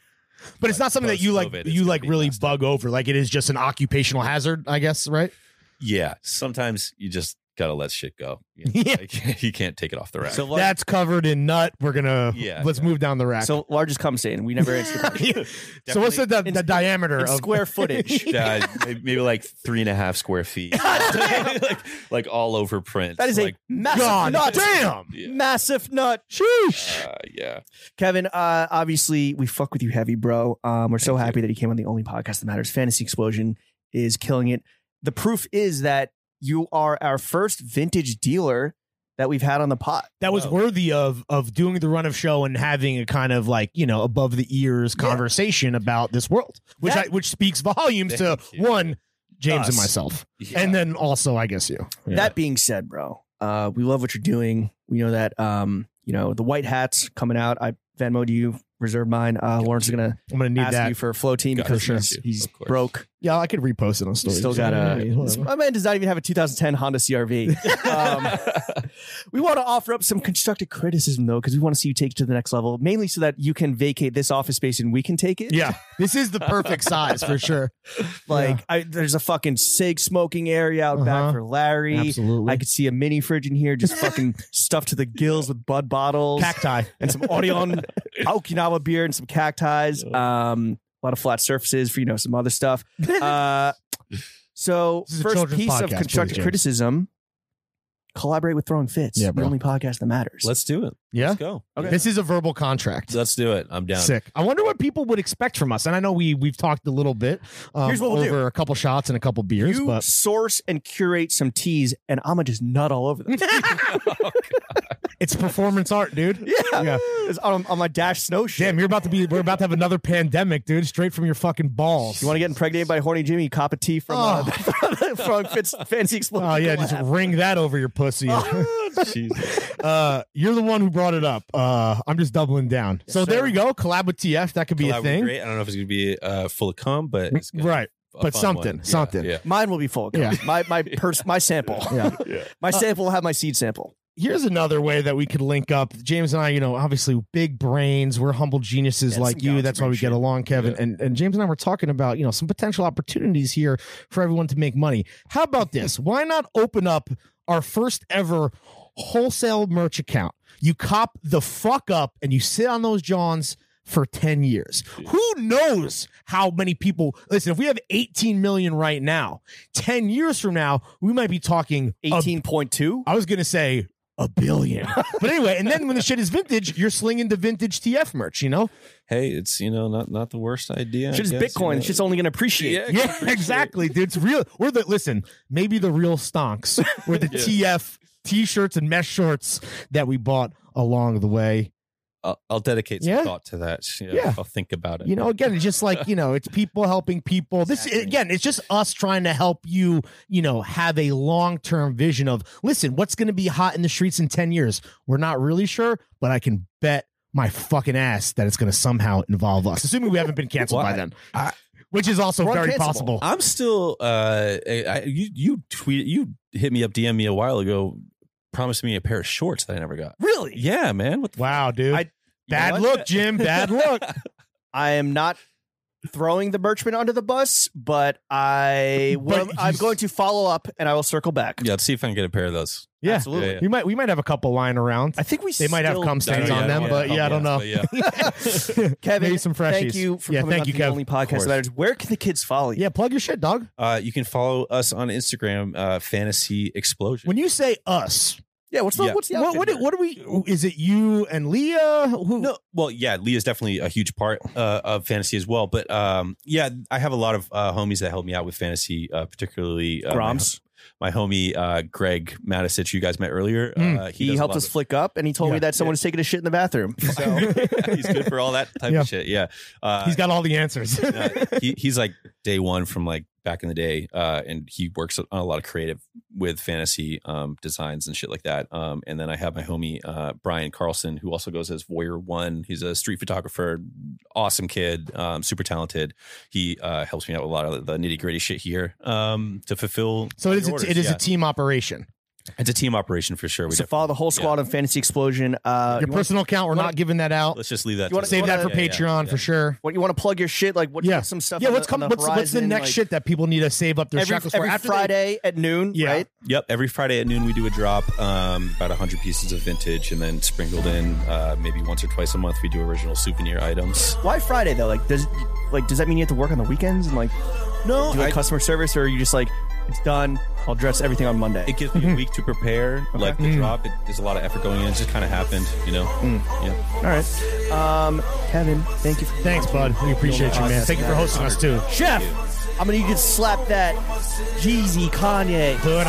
S3: but it's not something that you like
S4: Post-COVID, it's
S3: you
S4: gonna
S3: like
S4: be
S3: really
S4: messed
S3: bug over. Like it is just an occupational hazard, I guess, right?
S4: yeah. Sometimes you just gotta let shit go. You, know?
S3: Yeah.
S4: Like, [laughs] you can't take it off the rack.
S2: So,
S4: [laughs]
S2: lar-
S3: That's covered in nut. We're gonna
S4: Yeah,
S3: let's
S4: yeah.
S3: move down the rack. [laughs]
S2: so largest cum stain. We never answered. the
S4: [laughs]
S2: question.
S3: so what's the, the, the diameter
S2: In
S3: of
S2: square
S4: [laughs]
S2: footage.
S4: uh, maybe, maybe like three and a half
S3: [laughs]
S4: square feet, [laughs] like, like all over print.
S2: That is
S4: like,
S2: a massive
S3: God
S2: nut.
S3: damn.
S4: Yeah.
S2: Massive nut.
S3: Sheesh.
S4: uh, yeah.
S2: Kevin, uh, obviously we fuck with you heavy, bro. Um, we're so
S4: Thank you.
S2: happy that you came on the only podcast that matters. Fantasy Explosion is killing it. The proof is that you are our first vintage dealer that we've had on the pot.
S3: That was
S4: Whoa.
S3: worthy of of doing the run of show and having a kind of like you know above the ears
S2: Yeah.
S3: conversation about this world, which
S2: That-
S3: I, which speaks volumes to
S4: Thank you.
S3: one James
S2: Us.
S3: and myself, [laughs]
S4: Yeah.
S3: and then also I guess you. Yeah.
S2: That being said, bro, uh, we love what you're doing. We know that um, you know the white hats coming out. I Venmoed you, reserved mine. Uh, Lawrence is gonna
S3: I'm gonna need
S2: ask
S3: that.
S2: you for a flow team
S4: Got
S2: because
S4: you.
S2: he's, he's
S4: Of course.
S2: broke.
S3: yeah, I could repost it on stories.
S2: Still got
S3: Yeah,
S2: a.
S3: yeah, whatever.
S2: My man does not even have a 2010 Honda CRV.
S3: [laughs]
S2: Um, we want to offer up some constructive criticism though, because we want to see you take it to the next level, mainly so that you can vacate this office space and we can take it.
S3: yeah, [laughs] this is the perfect size
S2: [laughs]
S3: for sure.
S2: Like, I, there's a fucking sig smoking area out
S3: Uh-huh.
S2: back for Larry.
S3: absolutely.
S2: I could see a mini fridge in here,
S3: [laughs]
S2: just fucking stuffed to the gills with bud bottles
S3: Cacti.
S2: and some Orion [laughs] Okinawa beer and some cacti. Um, a lot of flat surfaces for you know some other stuff. Uh, so
S3: This is a
S2: first
S3: children's
S2: piece
S3: podcast,
S2: of
S3: please,
S2: constructive
S3: James.
S2: criticism: collaborate with Throwing Fits,
S3: Yeah,
S2: the
S3: bro.
S2: only podcast that matters.
S4: Let's do it.
S3: [laughs] Yeah.
S4: Let's go.
S2: Okay.
S3: This is a verbal contract.
S4: Let's do it. I'm down.
S3: Sick. I wonder what people would expect from us. And I know we we've talked a little bit um,
S2: Here's what we'll do.
S3: over a couple shots and a couple beers,
S2: You
S3: but
S2: source and curate some teas, and I'ma just nut all over them.
S3: it's performance
S2: [laughs]
S3: art, dude. Yeah.
S2: It's on, on my dash snow shit.
S3: Damn, you're about to be we're about to have another pandemic, dude, straight from your fucking balls.
S2: You want to get impregnated by horny Jimmy? Cop a tea from uh, [laughs] from Fitz, Fancy Explosion.
S3: [laughs] Oh yeah, just ring that over your pussy.
S2: [laughs]
S3: [laughs] uh, you're the one who brought it up. Uh, I'm just doubling down. so there we go. Collab with TF. That could be
S4: Collab
S3: a
S4: would be
S3: thing,
S4: Great. I don't know if it's gonna be uh, full of cum, but it's gonna
S3: right?
S4: be a
S3: But
S4: fun
S3: something,
S4: one. Yeah,
S3: something.
S4: Yeah.
S2: Mine will be full.
S3: Yeah.
S2: Yeah. My my pers- my sample.
S3: Yeah.
S2: [laughs] My sample will have my seed sample.
S3: Here's another way that we could link up. James and I, you know, obviously big brains. We're humble geniuses
S4: Yeah,
S3: like
S4: some
S3: you.
S4: gals
S3: That's
S4: are
S3: why we
S4: great
S3: get
S4: shit.
S3: along, Kevin.
S4: Yeah.
S3: And and James and I were talking about, you know, some potential opportunities here for everyone to make money. How about this? Why not open up our first ever wholesale merch account? You cop the fuck up and you sit on those Johns for 10 years. Who knows how many people listen, if we have 18 million right now, 10 years from now, we might be talking a
S2: Eighteen point two.
S3: I was gonna say a billion, but anyway. And then when the shit is vintage, you're slinging the vintage TF merch. You know,
S4: Hey, it's you know not not the worst idea. I
S2: Shit's
S4: guess,
S2: Bitcoin.
S4: You know?
S2: Shit's only gonna appreciate.
S4: Yeah.
S3: yeah, [laughs] exactly, dude. It's real. We're the listen. Maybe the real stonks were the TF t-shirts and mesh shorts that we bought along the way.
S4: I'll, I'll dedicate some
S3: Yeah.
S4: thought to that. Yeah,
S3: Yeah.
S4: I'll think about it.
S3: You know, again, it's just like you know, it's people helping people. This
S4: Exactly.
S3: again, it's just us trying to help you. You know, have a long-term vision of listen. What's going to be hot in the streets in ten years? We're not really sure, but I can bet my fucking ass that it's going to somehow involve us, assuming we haven't been canceled by
S4: Why?
S3: then,
S4: I-
S3: which is also
S2: We're
S3: very
S2: uncancelable.
S3: possible.
S4: I'm still. Uh, I, I- you you tweet you hit me up, DM me a while ago, promised me a pair of shorts that I never got.
S2: Really?
S4: Yeah, man. What the
S3: Wow, dude.
S2: I-
S3: Bad
S2: You know what?
S3: look, Jim. Bad look.
S2: I am not throwing the merchman under the bus, but I will.
S3: But you
S2: I'm
S3: s-
S2: going to follow up, and I will circle back.
S4: yeah, let's see if I can get a pair of those.
S3: Yeah.
S2: Absolutely.
S4: Yeah, yeah.
S3: We might we might have a couple lying around.
S2: I think we.
S3: They might have
S2: still-
S3: cum
S4: I
S3: stains
S4: don't-
S3: on
S4: yeah,
S3: them,
S4: I
S3: but
S4: don't
S3: yeah, I don't
S4: know.
S3: know.
S4: But yeah.
S2: Kevin,
S3: [laughs] maybe some freshies.
S2: Thank you for
S3: yeah,
S2: coming
S3: thank
S2: on
S3: you,
S2: the
S3: Kev.
S2: only podcast
S4: course.
S2: that matters. Where can the kids follow you?
S3: Yeah, plug your shit, dog.
S4: Uh, you can follow us on Instagram, uh, Fantasy Explosion.
S3: When you say us,
S2: Yeah. What's the
S4: Yeah.
S2: What's the
S3: what
S2: outfit
S3: what,
S2: here?
S3: what do we is it you and leah
S2: [laughs]
S3: who
S4: no, well, yeah, Leah's definitely a huge part uh, of fantasy as well. But um, yeah, I have a lot of uh, homies that help me out with fantasy, uh, particularly uh, my-
S2: Groms.
S4: My, homie uh, Greg Matisich, you guys met earlier.
S3: Mm.
S4: Uh,
S2: He
S4: does a
S2: helped
S4: lot
S2: us
S4: of-
S2: flick up, and he told
S3: Yeah.
S2: me that someone was taking a shit in the bathroom.
S4: [laughs] So he's good for all that type
S3: Yeah.
S4: of shit. Yeah, uh,
S3: [laughs] he's got all the answers
S4: uh, he, he's like day one from like back in the day uh, and he works on a lot of creative with fantasy um, designs and shit like that um, and then i have my homie uh, brian carlson who also goes as voyeur one he's a street photographer awesome kid um, super talented he uh, helps me out with a lot of the nitty gritty shit here um, to fulfill
S3: [laughs] so it is a,
S4: your orders.
S3: it is
S4: Yeah.
S3: a team operation
S4: it's a team operation for sure we
S2: so
S4: def-
S2: follow the whole squad on Fantasy Explosion. Uh,
S3: your
S2: you wanna-
S3: personal account we're
S2: wanna-
S3: not giving that out
S4: let's just leave that
S2: You wanna-
S4: to
S3: save that
S2: yeah,
S3: for
S2: yeah,
S3: patreon for sure
S2: what you want to plug your shit? Like what?
S3: Yeah.
S2: Some stuff.
S3: yeah
S2: on the-
S3: what's
S2: on
S3: coming
S2: the
S3: what's, what's the
S2: horizon,
S3: next
S2: like,
S3: shit that people need to save up their
S2: Every,
S3: shackles for
S2: every
S3: after they-
S2: Friday at noon,
S3: Yeah.
S2: right?
S4: Yep, every Friday at noon we do a drop, um, about 100 pieces of vintage, and then sprinkled in uh, maybe once or twice a month we do original souvenir items.
S2: Why Friday though? Like does like does that mean you have to work on the weekends and like
S4: No,
S2: do a customer service, or are you just like it's done? I'll dress everything on Monday.
S4: it gives me a week to prepare. Like the drop, it, there's a lot of effort going in. It just kind of happened, you know. Yeah.
S2: All right, um, Kevin, thank you. For
S3: thanks bud we appreciate you man thank you for hosting us too
S2: Chef, I'm gonna need you to slap that Jeezy Kanye.
S3: Put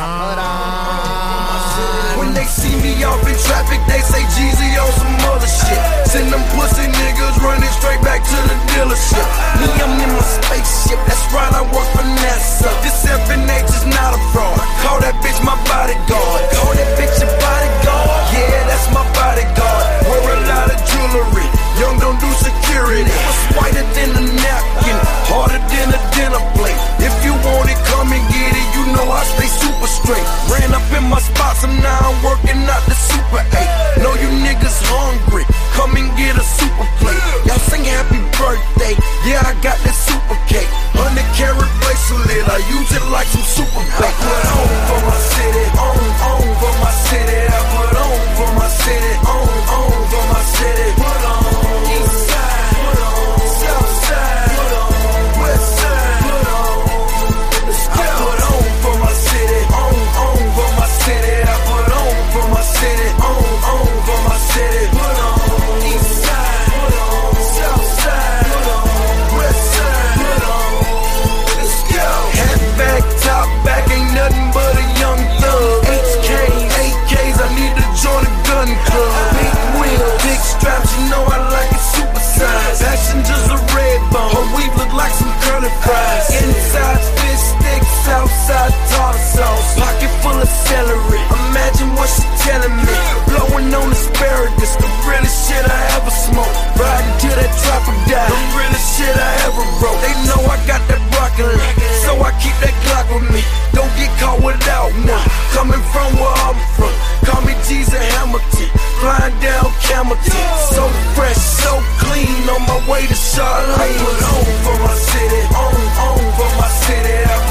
S3: on.
S6: When they see me off in traffic, they say Jeezy on some other shit. Send them pussy niggas running straight back to the dealership. Me, I'm in my spaceship. That's right, I work for NASA. This FNH is not a fraud. Call that bitch my bodyguard. Call that bitch your bodyguard. Yeah, that's my bodyguard. Wear a lot of jewelry. Young don't do security. What's whiter than a napkin? Harder than a dinner plate. If you want it, come and get it. You know I stay super straight. Ran up in my spots and now I'm working out the super eight. Know you niggas hungry. Come and get a super plate. Y'all sing happy birthday. Yeah, I got that super cake. Hundred carat bracelet. I use it like some super bait. I put on for my city. On, on for my city. I put on for my city. On, on for my city. Put on. East side. Put on. South side. Put on. West side. Put on. I put on for my city, on, on for my city. I put on for my city, on, on for my city. Hamilton. So fresh, so clean on my way to Charlotte. I put on for my city, on, on for my city. I